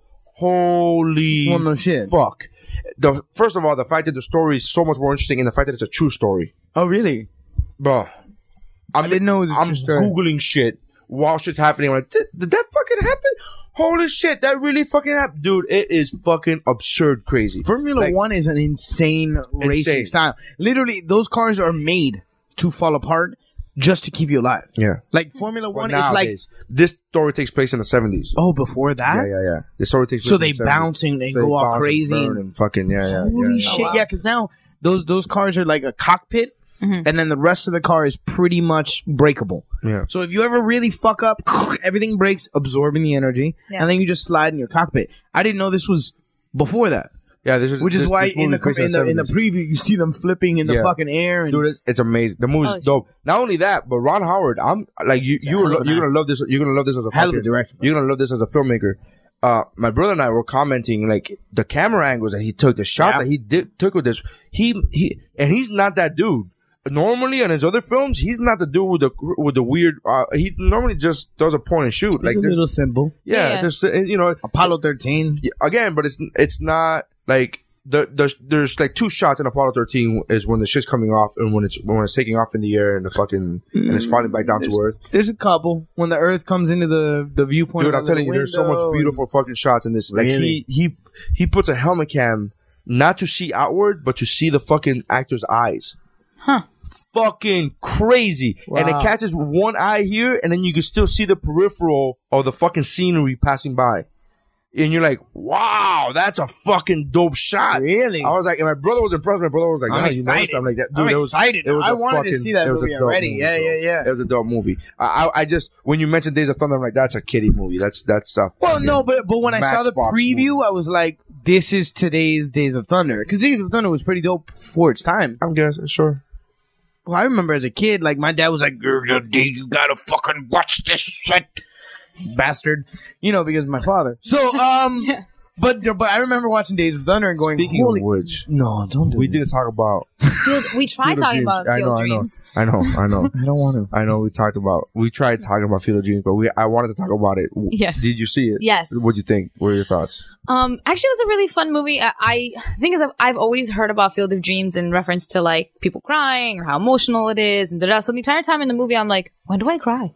Speaker 2: holy
Speaker 9: Well, no shit.
Speaker 2: fuck. The first of all, the fact that the story is so much more interesting, and the fact that it's a true story,
Speaker 9: oh, really?
Speaker 2: bro. I'm,
Speaker 9: didn't know it was a
Speaker 2: I'm
Speaker 9: true story.
Speaker 2: googling shit while shit's happening. I'm like, did, did that fucking happen? Holy shit, that really fucking happened, dude. It is fucking absurd, crazy.
Speaker 9: Formula
Speaker 2: Like-
Speaker 9: One is an insane,
Speaker 2: Insane.
Speaker 9: racing style. Literally, those cars are made to fall apart just to keep you alive.
Speaker 2: Yeah.
Speaker 9: Like Formula
Speaker 2: Well,
Speaker 9: One, it's
Speaker 2: nowadays, this story takes place in the seventies.
Speaker 9: like oh, before that.
Speaker 2: Yeah, yeah, yeah. The story takes place.
Speaker 9: So
Speaker 2: in
Speaker 9: they
Speaker 2: the 70s.
Speaker 9: bounce and they go all
Speaker 2: bounce and
Speaker 9: crazy
Speaker 2: burn
Speaker 9: and-
Speaker 2: and, fucking yeah, yeah.
Speaker 10: Holy
Speaker 2: yeah.
Speaker 10: shit.
Speaker 9: Yeah, because now those those cars are like a cockpit, and then the rest of the car is pretty much breakable.
Speaker 2: Yeah.
Speaker 9: So if you ever really fuck up, everything breaks, absorbing the energy,
Speaker 10: Yeah.
Speaker 9: and then you just slide in your cockpit. I didn't know this was before that,
Speaker 2: Yeah, this is
Speaker 9: which is
Speaker 2: this-
Speaker 9: why
Speaker 2: this
Speaker 9: in the,
Speaker 2: movie's based
Speaker 9: in the in the
Speaker 2: 70s.
Speaker 9: preview you see them flipping in the
Speaker 2: Yeah.
Speaker 9: fucking air. And
Speaker 2: Dude, it's, it's amazing. The movie's
Speaker 10: Oh, shit.
Speaker 2: dope. Not only that, but Ron Howard. I'm like you. You were,
Speaker 9: hell of
Speaker 2: lo-
Speaker 9: an
Speaker 2: you're gonna love this. You're gonna love this as a
Speaker 9: Hell of a
Speaker 2: fucking-
Speaker 9: director.
Speaker 2: You're gonna love this as a filmmaker. Uh, my brother and I were commenting like the camera angles that he took, the shots
Speaker 9: Yeah.
Speaker 2: that he did, took with this. He he, and he's not that dude. Normally, on his other films, he's not the dude with the with the weird. Uh, he normally just does a point and shoot. like
Speaker 9: it's a
Speaker 2: this,
Speaker 9: little simple.
Speaker 2: yeah,
Speaker 10: Yeah.
Speaker 2: there's you know
Speaker 9: Apollo thirteen.
Speaker 2: yeah, again, but it's it's not like the, there's there's like two shots in Apollo 13 is when the shit's coming off and when it's when it's taking off in the air and the fucking and it's falling back down to earth.
Speaker 9: There's a couple when the Earth comes into the the viewpoint.
Speaker 2: Dude, I'm
Speaker 9: out
Speaker 2: telling you,
Speaker 9: the
Speaker 2: there's so much
Speaker 9: window.
Speaker 2: beautiful fucking shots in this. Like
Speaker 9: Really?
Speaker 2: he he he puts a helmet cam not to see outward, but to see the fucking actor's eyes. Huh. Fucking crazy. And it
Speaker 9: Wow.
Speaker 2: catches one eye here, and then you can still see the peripheral of the fucking scenery passing by. And you're like, wow, that's a fucking dope shot.
Speaker 9: Really?
Speaker 2: I was like, and my brother was impressed. My brother was like,
Speaker 9: I'm
Speaker 2: "Nah, you
Speaker 9: excited.
Speaker 2: noticed?" I'm like, that, dude,
Speaker 9: I'm
Speaker 2: it was,
Speaker 9: excited.
Speaker 2: It was
Speaker 9: I
Speaker 2: a
Speaker 9: wanted to
Speaker 2: fucking-
Speaker 9: see that
Speaker 2: it was a
Speaker 9: movie
Speaker 2: dope
Speaker 9: already.
Speaker 2: movie,
Speaker 9: Yeah,
Speaker 2: bro.
Speaker 9: yeah, yeah.
Speaker 2: It was a dope movie. I, I, I just when you mentioned Days of Thunder, I'm like, that's a kiddie movie. That's that's uh,
Speaker 9: Well, no, but but when I saw the
Speaker 2: Matchbox
Speaker 9: preview,
Speaker 2: movie.
Speaker 9: I was like, "This is today's Days of Thunder," because Days of Thunder was pretty dope for its time.
Speaker 2: I'm guessing sure.
Speaker 9: Well, I remember as a kid, like my dad was like, "You're the day "You gotta fucking watch this shit, bastard," you know, because my father. So, um, but but I remember watching Days of Thunder and going,
Speaker 2: Speaking
Speaker 9: "Holy
Speaker 2: of which,
Speaker 9: no, don't do
Speaker 2: we
Speaker 9: this.
Speaker 2: didn't talk about
Speaker 10: Field, we tried
Speaker 2: Field of
Speaker 10: talking
Speaker 2: Dreams.
Speaker 10: about Field Dreams.
Speaker 2: I know, I know, I know.
Speaker 9: I don't want to."
Speaker 2: I know we talked about we tried talking about Field of Dreams, but we I wanted to talk about it. W-
Speaker 10: Yes.
Speaker 2: Did you see it?
Speaker 10: Yes.
Speaker 2: What'd you think? What are your thoughts?
Speaker 10: Um, actually, it was a really fun movie. I, I think is I've, I've always heard about Field of Dreams in reference to like people crying or how emotional it is, and da-da. so the entire time in the movie, I'm like, when do I cry?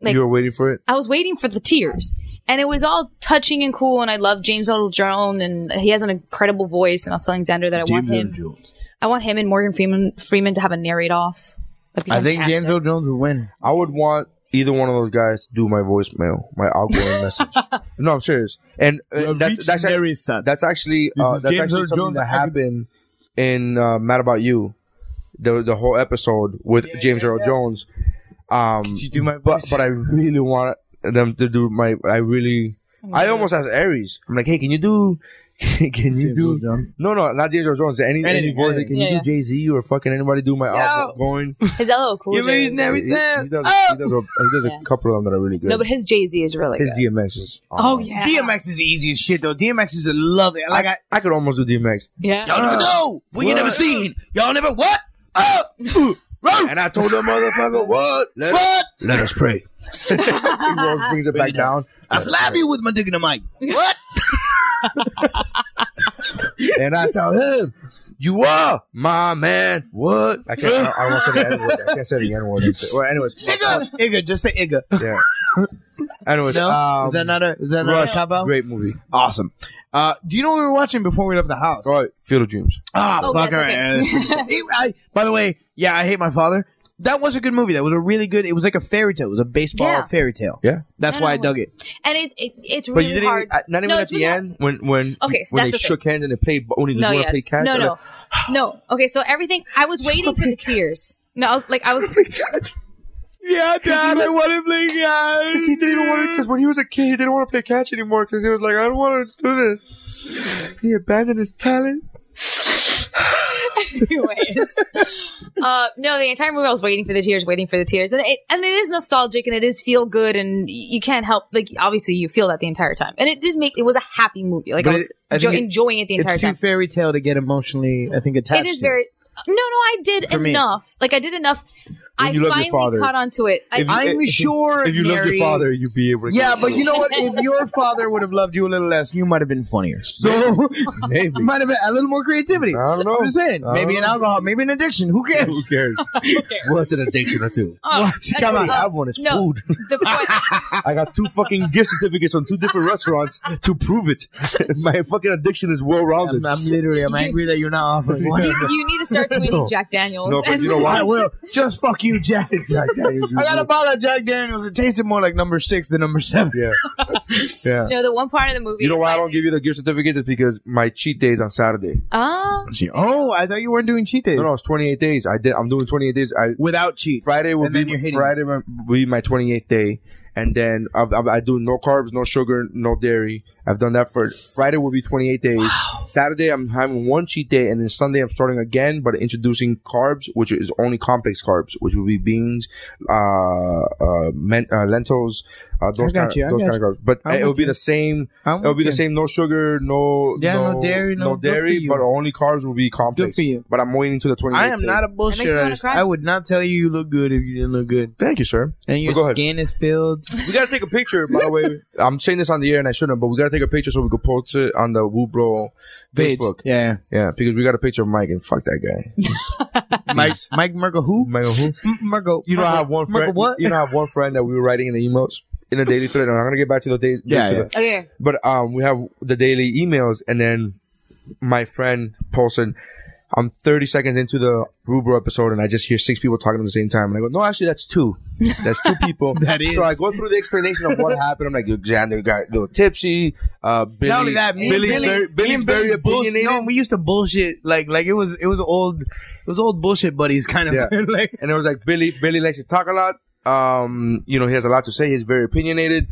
Speaker 10: Like-
Speaker 2: you were waiting for it?
Speaker 10: I was waiting for the tears. And it was all touching and cool, and I love James Earl Jones, and he has an incredible voice. And I was telling Xander that I want him. I want him and Morgan Freeman Freeman to have a narrate off. That'd be
Speaker 9: I think
Speaker 10: fantastic.
Speaker 9: James Earl Jones would win.
Speaker 2: I would want either one of those guys to do my voicemail, my outgoing message. No, I'm serious. And uh, that's that's actually, that's actually
Speaker 9: This
Speaker 2: uh,
Speaker 9: is
Speaker 2: that's
Speaker 9: James
Speaker 2: actually
Speaker 9: Earl
Speaker 2: something
Speaker 9: Jones.
Speaker 2: that happened in uh, Mad About You, the the whole episode with James Earl Jones. Um,
Speaker 9: you do my
Speaker 2: but but I really want them to do my. I really. I almost asked Aries. I'm like, hey, can you do? Can you
Speaker 9: James Earl
Speaker 2: do?
Speaker 9: Jones.
Speaker 2: No, no, not James Earl Jones. Any any
Speaker 9: Anything,
Speaker 2: voice?
Speaker 9: anything.
Speaker 2: Can
Speaker 10: Yeah,
Speaker 2: you
Speaker 10: yeah.
Speaker 2: do Jay Z or fucking anybody do my outgoing?
Speaker 10: His LL Cool
Speaker 9: You
Speaker 10: J.
Speaker 9: mean that-
Speaker 2: He, he does, he does a, he does
Speaker 10: Yeah.
Speaker 2: a couple of them that are really good.
Speaker 10: No, but his Jay Z is really
Speaker 2: his
Speaker 10: good.
Speaker 2: DMX is.
Speaker 10: oh yeah,
Speaker 9: DMX is the easiest shit though. DMX is a lovely. Like I,
Speaker 2: I, I could almost do DMX.
Speaker 10: yeah.
Speaker 9: y'all never know what you never seen. Y'all never what? Oh,
Speaker 2: And I told that motherfucker, what? Let,
Speaker 9: what?
Speaker 2: let us pray. he walks, brings it back down.
Speaker 9: I slap you with my dick in the mic. What?
Speaker 2: And I tell him, you are my man. What? I can't, I, I won't say the N word. I can't say the N word. Well, anyways.
Speaker 9: Igga, Igga, Uh, just say Igga.
Speaker 2: Yeah. Anyways, um,
Speaker 9: is that not a? Is that not
Speaker 2: Rush,
Speaker 9: a cop out?
Speaker 2: great movie.
Speaker 9: Awesome. Uh, do you know what we were watching before we left the house?
Speaker 2: All right, Field of Dreams.
Speaker 9: Ah,
Speaker 10: Oh,
Speaker 9: fuck.
Speaker 10: yes,
Speaker 9: all right.
Speaker 10: okay.
Speaker 9: all right, that's what we said. He- I- by the way, yeah, I hate my father. that was a good movie. That was a really good. It was like a fairy tale. It was a baseball
Speaker 10: Yeah.
Speaker 9: fairy tale.
Speaker 2: Yeah.
Speaker 9: That's
Speaker 10: And
Speaker 9: why
Speaker 10: I
Speaker 9: I dug it.
Speaker 10: and it, it it's
Speaker 2: But
Speaker 10: really
Speaker 2: you didn't
Speaker 10: hard.
Speaker 2: even, at- not even
Speaker 10: no,
Speaker 2: at
Speaker 10: it's
Speaker 2: the
Speaker 10: really hard.
Speaker 2: end when when
Speaker 10: Okay, so
Speaker 2: when they
Speaker 10: that's the thing.
Speaker 2: shook hands and they played only because
Speaker 10: No,
Speaker 2: they want to play
Speaker 10: yes,
Speaker 2: catch.
Speaker 10: no,
Speaker 2: and
Speaker 10: no, no. Okay, so everything. I was waiting for the tears. No, I was like, I was.
Speaker 2: Yeah,
Speaker 10: Ah,
Speaker 2: Dad, I want to play catch. He didn't want to because when he was a kid, he didn't want to play catch anymore because he was like, I don't want to do this. He abandoned his talent.
Speaker 10: Anyways, uh, no, the entire movie I was waiting for the tears, waiting for the tears, and it and it is nostalgic and it is feel good, and y- you can't help like obviously you feel that the entire time, and it did make it was a happy movie. Like
Speaker 9: But
Speaker 10: I was
Speaker 9: it- I
Speaker 10: jo-
Speaker 9: think it-
Speaker 10: enjoying it the entire
Speaker 9: It's too
Speaker 10: time.
Speaker 9: fairy tale to get emotionally. I think attached.
Speaker 10: It is
Speaker 9: to.
Speaker 10: very. No, no, I did
Speaker 9: For me.
Speaker 10: enough. Like I did enough. I
Speaker 2: you love your
Speaker 10: finally
Speaker 2: father.
Speaker 10: caught onto it. I,
Speaker 2: If you-
Speaker 9: I'm sure
Speaker 2: If you loved your
Speaker 9: Mary-
Speaker 2: father, you'd be able to.
Speaker 9: Yeah, but you know what? If your father would have loved you a little less, you might have been funnier. So
Speaker 2: maybe.
Speaker 9: might have been a little more creativity.
Speaker 2: I don't know.
Speaker 9: am just saying.
Speaker 2: I don't
Speaker 9: Maybe an
Speaker 2: know.
Speaker 9: alcohol, maybe an addiction. Who
Speaker 2: Who
Speaker 9: cares?
Speaker 2: cares? What's an addiction or two?
Speaker 10: Oh, I-
Speaker 9: Come
Speaker 10: uh,
Speaker 9: on.
Speaker 2: I have one. It's
Speaker 10: no.
Speaker 2: food.
Speaker 10: the point,
Speaker 2: I got two fucking gift certificates on two different restaurants to prove it. My fucking addiction is well rounded.
Speaker 9: I'm, I'm literally, I'm angry that you're not offering one.
Speaker 10: you, you need to start tweeting
Speaker 2: No.
Speaker 10: Jack Daniels.
Speaker 2: No, but you know what?
Speaker 9: I will. Just fuck you, Jack.
Speaker 2: Jack Daniels, you
Speaker 9: I got a
Speaker 2: fool.
Speaker 9: bottle of Jack Daniels. It tasted more like number six than number seven.
Speaker 2: Yeah. Yeah.
Speaker 10: No, the one part of the movie.
Speaker 2: You know why I don't give you the gift certificates? It's because my cheat days on Saturday.
Speaker 10: Oh,
Speaker 9: Oh, I thought you weren't doing cheat days.
Speaker 2: No, no, it's 28 days. I did. I'm doing 28 days. I
Speaker 9: Without cheat.
Speaker 2: Friday will
Speaker 9: And then
Speaker 2: be
Speaker 9: you're hitting
Speaker 2: Friday will be my 28th day, and then I, I, I do no carbs, no sugar, no dairy. I've done that for Friday will be 28 days. Saturday I'm having one cheat day, and then Sunday I'm starting again, but introducing carbs, which is only complex carbs, which will be beans, uh, uh, men, uh lentils, uh, those
Speaker 9: I got
Speaker 2: kind,
Speaker 9: you, I
Speaker 2: of, those
Speaker 9: got
Speaker 2: kind of carbs. But
Speaker 9: I'm
Speaker 2: it will
Speaker 9: with
Speaker 2: be
Speaker 9: you.
Speaker 2: the same.
Speaker 9: I'm
Speaker 2: It will be the
Speaker 9: with you.
Speaker 2: same. No sugar, no
Speaker 9: Oh, Yeah, no dairy, no- good for
Speaker 2: dairy,
Speaker 9: you.
Speaker 2: but only carbs will be complex.
Speaker 9: for you.
Speaker 2: But I'm waiting to the 28th.
Speaker 9: I am
Speaker 2: day.
Speaker 9: not a
Speaker 10: That makes me wanna
Speaker 9: bullshitter.
Speaker 10: cry.
Speaker 9: I would not tell you you look good if you didn't look good.
Speaker 2: Thank you, sir.
Speaker 9: And your
Speaker 2: But go ahead.
Speaker 9: skin is filled.
Speaker 2: We gotta take a picture, by the way. I'm saying this on the air and I shouldn't, but we gotta take a picture so we could post it on the Woo Bro
Speaker 9: Page.
Speaker 2: Facebook. Yeah.
Speaker 9: Yeah.
Speaker 2: because we got a picture of Mike and fuck that guy.
Speaker 9: Mike Mike Merkel who?
Speaker 2: Mike, who?
Speaker 9: M- Merkel.
Speaker 2: You know, I have one
Speaker 9: Merkel
Speaker 2: friend.
Speaker 9: what?
Speaker 2: You know, I have one friend that we were writing in the emails in the daily thread, and I'm gonna get back to the days.
Speaker 9: Yeah,
Speaker 2: to
Speaker 9: yeah.
Speaker 2: the-
Speaker 10: okay.
Speaker 2: but um, we have the daily emails, and then my friend posted. I'm 30 seconds into the Rubro episode, and I just hear six people talking at the same time, and I go, "No, actually, that's two. That's two people."
Speaker 9: That is.
Speaker 2: So I go through the explanation of what happened. I'm like, "Xander got a little tipsy." Uh, Billy,
Speaker 9: Not only that, me and
Speaker 2: Billy's
Speaker 9: Billy,
Speaker 2: very,
Speaker 9: me
Speaker 2: Billy's
Speaker 9: and
Speaker 2: very
Speaker 9: Billy bullsh-
Speaker 2: opinionated.
Speaker 9: No, we used to bullshit like like it was it was old it was old bullshit buddies kind of
Speaker 2: Yeah.
Speaker 9: like
Speaker 2: and it was like Billy. Billy likes to talk a lot. Um, you know, he has a lot to say. He's very opinionated.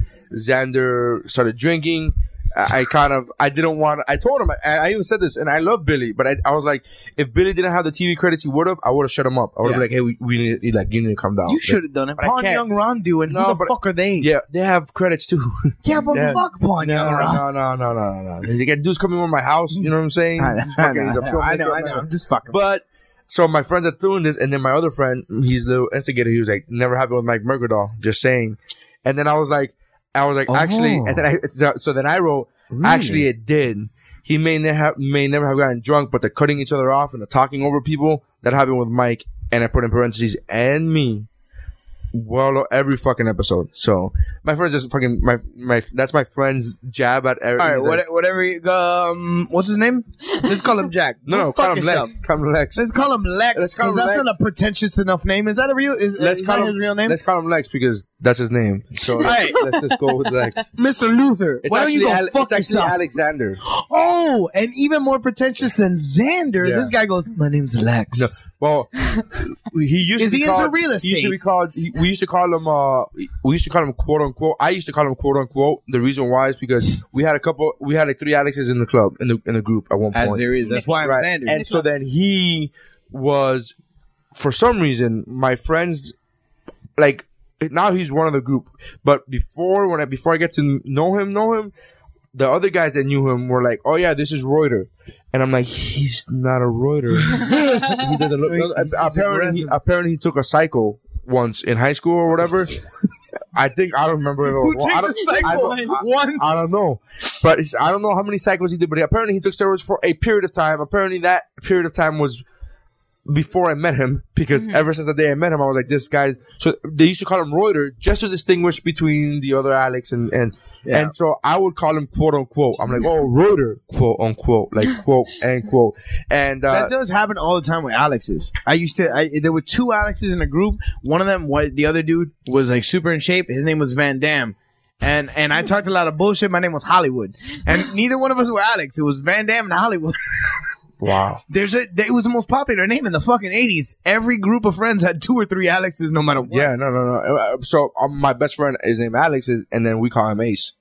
Speaker 2: Xander started drinking. I I kind of, I didn't want. I told him. I, I even said this, and I love Billy, but I, I was like, if Billy didn't have the TV credits, he would have. I would have shut him up. I would have
Speaker 9: Yeah.
Speaker 2: been like, hey, we, we need, like, you need to calm down.
Speaker 9: you should have done it.
Speaker 2: But I
Speaker 9: Pawn
Speaker 2: can't.
Speaker 9: Young Rondu and
Speaker 2: No,
Speaker 9: who the
Speaker 2: but-
Speaker 9: fuck are they?
Speaker 2: Yeah, they have credits too.
Speaker 9: yeah, but
Speaker 2: Yeah.
Speaker 9: fuck Pawn Young
Speaker 2: no,
Speaker 9: Rondu.
Speaker 2: no, no, no, no, no, no. You got dudes coming over my house. You know what I'm saying?
Speaker 9: I know,
Speaker 2: He's
Speaker 9: I
Speaker 2: fucking-
Speaker 9: know,
Speaker 2: he's a
Speaker 9: I know, I know,
Speaker 2: filmmaker,
Speaker 9: I know. I'm just fucking.
Speaker 2: But so my friends are doing this, and then my other friend, he's the instigator. He was like, "Never happened with Mike Mercadal." Just saying. And then I was like, I was like, actually,
Speaker 9: Oh.
Speaker 2: and then I so- so then I wrote, actually, it did. He may never have, may never have gotten drunk, but the cutting each other off and the talking over people that happened with Mike. And I put in parentheses and me. Well, every fucking episode. So my friends just fucking my my that's my friend's jab at everything.
Speaker 9: all right,
Speaker 2: He's like,
Speaker 9: what, whatever. you- Um, what's his name? Let's call him Jack.
Speaker 2: No,
Speaker 9: Go
Speaker 2: no,
Speaker 9: fuck
Speaker 2: call him
Speaker 9: yourself.
Speaker 2: Lex. Call him Lex.
Speaker 9: Let's call him Lex.
Speaker 2: Let's call
Speaker 9: 'cause
Speaker 2: him
Speaker 9: that's
Speaker 2: Lex.
Speaker 9: not a pretentious enough name. Is that a real? Is,
Speaker 2: Let's
Speaker 9: is
Speaker 2: call
Speaker 9: that
Speaker 2: him
Speaker 9: his real name?
Speaker 2: Let's call him Lex because that's his name. So
Speaker 9: right.
Speaker 2: let's just go with Lex.
Speaker 9: Mr. Luther.
Speaker 2: It's
Speaker 9: Why don't
Speaker 2: actually
Speaker 9: you go
Speaker 2: Ale-
Speaker 9: fuck
Speaker 2: it's actually
Speaker 9: yourself?
Speaker 2: Alexander.
Speaker 9: Oh, and even more pretentious than Xander,
Speaker 2: Yeah.
Speaker 9: this guy goes, "My name's Lex."
Speaker 2: No, well, he used
Speaker 9: Is
Speaker 2: to be
Speaker 9: he into
Speaker 2: called-
Speaker 9: real
Speaker 2: He used to
Speaker 9: estate?
Speaker 2: be called. he- We used to call him. Uh, we used to call him quote unquote. I used to call him quote unquote. The reason why is because we had a couple. We had like three Alexes in the club in the in the group at one
Speaker 9: As
Speaker 2: point.
Speaker 9: there is, that's why I'm
Speaker 2: Right.
Speaker 9: Xander.
Speaker 2: And so then he was, for some reason, my friends, like now he's one of the group. But before when I before I get to know him, know him, the other guys that knew him were like, "Oh yeah, this is Reuter," and I'm like, "He's not a Reuter. he doesn't look." no,
Speaker 9: He's
Speaker 2: apparently, he,
Speaker 9: aggressive.
Speaker 2: apparently, he took a cycle once in high school or whatever. I think I don't remember. if it was- I don't- I don't- I-
Speaker 9: One.
Speaker 2: I don't know, but it's, I don't know how many cycles he did. But apparently, he took steroids for a period of time. Apparently, that period of time was before I met him because
Speaker 9: Mm-hmm.
Speaker 2: ever since the day I met him, I was like, this guy's. So they used to call him Reuter just to distinguish between the other Alex and and
Speaker 9: Yeah.
Speaker 2: and so I would call him quote unquote. I'm like, oh, Reuter, quote unquote, like quote end quote, and uh,
Speaker 9: that does happen all the time with Alexes. I used to. I, there were two Alexes in a group. One of them, was the other dude was like super in shape. His name was Van Dam, and and I talked a lot of bullshit. My name was Hollywood, and neither one of us were Alex. It was Van Dam and Hollywood.
Speaker 2: wow,
Speaker 9: There's a. It was the most popular name in the fucking eighties. Every group of friends had two or three Alexes, no matter what.
Speaker 2: yeah, no, no, no. Uh, So um, my best friend, his name Alex, is, and then we call him Ace.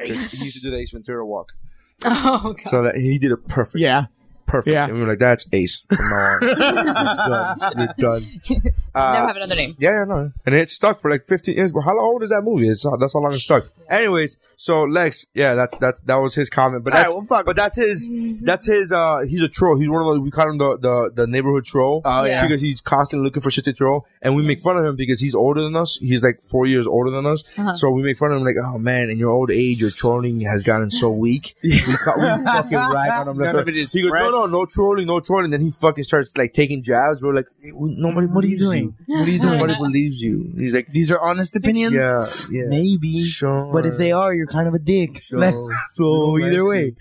Speaker 2: 'Cause He used to do the Ace Ventura walk,
Speaker 10: Oh, God.
Speaker 2: so that he did it perfect.
Speaker 9: yeah.
Speaker 2: perfect.
Speaker 9: Yeah.
Speaker 2: And we were like, that's Ace. From now on. You're done. You're done.
Speaker 10: never
Speaker 2: Uh,
Speaker 10: have another name.
Speaker 2: yeah, yeah, no. And it stuck for like 15 years. Well, how old is that movie? It's not, that's how long it stuck. Anyways, so Lex, yeah, that's that's that was his comment, but
Speaker 9: All right,
Speaker 2: that's
Speaker 9: well, fuck.
Speaker 2: but that's his that's his uh he's a troll. He's one of those we call him the the, the neighborhood troll.
Speaker 9: Oh, yeah.
Speaker 2: because he's constantly looking for shit to throw, and we make fun of him because he's older than us. He's like four years older than us, so we make fun of him like, oh man, in your old age, your trolling has gotten so weak. we, ca- we fucking rag on him. left
Speaker 9: None
Speaker 2: and-
Speaker 9: of it is
Speaker 2: he goes,
Speaker 9: fresh.
Speaker 2: no, no, no trolling, no trolling. Then he fucking starts like taking jabs. We're like, "Hey, w- nobody, what are you doing? What are you doing? Nobody believes you. He's like,
Speaker 9: These are honest opinions.
Speaker 2: yeah, yeah.
Speaker 9: Maybe.
Speaker 2: Sure.
Speaker 9: But if they are, you're kind of a dick.
Speaker 2: Sure.
Speaker 9: so either way,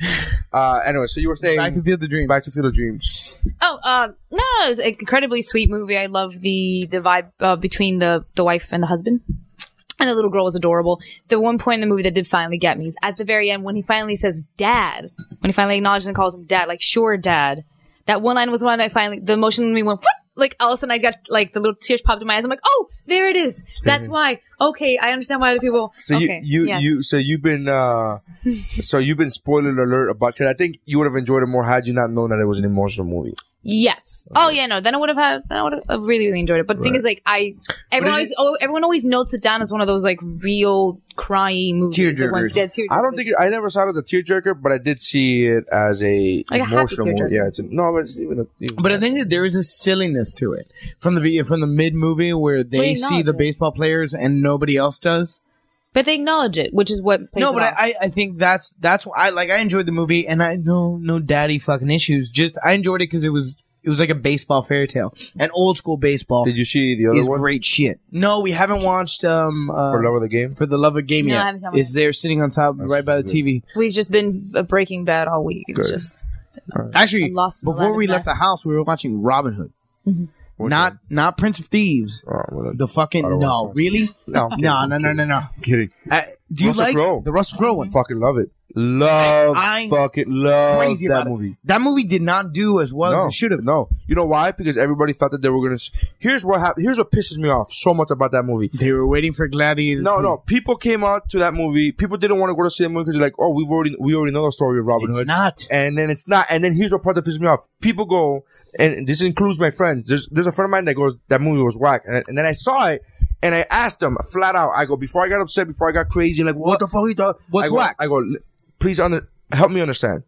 Speaker 2: Uh, anyway, so you were saying
Speaker 9: back to field the dreams.
Speaker 2: Back to Field of Dreams.
Speaker 10: Oh, uh, no, no, it's an incredibly sweet movie. I love the the vibe uh, between the the wife and the husband. And the little girl was adorable. The one point in the movie that did finally get me is at the very end when he finally says "dad," when he finally acknowledges and calls him dad, like "sure, dad." That one line was when I finally the emotion in me went "Whoop!" like all of a sudden I got like the little tears popped in my eyes. I'm like, oh, there it is. That's why. Okay, I understand why other people.
Speaker 2: So
Speaker 10: okay,
Speaker 2: you, you,
Speaker 10: yes.
Speaker 2: you, so you've been, uh, so you've been spoiler alert about. Because I think you would have enjoyed it more had you not known that it was an emotional movie.
Speaker 10: Yes. Oh yeah, no. Then I would have had. Then I would have really, really enjoyed it. But the thing is, like, I everyone
Speaker 9: But it
Speaker 10: always oh, everyone always notes it down as one of those like real crying movies. The ones-
Speaker 9: Tearjerkers.
Speaker 10: yeah, tear-
Speaker 2: I don't think it, I never saw it as a tearjerker, but I did see it as a
Speaker 10: Like a happy
Speaker 2: emotional
Speaker 10: tearjerker.
Speaker 2: movie. Yeah, it's a, no, but it's even a. Even
Speaker 9: But I think that there is a silliness to it from the be- from the mid movie where they
Speaker 10: Well,
Speaker 9: see the
Speaker 10: acknowledge it.
Speaker 9: baseball players and nobody else does.
Speaker 10: But they acknowledge it, which is what. Plays
Speaker 9: no,
Speaker 10: it
Speaker 9: but
Speaker 10: off.
Speaker 9: I, I think that's that's why I like I enjoyed the movie and I no no daddy fucking issues. Just I enjoyed it because it was it was like a baseball fairy tale, an old school baseball
Speaker 2: did you see the other
Speaker 9: is
Speaker 2: one
Speaker 9: great shit. No, we haven't watched um uh,
Speaker 2: for Love of the Game?
Speaker 9: for the love of game
Speaker 10: No, I
Speaker 9: yet.
Speaker 10: haven't seen one
Speaker 9: It's there sitting on top right by the
Speaker 2: good.
Speaker 9: TV.
Speaker 10: we've just been uh, Breaking Bad all week. It's
Speaker 2: Good.
Speaker 10: just
Speaker 9: Actually,
Speaker 10: I'm lost in the
Speaker 9: before
Speaker 10: land
Speaker 9: we
Speaker 10: of
Speaker 9: left the house, we were watching Robin Hood.
Speaker 10: Mm-hmm.
Speaker 2: Which
Speaker 9: Not
Speaker 2: one?
Speaker 9: not Prince of Thieves.
Speaker 2: Oh, well,
Speaker 9: The fucking
Speaker 2: I don't wanna
Speaker 9: no,
Speaker 2: talk.
Speaker 9: really?
Speaker 2: No, I'm
Speaker 9: no,
Speaker 2: kidding,
Speaker 9: no,
Speaker 2: I'm
Speaker 9: no, no,
Speaker 2: kidding.
Speaker 9: no.
Speaker 2: kidding.
Speaker 9: Uh, do you
Speaker 2: Russell
Speaker 9: like
Speaker 2: Crowe.
Speaker 9: the Russell Crowe one?
Speaker 2: Fucking love it. Love,
Speaker 9: I-
Speaker 2: fucking love
Speaker 9: Crazy
Speaker 2: that
Speaker 9: about it.
Speaker 2: movie.
Speaker 9: That movie did not do as well as
Speaker 2: No,
Speaker 9: it should have.
Speaker 2: No, you know why? Because everybody thought that they were gonna. s- Here's what happened. Here's what pisses me off so much about that movie.
Speaker 9: They were waiting for Gladiator.
Speaker 2: No,
Speaker 9: two.
Speaker 2: no. People came out to that movie. People didn't want to go to see the movie because they're like, "Oh, we've already we already know the story of Robin
Speaker 9: It's
Speaker 2: Hood."
Speaker 9: not.
Speaker 2: And then it's not. And then here's what part that pisses me off. People go, and this includes my friends. There's there's a friend of mine that goes, "That movie was whack." And, and then I saw it. And I asked them flat out. I go before I got upset, before I got crazy, like what, the fuck? He thought?
Speaker 9: What's
Speaker 2: I go,
Speaker 9: whack?
Speaker 2: I go. "L- Please under, help me understand.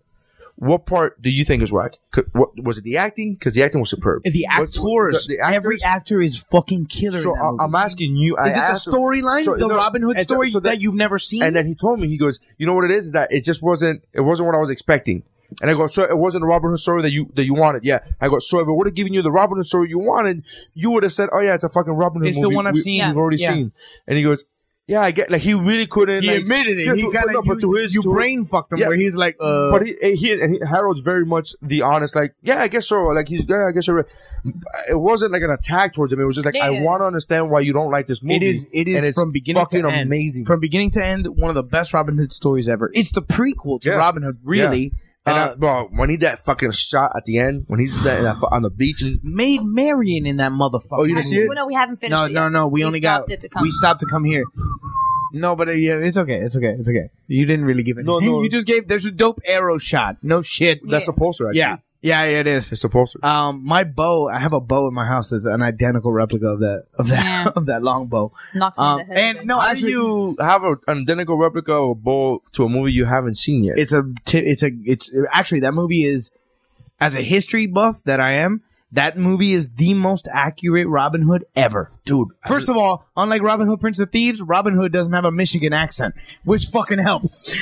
Speaker 2: What part do you think is whack? C- What was it? The acting? Because the acting was superb.
Speaker 9: The
Speaker 2: What-
Speaker 9: actors,
Speaker 2: the- the
Speaker 9: every
Speaker 2: actors?
Speaker 9: actor is fucking killer.
Speaker 2: So
Speaker 9: in that
Speaker 2: I-
Speaker 9: movie.
Speaker 2: I'm asking you. I
Speaker 9: is it
Speaker 2: asked
Speaker 9: the
Speaker 2: them-
Speaker 9: storyline,
Speaker 2: So,
Speaker 9: the
Speaker 2: no,
Speaker 9: Robin Hood
Speaker 2: and so-
Speaker 9: story
Speaker 2: so
Speaker 9: that, you've never seen?
Speaker 2: and then he told me, he goes, "You know what it is? Is that it just wasn't. It wasn't what I was expecting." And I go, "So it wasn't the Robin Hood story that you that you wanted." Yeah. I go, "So if it would have given you the Robin Hood story you wanted, you would have said, oh yeah, it's a fucking Robin Hood
Speaker 9: It's the
Speaker 2: movie.
Speaker 9: one I've
Speaker 2: we,
Speaker 9: seen.
Speaker 2: We've already
Speaker 9: Yeah.
Speaker 2: seen." And he goes, "Yeah, I get like he really couldn't.
Speaker 9: he
Speaker 2: like-
Speaker 9: admitted it.
Speaker 2: Yeah,
Speaker 9: he
Speaker 2: to-
Speaker 9: kind
Speaker 2: no,
Speaker 9: of
Speaker 2: but to
Speaker 9: you,
Speaker 2: his
Speaker 9: you
Speaker 2: to-
Speaker 9: brain fucked him
Speaker 2: Yeah.
Speaker 9: where he's like, uh,
Speaker 2: but he, eh, he and he, Harold's very much the honest, like, yeah, I guess so. Like he's, yeah, I guess you're right. It wasn't like an attack towards him. It was just like,
Speaker 10: Yeah,
Speaker 2: I
Speaker 10: yeah.
Speaker 2: want to understand why you don't like this movie.
Speaker 9: It is. It
Speaker 2: and
Speaker 9: is
Speaker 2: it's
Speaker 9: from beginning
Speaker 2: fucking
Speaker 9: to end.
Speaker 2: amazing.
Speaker 9: From beginning to end, one of the best Robin Hood stories ever. It's the prequel to
Speaker 2: Yeah.
Speaker 9: Robin Hood, really.
Speaker 2: and
Speaker 9: Uh,
Speaker 2: I, bro, when he that fucking shot at the end, when he's that, that, on the beach and
Speaker 9: made Marion in that motherfucker.
Speaker 2: Oh, you didn't see it?
Speaker 10: Well, no, we haven't finished.
Speaker 9: No,
Speaker 10: it
Speaker 9: no,
Speaker 10: yet.
Speaker 9: no. We,
Speaker 10: We
Speaker 9: only
Speaker 10: stopped
Speaker 9: got.
Speaker 10: it to come.
Speaker 9: We stopped to come here. No, but uh, yeah, it's okay. It's okay. It's okay. You didn't really give it.
Speaker 2: No, no.
Speaker 9: you just gave. There's a dope arrow shot. No shit.
Speaker 2: that's
Speaker 10: Yeah.
Speaker 2: the poster. Actually.
Speaker 9: Yeah, yeah, yeah, it is.
Speaker 2: it's the poster.
Speaker 9: Um, my bow. I have a bow in my house. Is an identical replica of that of that
Speaker 10: Yeah.
Speaker 9: of that long bow.
Speaker 10: Knocked him in
Speaker 9: Um,
Speaker 10: the head.
Speaker 9: and no,
Speaker 2: How do
Speaker 9: actually,
Speaker 2: you have a, an identical replica of a bowl to a movie you haven't seen yet?
Speaker 9: it's a t- it's a it's actually that movie is as a history buff that I am. That movie is the most accurate Robin Hood ever.
Speaker 2: dude.
Speaker 9: First of all, unlike Robin Hood Prince of Thieves, Robin Hood doesn't have a Michigan accent, which fucking helps.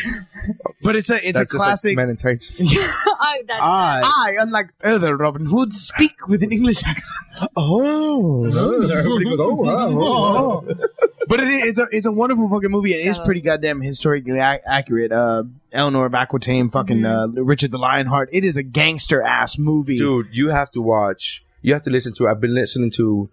Speaker 9: but it's a it's
Speaker 2: that's
Speaker 9: a
Speaker 2: just like
Speaker 9: classic.
Speaker 2: Men in Tights.
Speaker 10: I, that's,
Speaker 9: Ah.
Speaker 2: I
Speaker 9: I, unlike other Robin Hood, speak with an English accent. Oh,
Speaker 2: Everybody goes, oh, wow, oh,
Speaker 9: but it, it's a it's a wonderful fucking movie. It is
Speaker 10: Yeah.
Speaker 9: pretty goddamn historically ac- accurate. Uh, Eleanor of Aquitaine, fucking uh, Richard the Lionheart. It is a gangster ass movie.
Speaker 2: dude, you have to watch. You have to listen to. I've been listening to.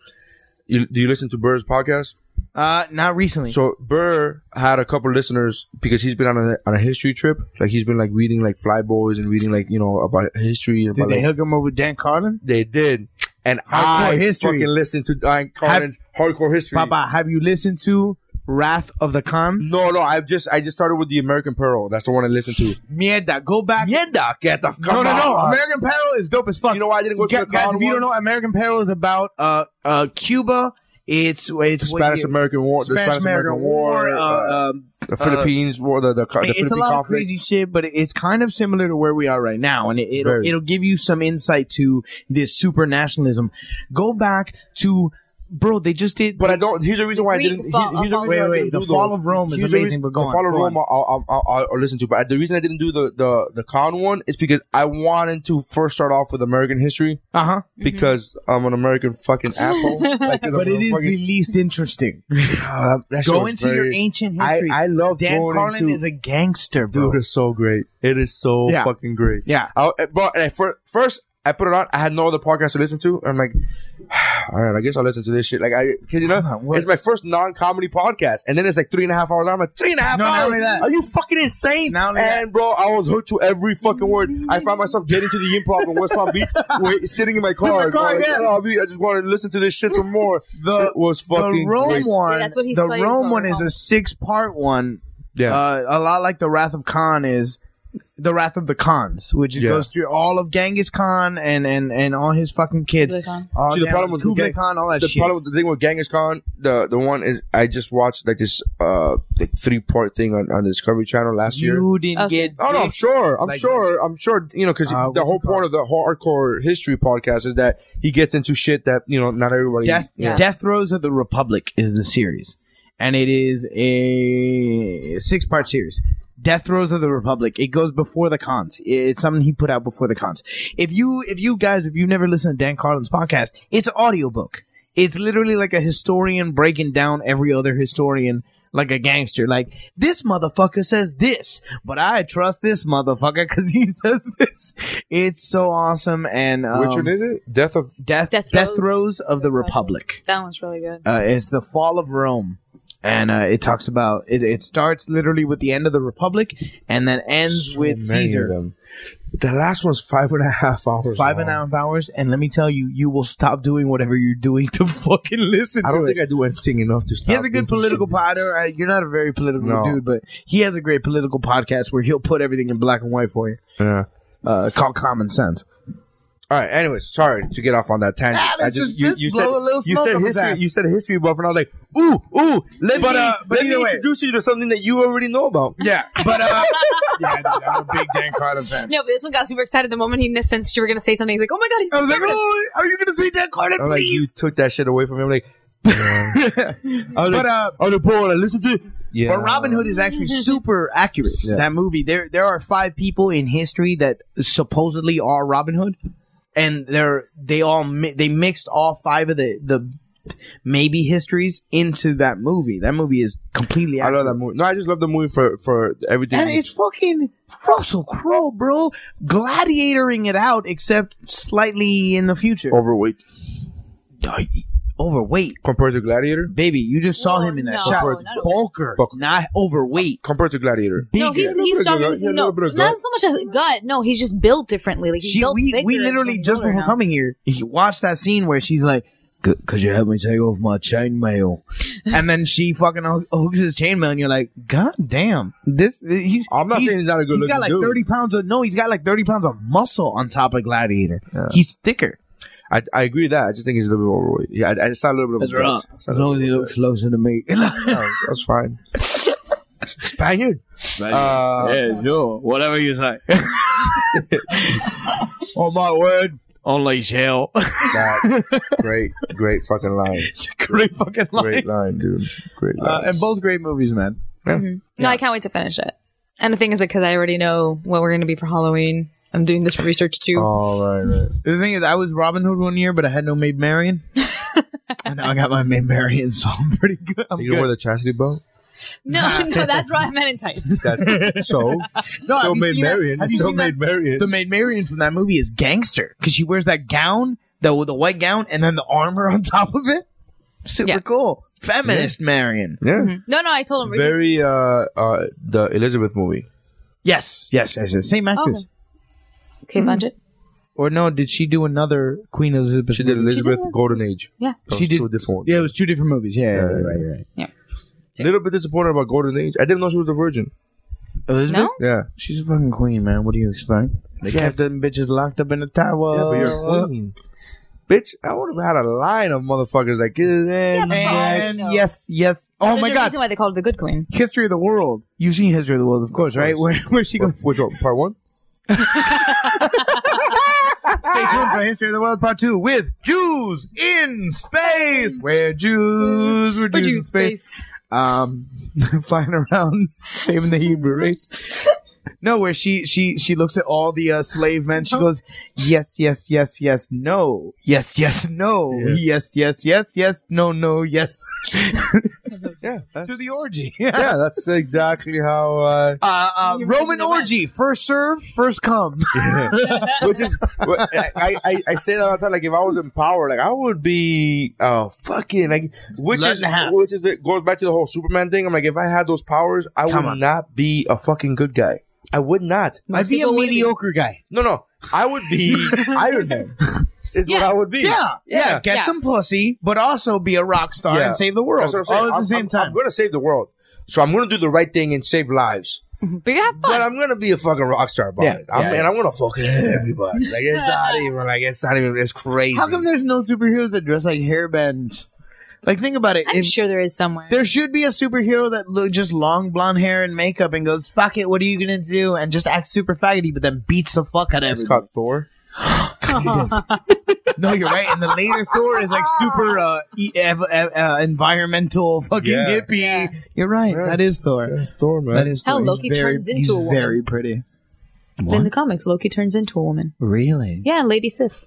Speaker 2: You, do you listen to Burr's podcast?
Speaker 9: Uh, not recently.
Speaker 2: So Burr had a couple listeners because he's been on a on a history trip. Like he's been like reading like Flyboys and reading like you know about history. and
Speaker 9: Did
Speaker 2: about,
Speaker 9: they
Speaker 2: like-
Speaker 9: hook him up with Dan Carlin?
Speaker 2: They did. And I
Speaker 9: Hardcore history.
Speaker 2: fucking listened to Diane Carlin's hardcore history.
Speaker 9: Papa, have you listened to Wrath of the Khans?
Speaker 2: No, no, I just I just started with the American Pearl. That's the one I listened to.
Speaker 9: Mierda, go back.
Speaker 2: Mierda, get the
Speaker 9: No, no, no. American Peril is dope as fuck.
Speaker 2: You know why I didn't go to
Speaker 9: Guys,
Speaker 2: the Khan
Speaker 9: if you
Speaker 2: one?
Speaker 9: don't know, American Peril is about uh uh Cuba. It's it's what
Speaker 2: Spanish
Speaker 9: year?
Speaker 2: American War, the Spanish American War,
Speaker 9: uh,
Speaker 2: uh,
Speaker 9: um,
Speaker 2: the Philippines War, the the, the
Speaker 9: I mean,
Speaker 2: Philippine
Speaker 9: it's a lot
Speaker 2: conflict.
Speaker 9: of crazy shit, but it- it's kind of similar to where we are right now, and it, it'll
Speaker 2: Very.
Speaker 9: it'll give you some insight to this super nationalism. Go back to, bro. They just did,
Speaker 2: But I don't. Here's the reason why I
Speaker 10: Greek
Speaker 2: didn't.
Speaker 10: fall-
Speaker 2: Here's, here's the
Speaker 10: fall-
Speaker 2: reason
Speaker 9: Wait,
Speaker 2: why I
Speaker 9: wait,
Speaker 2: didn't
Speaker 9: the
Speaker 2: do
Speaker 9: fall
Speaker 2: those.
Speaker 9: of Rome is
Speaker 2: Here's the reason-
Speaker 9: amazing, but go
Speaker 2: the
Speaker 9: on,
Speaker 2: fall of
Speaker 9: go
Speaker 2: Rome,
Speaker 9: on.
Speaker 2: I'll, I'll, I'll, I'll listen to. But the reason I didn't do the the the con one is because I wanted to first start off with American history
Speaker 9: uh huh.
Speaker 2: because I'm an American fucking asshole. Like, 'cause I'm
Speaker 9: But
Speaker 2: a
Speaker 9: it is
Speaker 2: fucking-
Speaker 9: the least interesting.
Speaker 2: Ah, that- that shit
Speaker 9: Go
Speaker 2: was
Speaker 9: into your
Speaker 2: very-
Speaker 9: ancient
Speaker 2: I-
Speaker 9: history.
Speaker 2: I love
Speaker 9: Dan
Speaker 2: going
Speaker 9: Carlin
Speaker 2: into-
Speaker 9: is a gangster, bro.
Speaker 2: Dude, it's so great. It is so
Speaker 9: Yeah.
Speaker 2: fucking great.
Speaker 9: Yeah.
Speaker 2: I, eh, but and I, fir- first, I put it on. I had no other podcast to listen to. I'm like, all right, I guess I'll listen to this shit. Like, I, cause you know,
Speaker 9: Huh, what?
Speaker 2: it's my first non-comedy podcast, and then it's like three and a half hours. I'm like, three and a half
Speaker 9: No,
Speaker 2: hours.
Speaker 9: not only that.
Speaker 2: Are you fucking insane?
Speaker 9: Not only
Speaker 2: and bro, I was hooked to every fucking word. I found myself getting to the improv in West Palm Beach, wait, sitting in my car.
Speaker 9: car,
Speaker 2: going,
Speaker 9: yeah.
Speaker 2: "Oh, dude, I just wanted to listen to this shit some more.
Speaker 9: The-
Speaker 2: it was
Speaker 9: the
Speaker 2: fucking
Speaker 9: Rome
Speaker 2: great.
Speaker 9: one.
Speaker 10: Yeah, that's what he
Speaker 9: the
Speaker 10: plays
Speaker 9: Rome
Speaker 10: on
Speaker 9: one is
Speaker 10: Rome.
Speaker 9: a six part one.
Speaker 2: Yeah.
Speaker 9: Uh, a lot like the Wrath of Khan is the Wrath of the Khans, which it
Speaker 2: Yeah.
Speaker 9: goes through all of Genghis Khan and and and all his fucking kids.
Speaker 10: Kublai Khan.
Speaker 9: All
Speaker 2: See, the
Speaker 9: down-
Speaker 2: problem with
Speaker 9: Kublai
Speaker 2: Gen-
Speaker 9: Khan, all that
Speaker 2: the
Speaker 9: shit.
Speaker 2: problem with the thing with Genghis Khan, the the one is I just watched like this uh like three part thing on on the Discovery Channel last year.
Speaker 9: you didn't
Speaker 10: Okay.
Speaker 9: get.
Speaker 2: Oh no, I'm sure. I'm
Speaker 9: Like-
Speaker 2: sure. I'm sure. You know, because
Speaker 9: Uh,
Speaker 2: the
Speaker 9: what's
Speaker 2: whole
Speaker 9: it called?
Speaker 2: point of the hardcore history podcast is that he gets into shit that you know not everybody.
Speaker 9: Death
Speaker 10: Yeah.
Speaker 9: Death Rows of the Republic is the series, and it is a six part series. Death Rows of the Republic. It goes before the cons. It's something he put out before the cons. If you if you guys if you've never listened to Dan Carlin's podcast, it's an audiobook. It's literally like a historian breaking down every other historian like a gangster. Like this motherfucker says this, but I trust this motherfucker because he says this. It's so awesome. And um,
Speaker 2: Which one is it? Death of
Speaker 9: Death Death,
Speaker 10: Death
Speaker 9: Rows,
Speaker 10: Rows.
Speaker 9: of the Republic
Speaker 10: That one's really good.
Speaker 9: uh, it's the fall of Rome, and uh, it talks about it. It starts literally with the end of the republic, and then ends
Speaker 2: So
Speaker 9: with
Speaker 2: many of
Speaker 9: Caesar.
Speaker 2: them. The last one's five and a half hours.
Speaker 9: Five and a
Speaker 2: long.
Speaker 9: half hours, and let me tell you, you will stop doing whatever you're doing to fucking listen
Speaker 2: I
Speaker 9: to
Speaker 2: don't
Speaker 9: it.
Speaker 2: think I do anything enough to stop.
Speaker 9: he has a good
Speaker 2: doing
Speaker 9: political
Speaker 2: shit.
Speaker 9: pod. Uh, you're not a very political
Speaker 2: No.
Speaker 9: dude, but he has a great political podcast where he'll put everything in black and white for you.
Speaker 2: Yeah.
Speaker 9: Uh, called Common Sense.
Speaker 2: All right. Anyways, sorry to get off on that tangent.
Speaker 9: Ah, let's just- let's blow a little
Speaker 2: you
Speaker 9: smoke
Speaker 2: said
Speaker 9: up his
Speaker 2: history.
Speaker 9: ass.
Speaker 2: You said history buff, and I was like, ooh, ooh. Let
Speaker 9: But,
Speaker 2: me,
Speaker 9: uh, but
Speaker 2: let me
Speaker 9: either way-
Speaker 2: introduce you to something that you already know about.
Speaker 9: Yeah, but uh, yeah, dude, I'm a big Dan Carlin fan.
Speaker 10: No, but this one got super excited the moment he sensed you were going to say something. He's like, oh my God, he's
Speaker 9: I was like,
Speaker 10: conservative."
Speaker 9: oh, are you going to say Dan Carlin,
Speaker 2: I'm like, you
Speaker 9: please?
Speaker 2: took that shit away from me. I'm like, I was
Speaker 9: But,
Speaker 2: like,
Speaker 9: uh,
Speaker 2: oh, the poll. I listen to. Yeah.
Speaker 9: But Robin Hood is actually super accurate. That movie, there there are five people in history that supposedly are Robin Hood, and they're they all mi- they mixed all five of the the maybe histories into that movie. That movie is completely
Speaker 2: I
Speaker 9: accurate.
Speaker 2: love that movie. No, I just love the movie for for everything.
Speaker 9: And it's fucking Russell Crowe, bro, gladiatoring it out, except slightly in the future.
Speaker 2: overweight
Speaker 9: Overweight,
Speaker 2: compared to Gladiator.
Speaker 9: baby. You just saw
Speaker 10: No,
Speaker 9: him in that
Speaker 10: no,
Speaker 9: shot.
Speaker 10: not-
Speaker 9: Bulker,
Speaker 2: Bulker.
Speaker 9: not overweight.
Speaker 2: Compared to Gladiator.
Speaker 10: No,
Speaker 9: Bigger.
Speaker 10: he's
Speaker 2: bit
Speaker 10: he's
Speaker 2: of
Speaker 10: stronger.
Speaker 2: gut, yeah, a
Speaker 10: no,
Speaker 2: little bit of
Speaker 10: not
Speaker 2: gut.
Speaker 10: so much a gut. No, he's just built differently. Like he's
Speaker 9: she
Speaker 10: built
Speaker 9: we,
Speaker 10: thicker
Speaker 9: we
Speaker 10: and
Speaker 9: literally
Speaker 10: he's
Speaker 9: just
Speaker 10: older
Speaker 9: before
Speaker 10: now.
Speaker 9: coming here he watched that scene where she's like "C- could you help me take off my chainmail and then she fucking ho- hooks his chainmail and you're like god damn this he's
Speaker 2: I'm not
Speaker 9: he's-
Speaker 2: saying he's not a good
Speaker 9: he's got
Speaker 2: looking
Speaker 9: like
Speaker 2: dude.
Speaker 9: 30 pounds of no he's got like 30 pounds of muscle on top of gladiator he's thicker
Speaker 2: I, I agree with that. I just think he's a little bit overweight. Yeah, I, I just saw a little bit of. a gut. It's not
Speaker 9: as
Speaker 2: a
Speaker 9: long as he
Speaker 2: little
Speaker 9: looks closer to me
Speaker 2: bit. No, That's fine. Spaniard. Uh,
Speaker 9: yeah sure whatever you say oh my word unlike jail.
Speaker 2: That great, great fucking line.
Speaker 9: it's a great fucking line.
Speaker 2: Great line, dude. Great line.
Speaker 9: Uh, and both great movies, man.
Speaker 10: No, I can't wait to finish it. And the thing is, because I already know what we're going to be for Halloween. I'm doing this research too.
Speaker 9: Oh.
Speaker 2: All right, right.
Speaker 9: The thing is, I was Robin Hood one year, but I had no Maid Marian. and now I got my Maid Marian, so I'm pretty good. I'm
Speaker 2: You don't wear
Speaker 9: good.
Speaker 2: the chastity belt?
Speaker 10: no, no, that's why I'm in tights.
Speaker 2: That's, so,
Speaker 9: No, have
Speaker 2: still
Speaker 9: you
Speaker 2: made
Speaker 9: seen that-
Speaker 2: Marion.
Speaker 9: have you
Speaker 2: Still
Speaker 9: seen that-
Speaker 2: made Marion.
Speaker 9: The Maid Marian from that movie is gangster because she wears that gown, the with the white gown, and then the armor on top of it. Super
Speaker 10: Yeah.
Speaker 9: cool, feminist Marion.
Speaker 2: yeah.
Speaker 10: No, no, I told him. Richard-
Speaker 2: Very uh uh the Elizabeth movie.
Speaker 9: Yes, yes, yes, yes. Same actress.
Speaker 10: Okay. Oh. okay,
Speaker 9: Mm-hmm.
Speaker 10: budget.
Speaker 9: Or no? Did she do another Queen Elizabeth?
Speaker 2: She did
Speaker 9: movie?
Speaker 2: Elizabeth
Speaker 10: that?
Speaker 2: Golden Age.
Speaker 10: Yeah.
Speaker 2: That
Speaker 9: She
Speaker 2: was
Speaker 9: did-
Speaker 2: two different ones.
Speaker 9: Yeah, it was two different movies. Yeah, yeah, yeah, right, right, right.
Speaker 2: A little bit disappointed about Golden Age. I didn't know she was a virgin.
Speaker 9: Elizabeth,
Speaker 10: No?
Speaker 2: Yeah.
Speaker 9: she's a fucking queen, man. What do you expect? They kept them bitches locked up in the tower.
Speaker 2: Yeah, but you're a queen. Bitch, I would have had a line of motherfuckers like yeah,
Speaker 10: but-
Speaker 9: And
Speaker 10: No.
Speaker 9: yes, yes. Oh
Speaker 10: There's
Speaker 9: my
Speaker 10: a
Speaker 9: god,
Speaker 10: reason why they called it the Good Queen.
Speaker 9: History of the World. You've seen History of the World, of course, right? Where
Speaker 2: course.
Speaker 9: where she goes?
Speaker 2: which one? Part one?
Speaker 9: Stay tuned for History of the World Part Two with Jews in space. Where Jews were Jews, in space. Um, flying around saving the Hebrew race. No, where she she she looks at all the uh, slave men. She goes, yes, yes, yes, yes, no, yes, yes, no,
Speaker 2: Yeah.
Speaker 9: yes, yes, yes, yes, no, no, yes.
Speaker 2: Yeah. That's,
Speaker 9: to the orgy.
Speaker 2: yeah, that's exactly how uh
Speaker 9: Uh, uh,
Speaker 10: You're raising
Speaker 9: Roman
Speaker 10: the rent.
Speaker 9: orgy, first serve, first come.
Speaker 2: which is I, I, I say that all the time. Like if I was in power, like I would be uh fucking like which
Speaker 9: Slut
Speaker 2: is
Speaker 9: and a half.
Speaker 2: which is the, goes back to the whole Superman thing. I'm like if I had those powers, I
Speaker 9: Come
Speaker 2: would
Speaker 9: on.
Speaker 2: not be a fucking good guy. I would not.
Speaker 9: I'd be a mediocre guy.
Speaker 2: No, no, I would be Iron Man. Is
Speaker 10: Yeah.
Speaker 2: what I would be.
Speaker 9: Yeah, yeah, Get
Speaker 10: Yeah.
Speaker 9: some pussy, but also be a rock star
Speaker 2: Yeah.
Speaker 9: and save the world
Speaker 2: That's what I'm saying.
Speaker 9: all at the
Speaker 2: I'm-
Speaker 9: same
Speaker 2: I'm-
Speaker 9: time.
Speaker 2: I'm gonna save the world, so I'm gonna do the right thing and save lives.
Speaker 10: But you're gonna have
Speaker 2: But
Speaker 10: fun.
Speaker 2: I'm gonna be a fucking rock star about
Speaker 9: Yeah.
Speaker 2: it, I'm,
Speaker 9: Yeah,
Speaker 2: and
Speaker 9: yeah.
Speaker 2: I'm gonna fuck everybody. Like it's not even like it's not even it's crazy.
Speaker 9: How come there's no superheroes that dress like hairbands? Like, think about it.
Speaker 10: I'm,
Speaker 9: If-
Speaker 10: sure there is somewhere.
Speaker 9: There should be a superhero that lo- just long blonde hair and makeup and goes, fuck it, what are you gonna do? And just acts super faggoty, but then beats the fuck out of
Speaker 2: it's
Speaker 9: everybody.
Speaker 2: called Thor.
Speaker 9: no, you're right. And the later Thor is like super uh, e- ev- ev- uh, environmental fucking
Speaker 2: Yeah.
Speaker 9: hippie. You're right.
Speaker 2: Yeah.
Speaker 9: That is Thor.
Speaker 2: Thor, man.
Speaker 9: That is
Speaker 10: Hell,
Speaker 9: Thor. He's
Speaker 10: Loki
Speaker 9: very-
Speaker 10: turns
Speaker 9: he's
Speaker 10: into a woman.
Speaker 9: very pretty.
Speaker 10: In the comics, Loki turns into a woman.
Speaker 9: Really?
Speaker 10: Yeah, Lady Sif.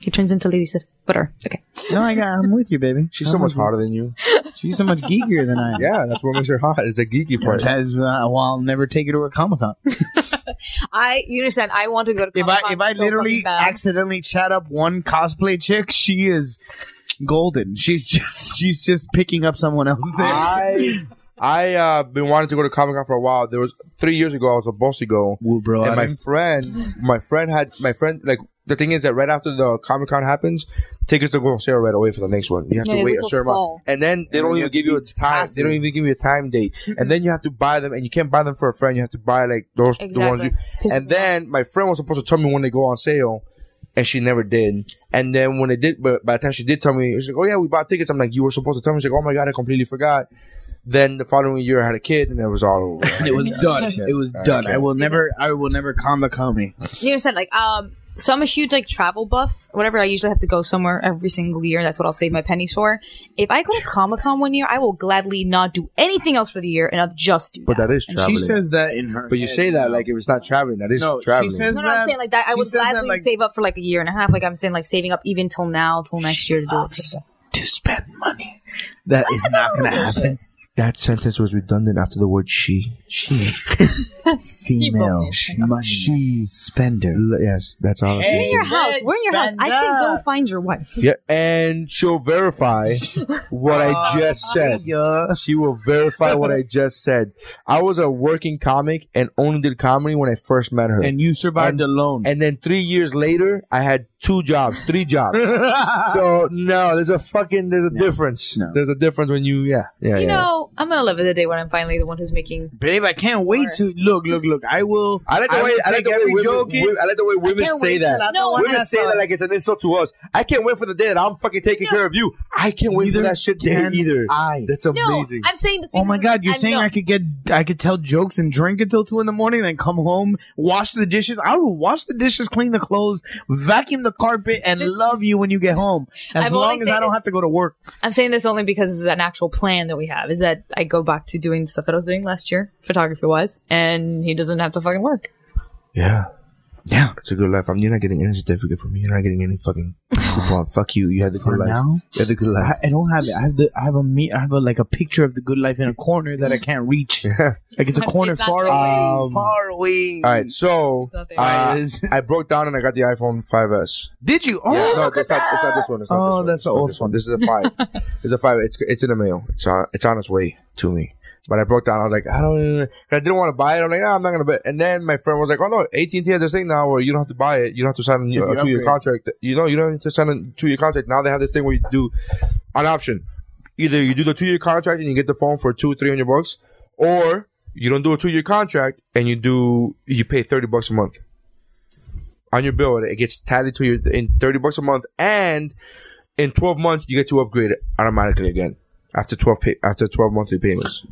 Speaker 10: He turns into Lady Sif. Whatever. Okay.
Speaker 9: No, I got, I'm with you, baby.
Speaker 2: She's so much hotter than you.
Speaker 9: She's so much geekier than I am.
Speaker 2: Yeah, that's what makes her hot. It's the geeky part.
Speaker 9: That is, uh, well, I'll never take her to a comic con.
Speaker 10: I you understand? I want to go to
Speaker 9: If I
Speaker 10: Comic-Con
Speaker 9: if I
Speaker 10: so
Speaker 9: literally
Speaker 10: fucking bad.
Speaker 9: accidentally chat up one cosplay chick, she is golden. She's just she's just picking up someone else there.
Speaker 2: I I uh been wanting to go to Comic Con for a while. There was three years ago I was supposed to go.
Speaker 9: Woo, bro,
Speaker 2: and
Speaker 9: I
Speaker 2: my
Speaker 9: didn't-
Speaker 2: friend my friend had my friend like the thing is that right after the Comic Con happens, tickets don't go on sale right away for the next one. You have
Speaker 10: Yeah,
Speaker 2: to
Speaker 10: it
Speaker 2: wait
Speaker 10: was
Speaker 2: a
Speaker 10: a
Speaker 2: certain
Speaker 10: fall.
Speaker 2: amount, and then they don't
Speaker 9: you
Speaker 2: even
Speaker 9: have to
Speaker 2: give you a
Speaker 9: beat
Speaker 2: time. They don't
Speaker 9: passes.
Speaker 2: even give you a time date, and then you have to buy them, and you can't buy them for a friend. You have to buy like those the ones.
Speaker 10: Exactly.
Speaker 2: You,
Speaker 10: Pisses
Speaker 2: and
Speaker 10: me off.
Speaker 2: then my friend was supposed to tell me when they go on sale, and she never did. And then when it did, but by the time she did tell me, she's like, "Oh yeah, we bought tickets." I'm like, "You were supposed to tell me." She's like, "Oh my god, I completely forgot." Then the following year, I had a kid, and it was all over.
Speaker 9: It was done. It was
Speaker 2: I
Speaker 9: done.
Speaker 2: can't.
Speaker 9: I will never. I will never con the commie.
Speaker 10: you understand? Like um, so I'm a huge like travel buff. Whenever I usually have to go somewhere every single year, that's what I'll save my pennies for. If I go to Comic Con one year, I will gladly not do anything else for the year and I'll just do.
Speaker 2: but that is
Speaker 9: She
Speaker 2: traveling.
Speaker 9: says that in her.
Speaker 2: but you
Speaker 9: head.
Speaker 2: say that like if it's not traveling, that is
Speaker 9: No, she
Speaker 2: traveling.
Speaker 9: says-
Speaker 10: no, no, I'm
Speaker 9: that-
Speaker 10: saying like that. I
Speaker 9: she
Speaker 10: would
Speaker 9: says that,
Speaker 10: gladly
Speaker 9: like-
Speaker 10: save up for like a year and a half. Like I'm saying, like saving up even till now, till next year to do it.
Speaker 9: to spend money. That is not going to happen.
Speaker 2: that sentence was redundant after the word "she."
Speaker 9: She female. Money. She spender.
Speaker 2: L- Yes, that's all. I'm
Speaker 10: We're in
Speaker 2: saying.
Speaker 10: your house. We're in your house. I can go find your wife.
Speaker 2: Yeah, and she'll verify what I just said.
Speaker 9: Yeah.
Speaker 2: She will verify what I just said. I was a working comic and only did comedy when I first met her.
Speaker 9: And you survived alone.
Speaker 2: And then three years later, I had two jobs, three jobs. so no, there's a fucking there's a difference.
Speaker 9: No.
Speaker 2: There's a difference when you yeah yeah
Speaker 10: You
Speaker 2: yeah.
Speaker 10: know, I'm gonna live the day when I'm finally the one who's making.
Speaker 9: Babe, I can't wait to look, look, look. I will.
Speaker 2: I like the
Speaker 9: will
Speaker 2: way I like
Speaker 9: take
Speaker 2: the way
Speaker 9: every
Speaker 2: women,
Speaker 9: joke in.
Speaker 2: wo- I like the way women
Speaker 9: can't
Speaker 2: say
Speaker 9: wait till
Speaker 2: that.
Speaker 9: I'm the
Speaker 10: No,
Speaker 9: one
Speaker 2: women
Speaker 9: that's
Speaker 2: say that
Speaker 9: on.
Speaker 2: like it's an insult to us. I can't wait for the day that I'm fucking taking care of you. I can't wait for
Speaker 9: Neither
Speaker 2: that shit day
Speaker 9: can
Speaker 2: either.
Speaker 9: I.
Speaker 2: That's
Speaker 10: No,
Speaker 2: amazing.
Speaker 10: I'm saying this.
Speaker 9: Oh my
Speaker 10: because
Speaker 9: god, you're
Speaker 10: I'm-
Speaker 9: saying
Speaker 10: no.
Speaker 9: I could get I could tell jokes and drink until two in the morning, then come home, wash the dishes. I will wash the dishes, clean the clothes, vacuum the the carpet and love you when you get home. As
Speaker 10: I've
Speaker 9: long
Speaker 10: only
Speaker 9: as I
Speaker 10: said-
Speaker 9: don't have to go to work.
Speaker 10: I'm saying this only because it's an actual plan that we have. Is that I go back to doing the stuff that I was doing last year, photography wise, and he doesn't have to fucking work.
Speaker 2: Yeah.
Speaker 9: Yeah.
Speaker 2: It's a good life. I'm, you're not getting any certificate from me. You're not getting any fucking coupon. Fuck you. You had the good
Speaker 9: For
Speaker 2: life.
Speaker 9: now?
Speaker 2: You had the good
Speaker 9: I,
Speaker 2: life.
Speaker 9: I don't have it. I have the I have a me I have a like a picture of the good life in a corner that I can't reach. Like it's a corner
Speaker 10: It's not
Speaker 9: far
Speaker 10: there.
Speaker 9: away.
Speaker 2: Um,
Speaker 9: far away.
Speaker 2: All right. So
Speaker 10: Not there.
Speaker 2: uh,
Speaker 9: Guys.
Speaker 2: I broke down and I got the iPhone 5S.
Speaker 9: Did you? Oh,
Speaker 2: Yeah, no,
Speaker 9: look
Speaker 2: that's
Speaker 9: at
Speaker 2: not. It's not
Speaker 9: that.
Speaker 2: this one. It's not
Speaker 9: Oh,
Speaker 2: this one.
Speaker 9: that's the
Speaker 2: It's not
Speaker 9: old
Speaker 2: this one. This is a five. it's a five. It's it's in the mail. It's on it's on its way to me. But I broke down. I was like, I don't. I didn't want to buy it. I'm like, no, I'm not gonna. buy it. And then my friend was like, Oh no, AT and T has this thing now where you don't have to buy it. You don't have to sign
Speaker 9: you
Speaker 2: a two year
Speaker 9: upgrade.
Speaker 2: contract. You know, you don't have to sign a two year contract. Now they have this thing where you do an option. Either you do the two year contract and you get the phone for two, three hundred bucks, or you don't do a two year contract and you do you pay thirty bucks a month on your bill. It gets tallied to your in thirty bucks a month, and in twelve months you get to upgrade it automatically again after twelve pay, after twelve monthly payments.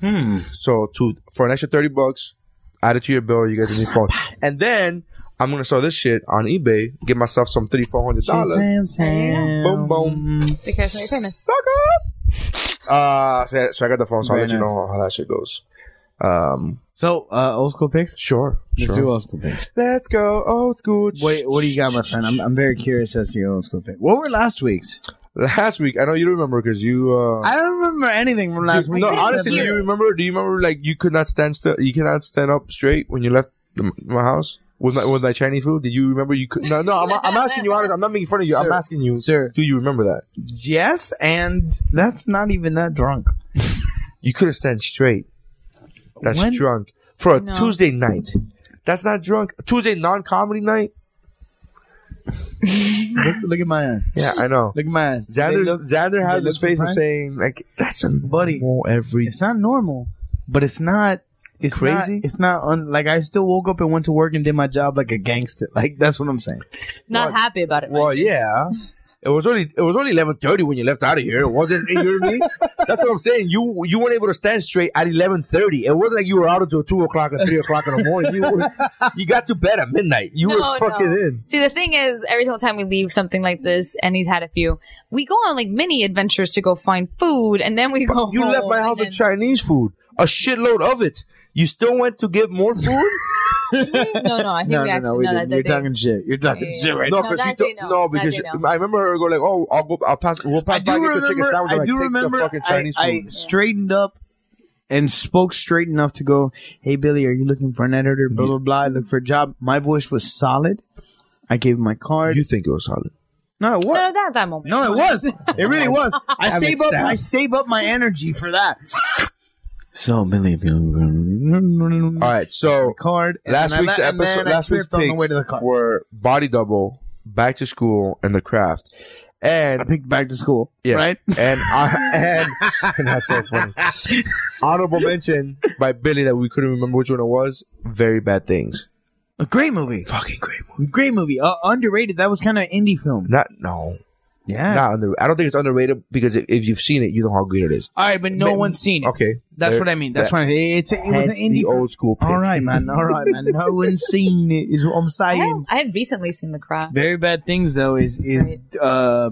Speaker 2: Hmm. So to for an extra thirty bucks, add it to your bill, you get a new phone, and then I'm gonna sell this shit on eBay, get myself some three four hundred dollars.
Speaker 9: Sam, Sam.
Speaker 2: Boom boom.
Speaker 10: Take care of your payments.
Speaker 2: Suckers. Uh, so, so I got the phone. So I'll
Speaker 9: Very
Speaker 2: let you
Speaker 9: nice.
Speaker 2: know how that shit goes.
Speaker 9: So, uh, old school picks.
Speaker 2: Sure,
Speaker 9: Let's
Speaker 2: sure.
Speaker 9: do old school picks.
Speaker 2: Let's go Oh, old school.
Speaker 9: Wait, what do you got, my friend? I'm, I'm very curious as to your old school pick. What were last week's?
Speaker 2: Last week, I know you remember because you. Uh,
Speaker 9: I don't remember anything from last week.
Speaker 2: No,
Speaker 10: What is
Speaker 2: honestly, do
Speaker 10: weird?
Speaker 2: you remember? Do you remember like you could not stand still? You cannot stand up straight when you left the, my house with my with my Chinese food. Did you remember? You could no, no. I'm, I'm asking you honest. I'm not making fun of you. I'm
Speaker 9: Sir.
Speaker 2: asking you,
Speaker 9: Sir.
Speaker 2: Do you remember that
Speaker 9: yes, and that's not even that drunk.
Speaker 2: you couldn't stand straight? That's
Speaker 9: When-
Speaker 2: drunk for a
Speaker 10: No.
Speaker 2: Tuesday night. That's not drunk. Tuesday non-comedy night.
Speaker 9: look, look at my ass.
Speaker 2: Yeah, I know.
Speaker 9: Look at my ass. They
Speaker 2: Xander,
Speaker 9: look-
Speaker 2: Xander
Speaker 9: they
Speaker 2: has
Speaker 9: look
Speaker 2: his face of
Speaker 9: surprised.
Speaker 2: saying like that's a
Speaker 9: Buddy.
Speaker 2: normal every
Speaker 9: It's not normal, but it's not. It's
Speaker 2: Crazy?
Speaker 9: Not, it's not un, like I still woke up and went to work and did my job like a gangster. Like that's what I'm saying.
Speaker 10: Not happy about it.
Speaker 9: Oh,
Speaker 2: Well, yeah. It was only it was only eleven thirty when you left out of here. It wasn't you know what I mean? That's what I'm saying. You you weren't able to stand straight at eleven thirty. It wasn't like you were out until two o'clock or three o'clock in the morning. You were, you got to bed at midnight. You were
Speaker 10: No,
Speaker 2: fucking
Speaker 10: no.
Speaker 2: in.
Speaker 10: See, the thing is, every single time we leave something like this, and he's had a few, we go on like mini adventures to go find food, and then we go.
Speaker 2: You left
Speaker 10: home,
Speaker 2: my house
Speaker 10: and
Speaker 2: with Chinese food, a shitload of it. You still went to get more food?
Speaker 10: then- No, no, I think we actually know that.
Speaker 9: You're
Speaker 10: that
Speaker 9: talking shit. You're talking
Speaker 10: Yeah.
Speaker 9: shit right
Speaker 2: no,
Speaker 10: No,
Speaker 2: because
Speaker 10: that
Speaker 2: she th-
Speaker 10: they know.
Speaker 2: no,
Speaker 10: That
Speaker 2: because
Speaker 10: they know.
Speaker 2: I remember her go like, "Oh, I'll go. I'll pass. We'll pass
Speaker 9: I do
Speaker 2: by and get you a
Speaker 9: remember.
Speaker 2: chicken sandwich."
Speaker 9: I
Speaker 2: I'm like,
Speaker 9: do
Speaker 2: "Take the
Speaker 9: remember.
Speaker 2: fucking Chinese
Speaker 9: I,
Speaker 2: food.
Speaker 9: I straightened up and spoke straight enough to go, "Hey Billy, are you looking for an editor? Blah blah blah. I look for a job." My voice was solid. I gave him my card.
Speaker 2: you think it was solid?
Speaker 9: no, it
Speaker 10: Day. No,
Speaker 9: was.
Speaker 10: that that moment.
Speaker 9: No, it was. It really was. I
Speaker 2: Damn it,
Speaker 9: save up.
Speaker 2: Steph.
Speaker 9: I save up my energy for that. So Billy, if you're looking
Speaker 2: All right, so
Speaker 9: card. and
Speaker 2: last
Speaker 9: then I
Speaker 2: week's
Speaker 9: let- and then
Speaker 2: episode,
Speaker 9: I
Speaker 2: last week's
Speaker 9: tripped on the
Speaker 2: picks
Speaker 9: way to the car.
Speaker 2: were body double, back to school, and the craft. And
Speaker 9: I picked back to school.
Speaker 2: yes,
Speaker 9: Right?
Speaker 2: and I, and that's so funny. Honorable mention by Billy that we couldn't remember which one it was. Very bad things.
Speaker 9: A great movie.
Speaker 2: Fucking great movie.
Speaker 9: Great movie. Uh, underrated. That was kind of indie film.
Speaker 2: Not no,
Speaker 9: Yeah.
Speaker 2: not under. I don't think it's underrated because if, if you've seen it, you know how great it is.
Speaker 9: All right, but no
Speaker 2: But-
Speaker 9: one's seen it.
Speaker 2: Okay,
Speaker 9: That's
Speaker 2: There-
Speaker 9: what I mean. That's
Speaker 2: that-
Speaker 9: what I mean. It's, it was an
Speaker 2: Hence
Speaker 9: indie.
Speaker 2: the
Speaker 9: film.
Speaker 2: old school. Pick.
Speaker 9: all right, man. All right, man. No one's seen it. Is what I'm
Speaker 10: I,
Speaker 9: saying.
Speaker 10: don't- I had recently seen the crowd.
Speaker 9: Very bad things though. Is is uh,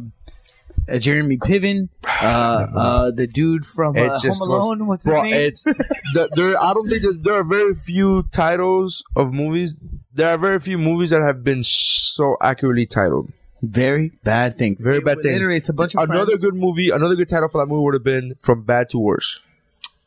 Speaker 9: uh, Jeremy Piven, uh, uh, the dude from uh,
Speaker 2: It just
Speaker 9: Home
Speaker 2: goes-
Speaker 9: Alone. What's his
Speaker 2: Bro,
Speaker 9: name?
Speaker 2: it's the, there. I don't think that there are very few titles of movies. There are very few movies that have been so accurately titled.
Speaker 9: Very bad things.
Speaker 2: Very
Speaker 9: It-
Speaker 2: bad things.
Speaker 9: Literally, it's a bunch of
Speaker 2: Another
Speaker 9: friends.
Speaker 2: good movie, another good title for that movie would have been "From Bad to Worse."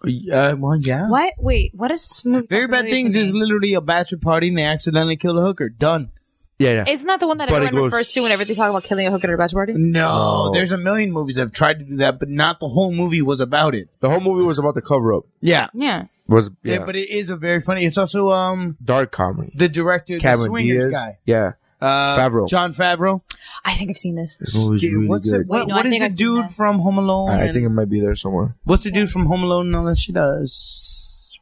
Speaker 9: Uh, well, yeah.
Speaker 10: What? Wait, what is this movie?
Speaker 9: Very
Speaker 10: sound
Speaker 9: bad
Speaker 10: familiar to
Speaker 9: things
Speaker 10: me?
Speaker 9: is literally a bachelor party and they accidentally kill a hooker. Done.
Speaker 2: Yeah, yeah.
Speaker 10: It's not the one that
Speaker 2: But it
Speaker 10: everyone
Speaker 2: goes-
Speaker 10: refers to whenever they talk about killing a hooker at a bachelor party.
Speaker 9: No,
Speaker 2: Oh.
Speaker 9: there's a million movies that have tried to do that, but not the whole movie was about it.
Speaker 2: the whole movie was about the cover up.
Speaker 9: Yeah,
Speaker 10: Yeah.
Speaker 2: Was
Speaker 9: yeah,
Speaker 2: yeah,
Speaker 9: but it is a very funny. It's also um
Speaker 2: dark comedy.
Speaker 9: the director, the
Speaker 2: Cameron Diaz.
Speaker 9: swingers guy,
Speaker 2: Yeah,
Speaker 9: uh,
Speaker 2: Favreau.
Speaker 9: John Favreau.
Speaker 10: I think I've seen this.
Speaker 2: this movie's
Speaker 9: Dude,
Speaker 2: really
Speaker 9: what's
Speaker 2: good.
Speaker 9: It, what,
Speaker 10: Wait, no,
Speaker 9: what
Speaker 10: I
Speaker 9: is
Speaker 10: think
Speaker 9: the
Speaker 10: I've seen
Speaker 9: dude
Speaker 10: this.
Speaker 9: from Home Alone?
Speaker 2: I, I
Speaker 9: and-
Speaker 2: think it might be there somewhere.
Speaker 9: what's the dude from Home Alone and all that shit? Uh, s-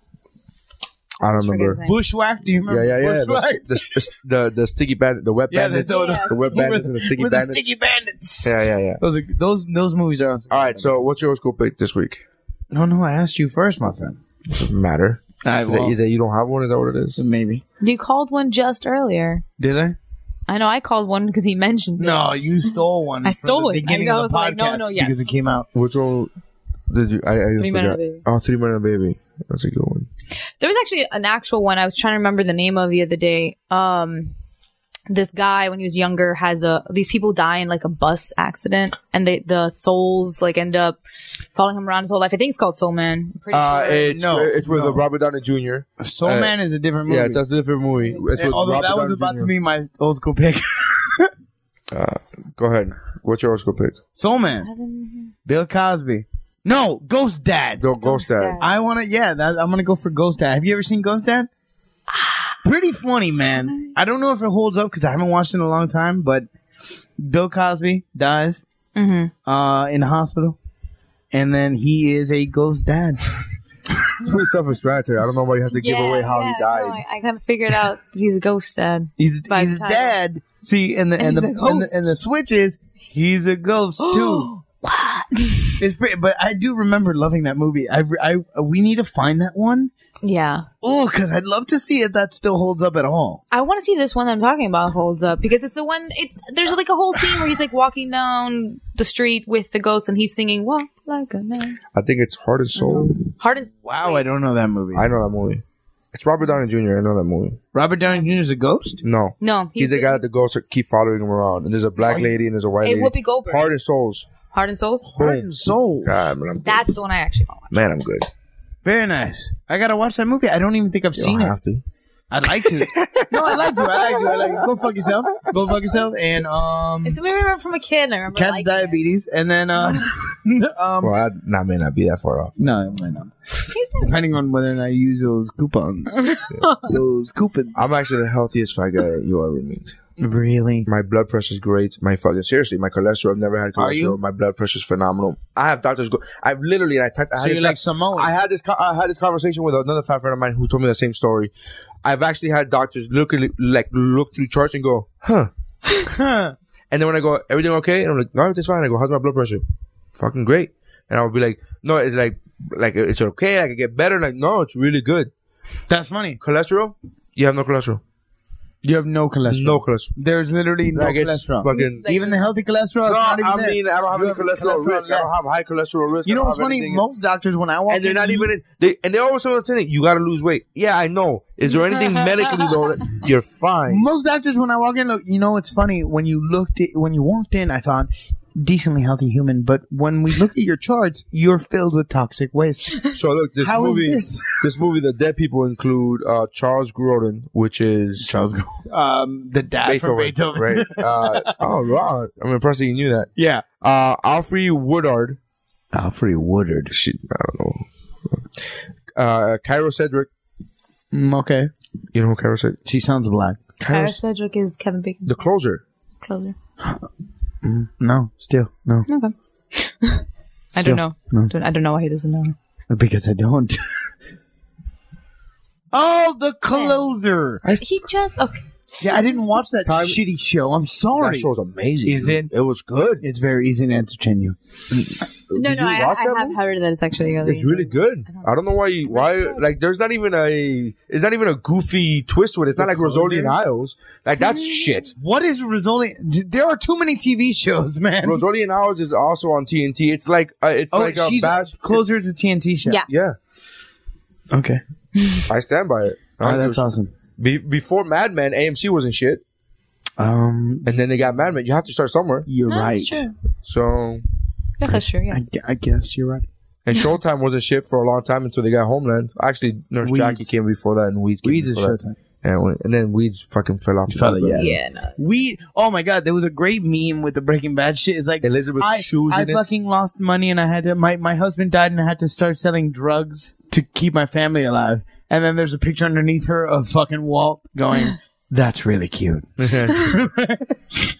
Speaker 2: I don't
Speaker 10: forget his
Speaker 2: remember.
Speaker 10: name.
Speaker 9: Bushwhack? Do you
Speaker 2: Yeah,
Speaker 9: remember?
Speaker 2: yeah, yeah. The,
Speaker 9: Bushwhack?
Speaker 2: the, the, the, the sticky bandit, the wet
Speaker 9: Yeah, the-
Speaker 2: bandits,
Speaker 9: the-
Speaker 2: the,
Speaker 10: the-
Speaker 2: wet bandits, and the
Speaker 9: With-
Speaker 2: sticky
Speaker 9: with
Speaker 2: bandits.
Speaker 9: The sticky bandits.
Speaker 2: yeah, yeah, yeah.
Speaker 9: Those, are, those those movies are. Awesome.
Speaker 2: All right, so what's your school pick this week?
Speaker 9: No, no, I asked you first, my friend.
Speaker 2: Doesn't matter.
Speaker 9: I
Speaker 2: Is, that, is that you don't have one? Is that what it is?
Speaker 9: maybe
Speaker 10: You called one just earlier.
Speaker 9: did I?
Speaker 10: I know I called one because he mentioned it.
Speaker 9: No, you stole one.
Speaker 10: I
Speaker 9: from
Speaker 10: stole
Speaker 9: the
Speaker 10: it. I
Speaker 9: Beginning
Speaker 10: know, I
Speaker 9: of
Speaker 10: was
Speaker 9: the podcast
Speaker 10: like, no, no, yes.
Speaker 9: because it came out.
Speaker 2: Which one did you? I, I
Speaker 10: Three
Speaker 2: forgot.
Speaker 10: Men and a Baby.
Speaker 2: Oh, Three Men and a Baby. That's a good one.
Speaker 10: There was actually an actual one I was trying to remember the name of the other day. Um, this guy when he was younger has a these people die in like a bus accident and they the souls like end up following him around his whole life. I think it's called Soul Man. I'm pretty
Speaker 2: Uh,
Speaker 10: sure.
Speaker 2: it's
Speaker 9: No,
Speaker 2: it's with
Speaker 9: no.
Speaker 2: Robert Downey Jr.
Speaker 9: Soul
Speaker 2: Uh,
Speaker 9: Man is a different movie.
Speaker 2: Yeah, it's, that's a different movie. It's
Speaker 9: And
Speaker 2: with
Speaker 9: although
Speaker 2: Robert
Speaker 9: that was
Speaker 2: Downey
Speaker 9: about
Speaker 2: Jr.
Speaker 9: to be my old school pick.
Speaker 2: Go ahead. What's your horoscope pick?
Speaker 9: Soul Man, Bill Cosby. No, Ghost Dad.
Speaker 2: Go Ghost Dad.
Speaker 9: I want to. Yeah, that, I'm gonna go for Ghost Dad. Have you ever seen Ghost Dad? Pretty funny, man. I don't know if it holds up because I haven't watched it in a long time. But Bill Cosby dies uh, in the hospital, and then he is a ghost dad.
Speaker 2: It's pretty self-explanatory. I don't know why you have to give
Speaker 10: Yeah,
Speaker 2: away how
Speaker 10: yeah,
Speaker 2: he died.
Speaker 10: no, I, I kind of figured out that he's a ghost dad.
Speaker 9: He's
Speaker 10: By
Speaker 9: he's
Speaker 10: the
Speaker 9: a
Speaker 10: title.
Speaker 9: dad. See, and the and,
Speaker 10: And
Speaker 9: the,
Speaker 10: he's a
Speaker 9: and the
Speaker 10: ghost.
Speaker 9: and the switch is he's a ghost too. It's pretty, but I do remember loving that movie. I, I we need to find that one.
Speaker 10: Yeah.
Speaker 9: Oh, because I'd love to see if that still holds up at all.
Speaker 10: I want to see this one that I'm talking about holds up because it's the one. It's there's like a whole scene where he's like walking down the street with the ghost and he's singing "Walk Like a Man."
Speaker 2: I think it's Heart and Soul.
Speaker 10: Hard and
Speaker 9: Wow, I don't know that movie.
Speaker 2: I know that movie. It's Robert Downey Jr. I know that movie.
Speaker 9: Robert Downey Jr. is a ghost.
Speaker 2: No,
Speaker 10: no,
Speaker 2: he's, the guy that the ghosts keep following him around. And there's a
Speaker 10: Oh,
Speaker 2: black lady and there's a white
Speaker 10: Hey,
Speaker 2: lady.
Speaker 10: Whoopi Goldberg.
Speaker 2: Heart and Souls.
Speaker 10: Heart and Souls.
Speaker 9: Heart and Soul.
Speaker 2: God, man, I'm good.
Speaker 10: That's the one I actually want.
Speaker 2: man, I'm good.
Speaker 9: Very nice. I gotta watch that movie. I don't even think I've
Speaker 2: You
Speaker 9: seen
Speaker 2: don't
Speaker 9: it.
Speaker 2: have to.
Speaker 9: I'd like to. no, I'd like to. I'd like to. I'd like to. Go fuck yourself. Go fuck yourself. And um,
Speaker 10: It's a movie I remember from a kid. And I remember
Speaker 9: catch
Speaker 10: liking it.
Speaker 9: diabetes. And then uh, um,
Speaker 2: Well, I nah, may not be that far off.
Speaker 9: No, it might not. Depending on whether or not you use those coupons. those coupons.
Speaker 2: I'm actually the healthiest fat guy you ever meet.
Speaker 9: really?
Speaker 2: My blood pressure's great. My fucking seriously, my cholesterol. I've never had cholesterol.
Speaker 9: Are you?
Speaker 2: My blood pressure's phenomenal. I have doctors go. I've literally. I, t- I
Speaker 9: So
Speaker 2: had
Speaker 9: you're
Speaker 2: this
Speaker 9: like
Speaker 2: con-
Speaker 9: Samoan.
Speaker 2: I had this. co- I had this conversation with another fat friend of mine who told me the same story. I've actually had doctors look at- like look through charts and go, huh.
Speaker 9: Huh.
Speaker 2: And then when I go, everything okay? And I'm like, no, everything's fine. I go, how's my blood pressure? Fucking great. And I'll be like, no, it's like, like it's okay. I can get better. Like, no, it's really good.
Speaker 9: That's funny.
Speaker 2: Cholesterol? You have no cholesterol.
Speaker 9: You have no cholesterol.
Speaker 2: No cholesterol.
Speaker 9: There's literally no
Speaker 2: Like, it's
Speaker 9: cholesterol.
Speaker 2: fucking- Like-
Speaker 9: even the healthy
Speaker 2: No,
Speaker 9: cholesterol. is not even
Speaker 2: I
Speaker 9: there.
Speaker 2: mean, I don't have
Speaker 9: You
Speaker 2: any cholesterol, risk. I
Speaker 9: less.
Speaker 2: don't have high cholesterol risk.
Speaker 9: you
Speaker 2: I
Speaker 9: know
Speaker 2: don't
Speaker 9: what's
Speaker 2: have
Speaker 9: funny?
Speaker 2: anything.
Speaker 9: Most doctors, when I walk
Speaker 2: and they're
Speaker 9: in-
Speaker 2: not even in, they and they always tell the you gotta lose weight. Yeah, I know. Is there anything medically though? that- You're fine.
Speaker 9: Most doctors, when I walk in, look. You know, it's funny when you looked at, when you walked in. I thought decently healthy human, but when we look at your charts, you're filled with toxic waste.
Speaker 2: So look, this
Speaker 9: How is
Speaker 2: movie,
Speaker 9: this?
Speaker 2: movie, the dead people include uh, Charles Grodin, which is Charles Grodin,
Speaker 9: Um, the dad
Speaker 2: Beethoven,
Speaker 9: from Beethoven,
Speaker 2: right? Uh, oh, wow! I'm impressed that you knew that.
Speaker 9: yeah.
Speaker 2: Uh, Alfred Woodard,
Speaker 9: Alfred Woodard.
Speaker 2: shit, I don't know. Uh, Cairo Cedric,
Speaker 9: Mm, okay.
Speaker 2: you know who Cairo Cedric?
Speaker 9: She sounds black.
Speaker 10: Tyra
Speaker 2: Cairo,
Speaker 10: Cedric is Kevin Bacon's
Speaker 2: the closer.
Speaker 10: closer.
Speaker 9: No, still no,
Speaker 10: I don't know.
Speaker 9: No.
Speaker 10: Don't- I don't know why he doesn't know.
Speaker 9: because I don't. oh, the closer.
Speaker 10: He just okay.
Speaker 9: Yeah, I didn't watch that
Speaker 2: Time-
Speaker 9: shitty show. I'm
Speaker 2: That
Speaker 9: sorry.
Speaker 2: show's amazing.
Speaker 9: Is
Speaker 2: dude.
Speaker 9: it?
Speaker 2: It was good.
Speaker 9: It's very easy to entertain you.
Speaker 10: No,
Speaker 2: Did
Speaker 10: no,
Speaker 2: you
Speaker 10: I,
Speaker 2: watch that
Speaker 10: I have
Speaker 2: movie?
Speaker 10: heard that it's actually really.
Speaker 2: It's really good. I don't know why. You, why like there's not even a. It's not even a goofy twist to it. It's not like Rosoli and Isles. Like that's shit.
Speaker 9: What is Rizzoli? D- There are too many TV shows, man.
Speaker 2: Rosoli and Isles is also on TNT. It's like uh, it's
Speaker 9: oh,
Speaker 2: like a
Speaker 9: she's
Speaker 2: bad.
Speaker 9: closer to TNT show.
Speaker 10: Yeah.
Speaker 2: Yeah,
Speaker 9: Okay.
Speaker 2: I stand by it.
Speaker 9: Oh, that's awesome.
Speaker 2: Be- before Mad Men, AMC wasn't shit,
Speaker 9: Um,
Speaker 2: and then they got Mad Men. You have to start somewhere.
Speaker 9: you're
Speaker 10: No,
Speaker 9: right.
Speaker 10: That's true.
Speaker 2: So
Speaker 10: Yes, that's true. Yeah.
Speaker 9: I, gu- I guess you're right.
Speaker 2: and Showtime wasn't shit for a long time until they got Homeland. Actually, Nurse
Speaker 9: Weeds.
Speaker 2: Jackie came before that, and Weeds came
Speaker 9: Weeds is
Speaker 2: before that.
Speaker 9: Showtime.
Speaker 2: And, when- and then Weeds fucking fell off.
Speaker 9: Fell, yeah.
Speaker 10: yeah. No.
Speaker 9: We oh my god, there was a great meme with the Breaking Bad shit. It's like
Speaker 2: Elizabeth's
Speaker 9: I,
Speaker 2: shoes
Speaker 9: I
Speaker 2: in it.
Speaker 9: fucking lost money and I had to my, my husband died and I had to start selling drugs to keep my family alive. And then there's a picture underneath her of fucking Walt going, That's really cute.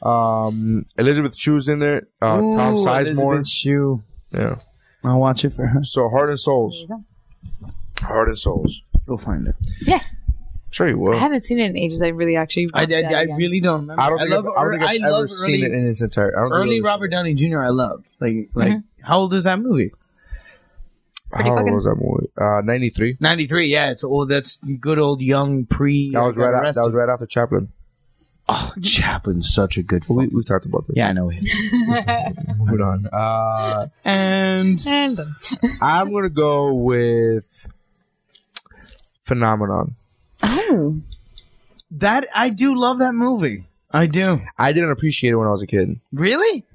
Speaker 2: um, Elizabeth Chu's in there. Uh, Tom
Speaker 9: Ooh,
Speaker 2: Sizemore.
Speaker 9: Elizabeth Shue.
Speaker 2: Yeah.
Speaker 9: I'll watch it for her.
Speaker 2: So Heart and Souls. Heart and Souls.
Speaker 9: Go find it.
Speaker 10: Yes.
Speaker 2: Sure you will.
Speaker 10: I
Speaker 2: I,
Speaker 10: haven't seen it in ages. I really actually.
Speaker 9: I, I,
Speaker 10: want to see that
Speaker 9: I
Speaker 10: again.
Speaker 9: really don't remember.
Speaker 2: don't think I
Speaker 9: love
Speaker 2: have I don't
Speaker 9: ear-
Speaker 2: think I've
Speaker 9: I love
Speaker 2: ever seen it
Speaker 9: early-
Speaker 2: in its entirety. I don't think
Speaker 9: early
Speaker 2: I've ever
Speaker 9: Robert Downey Jr. I love. Like like how old is that movie?
Speaker 2: seen it. How old was that movie? Uh, ninety three.
Speaker 9: Ninety three, yeah. It's old that's good old young pre uh,
Speaker 2: That was right.
Speaker 9: Arrested.
Speaker 2: After, that was right after Chaplin.
Speaker 11: Oh, Chaplin's such a good.
Speaker 2: We, we've talked about this.
Speaker 11: Yeah, I know. him.
Speaker 2: Moving on. Uh,
Speaker 9: and
Speaker 10: And
Speaker 2: I'm gonna go with Phenomenon.
Speaker 10: oh,
Speaker 9: that I do love that movie. I do.
Speaker 2: I didn't appreciate it when I was a kid.
Speaker 9: Really?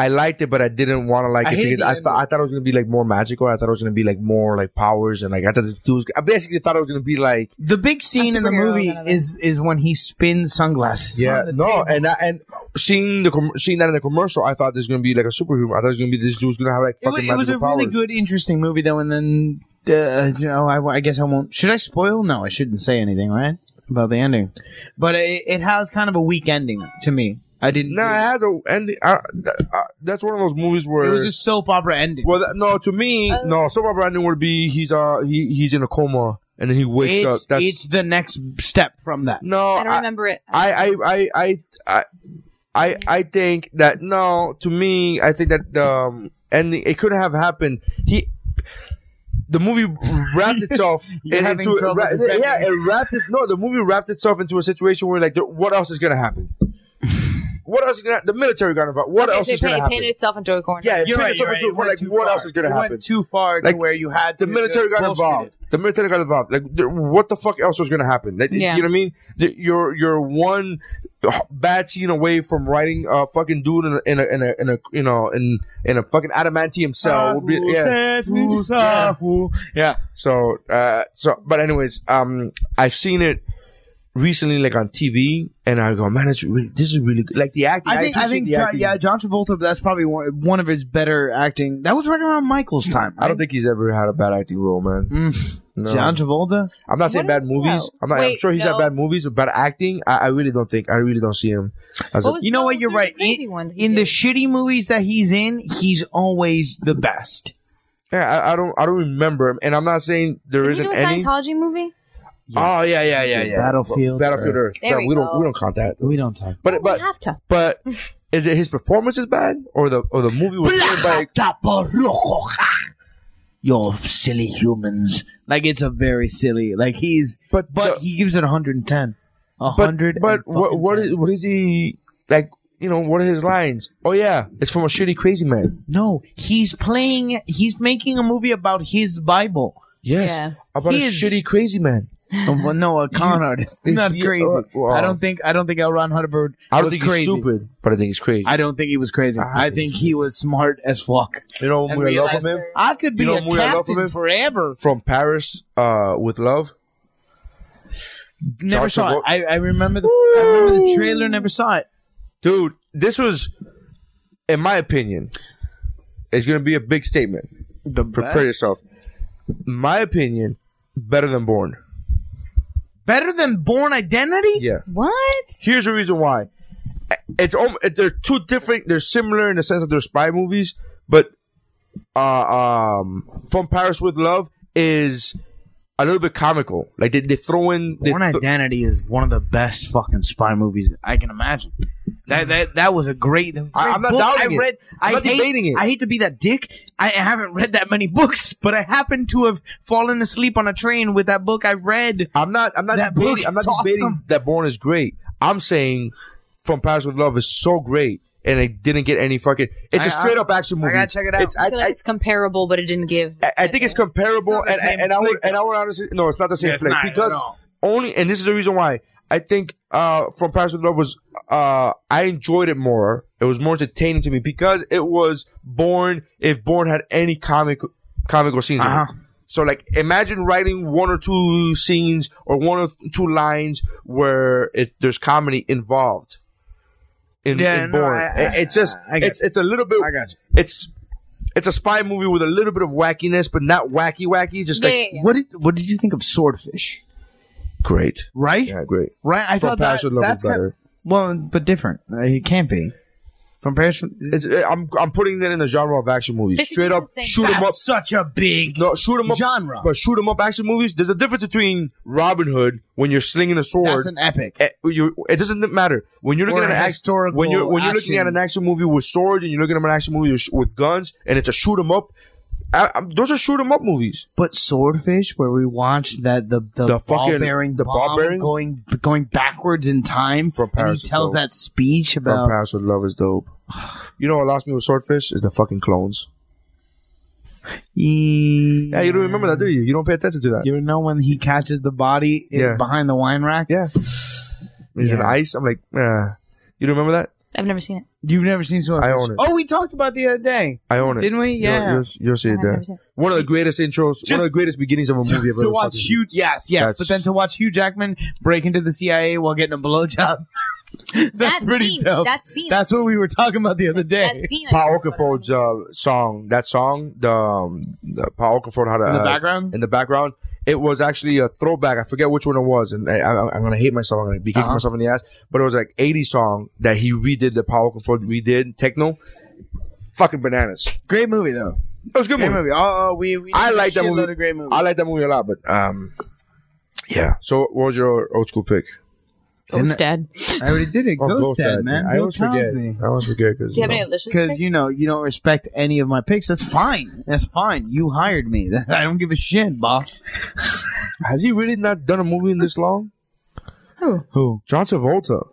Speaker 2: I liked it, but I didn't want to like
Speaker 9: I
Speaker 2: it
Speaker 9: hated
Speaker 2: because
Speaker 9: the
Speaker 2: I
Speaker 9: ending.
Speaker 2: thought I thought it was gonna be like more magical. I thought it was gonna be like more like powers and like I thought this dude was. I basically thought it was gonna be like
Speaker 9: The big scene in the
Speaker 10: superhero
Speaker 9: movie
Speaker 10: kind of
Speaker 9: is is when he spins sunglasses.
Speaker 2: yeah
Speaker 9: on the
Speaker 2: no
Speaker 9: table.
Speaker 2: and I, and seeing the com- seeing that in the commercial, I thought this was gonna be like a superhero. I thought it was gonna be this dude's gonna have like
Speaker 9: It, wa-
Speaker 2: fucking
Speaker 9: it was a
Speaker 2: magical powers.
Speaker 9: really good, interesting movie though. And then, uh, you know, I, I guess I won't. Should I spoil? No, I shouldn't say anything, right? About the ending, but it, it has kind of a weak ending to me. I didn't.
Speaker 2: No, it has a ending. I, th- I, that's one of those movies where
Speaker 9: it was just Oh. soap opera ending.
Speaker 2: Well, that, no, to me, no. Soap opera ending would be he's uh he he's in a coma and then he wakes
Speaker 9: it's,
Speaker 2: up. That's
Speaker 9: it's the next step from that.
Speaker 2: no.
Speaker 10: I don't
Speaker 2: I
Speaker 10: remember it.
Speaker 2: I
Speaker 9: Um,
Speaker 2: I I I I I think that no. To me, I think that um ending it could have happened. He. The movie wrapped itself
Speaker 9: You're having
Speaker 2: into
Speaker 9: trouble
Speaker 2: ra-
Speaker 9: defending
Speaker 2: yeah, it wrapped it. No, the movie wrapped itself into a situation where like, the- what else is gonna happen? What else is gonna? The military got involved. What else
Speaker 10: it
Speaker 2: is gonna
Speaker 10: painted
Speaker 2: happen?
Speaker 10: itself into a corner.
Speaker 2: yeah, it
Speaker 9: You're
Speaker 2: painted
Speaker 9: right,
Speaker 2: itself
Speaker 9: you're right.
Speaker 2: into
Speaker 9: It went
Speaker 2: like,
Speaker 9: too
Speaker 2: what
Speaker 9: far.
Speaker 2: else is gonna
Speaker 9: It
Speaker 2: happen?
Speaker 9: Went too far to
Speaker 2: Like,
Speaker 9: where you had
Speaker 2: the
Speaker 9: to
Speaker 2: military got
Speaker 9: bullshit
Speaker 2: involved.
Speaker 9: it.
Speaker 2: The military got involved. Like, th- what the fuck else was going to happen? Like,
Speaker 10: Yeah.
Speaker 2: You know what I mean? Th- You're you're one bad scene away from writing a fucking dude in a in a in a, in a you know in in a fucking adamantium
Speaker 9: Ah,
Speaker 2: cell. Would oh, be- yeah.
Speaker 9: yeah. yeah.
Speaker 2: So uh, so but anyways, um, I've seen it recently, like on TV, and I go, man, it's really, this is really good. Like the acting.
Speaker 9: I think I,
Speaker 2: appreciate
Speaker 9: think
Speaker 2: the
Speaker 9: John,
Speaker 2: acting.
Speaker 9: yeah, John Travolta. That's probably one, one of his better acting. That was right around Michael's time.
Speaker 2: I
Speaker 9: right?
Speaker 2: don't think he's ever had a bad acting role, man.
Speaker 9: Mm.
Speaker 2: No.
Speaker 9: John Travolta.
Speaker 2: I'm not saying bad
Speaker 10: What is-
Speaker 2: movies.
Speaker 10: no.
Speaker 2: I'm not. I'm
Speaker 10: Wait,
Speaker 2: sure he's
Speaker 10: no.
Speaker 2: had bad movies, but bad acting. I, I really don't think. I really don't see him as a
Speaker 10: was
Speaker 9: You know
Speaker 10: the-
Speaker 9: what? You're
Speaker 10: there's a
Speaker 9: right.
Speaker 10: Crazy
Speaker 9: In,
Speaker 10: one he
Speaker 9: in the
Speaker 10: did.
Speaker 9: shitty movies that he's in, he's always the best.
Speaker 2: Yeah, I, I don't. I don't remember him, and I'm not saying there
Speaker 10: Did
Speaker 2: isn't
Speaker 10: he do a
Speaker 2: any.
Speaker 10: Scientology movie?
Speaker 2: Oh yeah, yeah, yeah,
Speaker 9: Did
Speaker 2: yeah.
Speaker 9: Battlefield
Speaker 2: Battlefield
Speaker 9: Earth.
Speaker 2: Earth.
Speaker 10: There
Speaker 2: But
Speaker 10: we
Speaker 2: we don't.
Speaker 10: go.
Speaker 2: We don't count that.
Speaker 9: We don't talk.
Speaker 2: But
Speaker 10: We
Speaker 2: but
Speaker 10: have to.
Speaker 2: but is it his performance is bad or the or the movie was good by?
Speaker 9: You're silly humans. Like it's a very silly. Like he's
Speaker 2: But
Speaker 9: but
Speaker 2: the-
Speaker 9: he gives it 110. A
Speaker 2: but-
Speaker 9: hundred.
Speaker 2: But
Speaker 9: and
Speaker 2: what
Speaker 9: fucking
Speaker 2: what
Speaker 9: ten.
Speaker 2: is what is he like? You know what are his lines? Oh yeah, it's from a shitty crazy man.
Speaker 9: No, he's playing. He's making a movie about his Bible.
Speaker 2: Yes,
Speaker 10: Yeah.
Speaker 2: about
Speaker 9: He
Speaker 2: a
Speaker 9: is-
Speaker 2: shitty crazy man.
Speaker 9: Oh, well, no, a con artist.
Speaker 2: Is
Speaker 9: not
Speaker 2: he-
Speaker 9: crazy.
Speaker 2: uh, well,
Speaker 9: I don't think. I don't think L. Ron Hubbard.
Speaker 2: I don't
Speaker 9: was
Speaker 2: think
Speaker 9: crazy.
Speaker 2: he's stupid, but I think he's crazy.
Speaker 9: I don't think he was crazy.
Speaker 2: I
Speaker 9: I, think he was smart as fuck.
Speaker 2: you know,
Speaker 9: And
Speaker 2: we love
Speaker 9: realized-
Speaker 2: from him
Speaker 9: I could be
Speaker 2: You know
Speaker 9: a
Speaker 2: what movie I love from
Speaker 9: captain
Speaker 2: him?
Speaker 9: forever.
Speaker 2: from Paris uh, with love.
Speaker 9: Never
Speaker 2: Charles
Speaker 9: saw it.
Speaker 2: Travolta.
Speaker 9: I, I remember the. I remember the trailer. Never saw it.
Speaker 2: dude this was in my opinion it's gonna be a big statement
Speaker 9: The
Speaker 2: prepare yourself my opinion better than born
Speaker 9: Better than Born Identity.
Speaker 2: yeah
Speaker 10: What?
Speaker 2: here's the reason why it's om- they're two different they're similar in the sense that they're spy movies but uh um from paris with love is a little bit comical like they, they throw in they
Speaker 9: Born
Speaker 2: thro-
Speaker 9: Identity is one of the best fucking spy movies I can imagine. That that that was a great. great
Speaker 2: I- I'm not
Speaker 9: book.
Speaker 2: doubting
Speaker 9: I
Speaker 2: it.
Speaker 9: read.
Speaker 2: I'm
Speaker 9: I
Speaker 2: not
Speaker 9: hate,
Speaker 2: debating it.
Speaker 9: I hate to be that dick. I haven't read that many books, but I happen to have fallen asleep on a train with that book I read.
Speaker 2: I'm not. I'm not
Speaker 9: That
Speaker 2: debating.
Speaker 9: book,
Speaker 2: I'm not
Speaker 9: it's
Speaker 2: debating
Speaker 9: awesome.
Speaker 2: that Born is great. I'm saying From Paris with Love is so great, and it didn't get any fucking. It's a
Speaker 9: I- I-
Speaker 2: straight up action movie.
Speaker 9: gotta check it out.
Speaker 2: It's, I,
Speaker 10: I feel like
Speaker 2: I,
Speaker 10: it's comparable, but it didn't give.
Speaker 2: I- I think it's comparable,
Speaker 9: It's not the
Speaker 2: and,
Speaker 9: same
Speaker 2: and I would
Speaker 9: flick,
Speaker 2: and I would honestly no, it's not the same
Speaker 9: It's
Speaker 2: flick
Speaker 9: not at
Speaker 2: because
Speaker 9: all.
Speaker 2: only and this is the reason why I think uh, From Paris with Love was uh, I enjoyed it more. It was more entertaining to me because it was Born. If Born had any comic comical scenes, in it.
Speaker 9: Uh-huh.
Speaker 2: so like imagine writing one or two scenes or one or two lines where it, there's comedy involved. In,
Speaker 9: Yeah,
Speaker 2: in
Speaker 9: no,
Speaker 2: Born,
Speaker 9: I- I-
Speaker 2: It- it's just
Speaker 9: I get
Speaker 2: it's it's a little bit
Speaker 9: I got you.
Speaker 2: it's it's a spy movie with a little bit of wackiness, but not wacky wacky. Just
Speaker 10: Yeah,
Speaker 2: like
Speaker 10: yeah, yeah.
Speaker 9: What did what did you think of Swordfish?
Speaker 2: great,
Speaker 9: Right,
Speaker 2: yeah, great.
Speaker 9: right. I
Speaker 2: From
Speaker 9: thought
Speaker 2: Paris
Speaker 9: that,
Speaker 2: with Love is
Speaker 9: that's kind-
Speaker 2: better.
Speaker 9: well, but different. Uh, it can't be from Paris.
Speaker 2: It's, eh, I'm I'm putting that in the genre of action movies.
Speaker 10: This is
Speaker 2: Straight up,
Speaker 10: the same-
Speaker 2: shoot 'em up.
Speaker 9: such a big
Speaker 2: No, shoot 'em up
Speaker 9: genre.
Speaker 2: but shoot 'em up action movies. There's a difference between Robin Hood when you're slinging a sword.
Speaker 9: That's an epic.
Speaker 2: eh, you- it doesn't matter when you're looking
Speaker 9: Or
Speaker 2: at an
Speaker 9: a
Speaker 2: act,
Speaker 9: historical
Speaker 2: when you're when you're looking at
Speaker 9: action.
Speaker 2: an action movie with swords and you're looking at an action movie with, with guns and it's a shoot 'em up. I, I, those are shoot 'em up movies.
Speaker 9: But Swordfish, where we watched that the the,
Speaker 2: The
Speaker 9: ball
Speaker 2: fucking-
Speaker 9: bearing
Speaker 2: the ball
Speaker 9: bomb
Speaker 2: bearings?
Speaker 9: going going backwards in time,
Speaker 2: From
Speaker 9: and
Speaker 2: Paris
Speaker 9: he
Speaker 2: is
Speaker 9: tells
Speaker 2: dope.
Speaker 9: that speech
Speaker 2: From
Speaker 9: about
Speaker 2: Paris with Love is dope. You know what lost me with Swordfish is the fucking clones. Yeah, you don't remember that, do you? You don't pay attention to that.
Speaker 9: You know when he catches the body in-
Speaker 2: Yeah.
Speaker 9: behind the wine rack?
Speaker 2: Yeah. He's in
Speaker 9: Yeah.
Speaker 2: ice. I'm like, eh. you don't remember that?
Speaker 10: I've never seen it.
Speaker 9: You've never seen Swordfish?
Speaker 2: I own it.
Speaker 9: Oh, we talked about it the other day.
Speaker 2: I own it.
Speaker 9: Didn't we?
Speaker 2: You'll-
Speaker 9: Yeah.
Speaker 2: You'll, you'll see it
Speaker 10: I've
Speaker 2: there.
Speaker 10: never seen it.
Speaker 2: One of the greatest intros, one
Speaker 9: Just-
Speaker 2: of the greatest beginnings of a movie I've ever
Speaker 9: to watch
Speaker 2: fucking seen.
Speaker 9: Hugh, yes, yes,
Speaker 2: That's-
Speaker 9: but then to watch Hugh Jackman break into the CIA while getting a blowjob. That's
Speaker 10: That
Speaker 9: pretty
Speaker 10: scene-
Speaker 9: dope.
Speaker 10: that scene-
Speaker 9: That's what we were talking about the other day.
Speaker 10: That scene.
Speaker 2: Paul Okafor's uh, song, that song, the, um, the Paul Okafor had a
Speaker 9: In the
Speaker 2: uh,
Speaker 9: background?
Speaker 2: In the background, it was actually a throwback. I forget which one it was, and I, I, I'm gonna hate myself. I'm gonna be kicking
Speaker 9: Uh-huh.
Speaker 2: myself in the ass. But it was like '80s song that he redid. The Paul Okafor redid techno, fucking bananas.
Speaker 9: Great movie though.
Speaker 2: It was a good
Speaker 9: Great
Speaker 2: movie.
Speaker 9: movie. Oh, oh, we, we
Speaker 2: I like that
Speaker 9: shitload
Speaker 2: movie.
Speaker 9: Of great movie.
Speaker 2: I like that movie a lot, but um, yeah. So, what was your old school pick?
Speaker 10: Ghost Dad.
Speaker 9: I already did it.
Speaker 2: Oh,
Speaker 9: Ghost, Dad, man.
Speaker 2: I
Speaker 9: Bill
Speaker 2: always forget.
Speaker 9: Cosby.
Speaker 2: I always forget because
Speaker 10: Do you have any delicious?
Speaker 9: Because you know you don't respect any of my picks. That's fine. That's fine. You hired me. I don't give a shit, boss.
Speaker 2: has he really not done a movie in this long?
Speaker 10: Who?
Speaker 2: Who? John Travolta.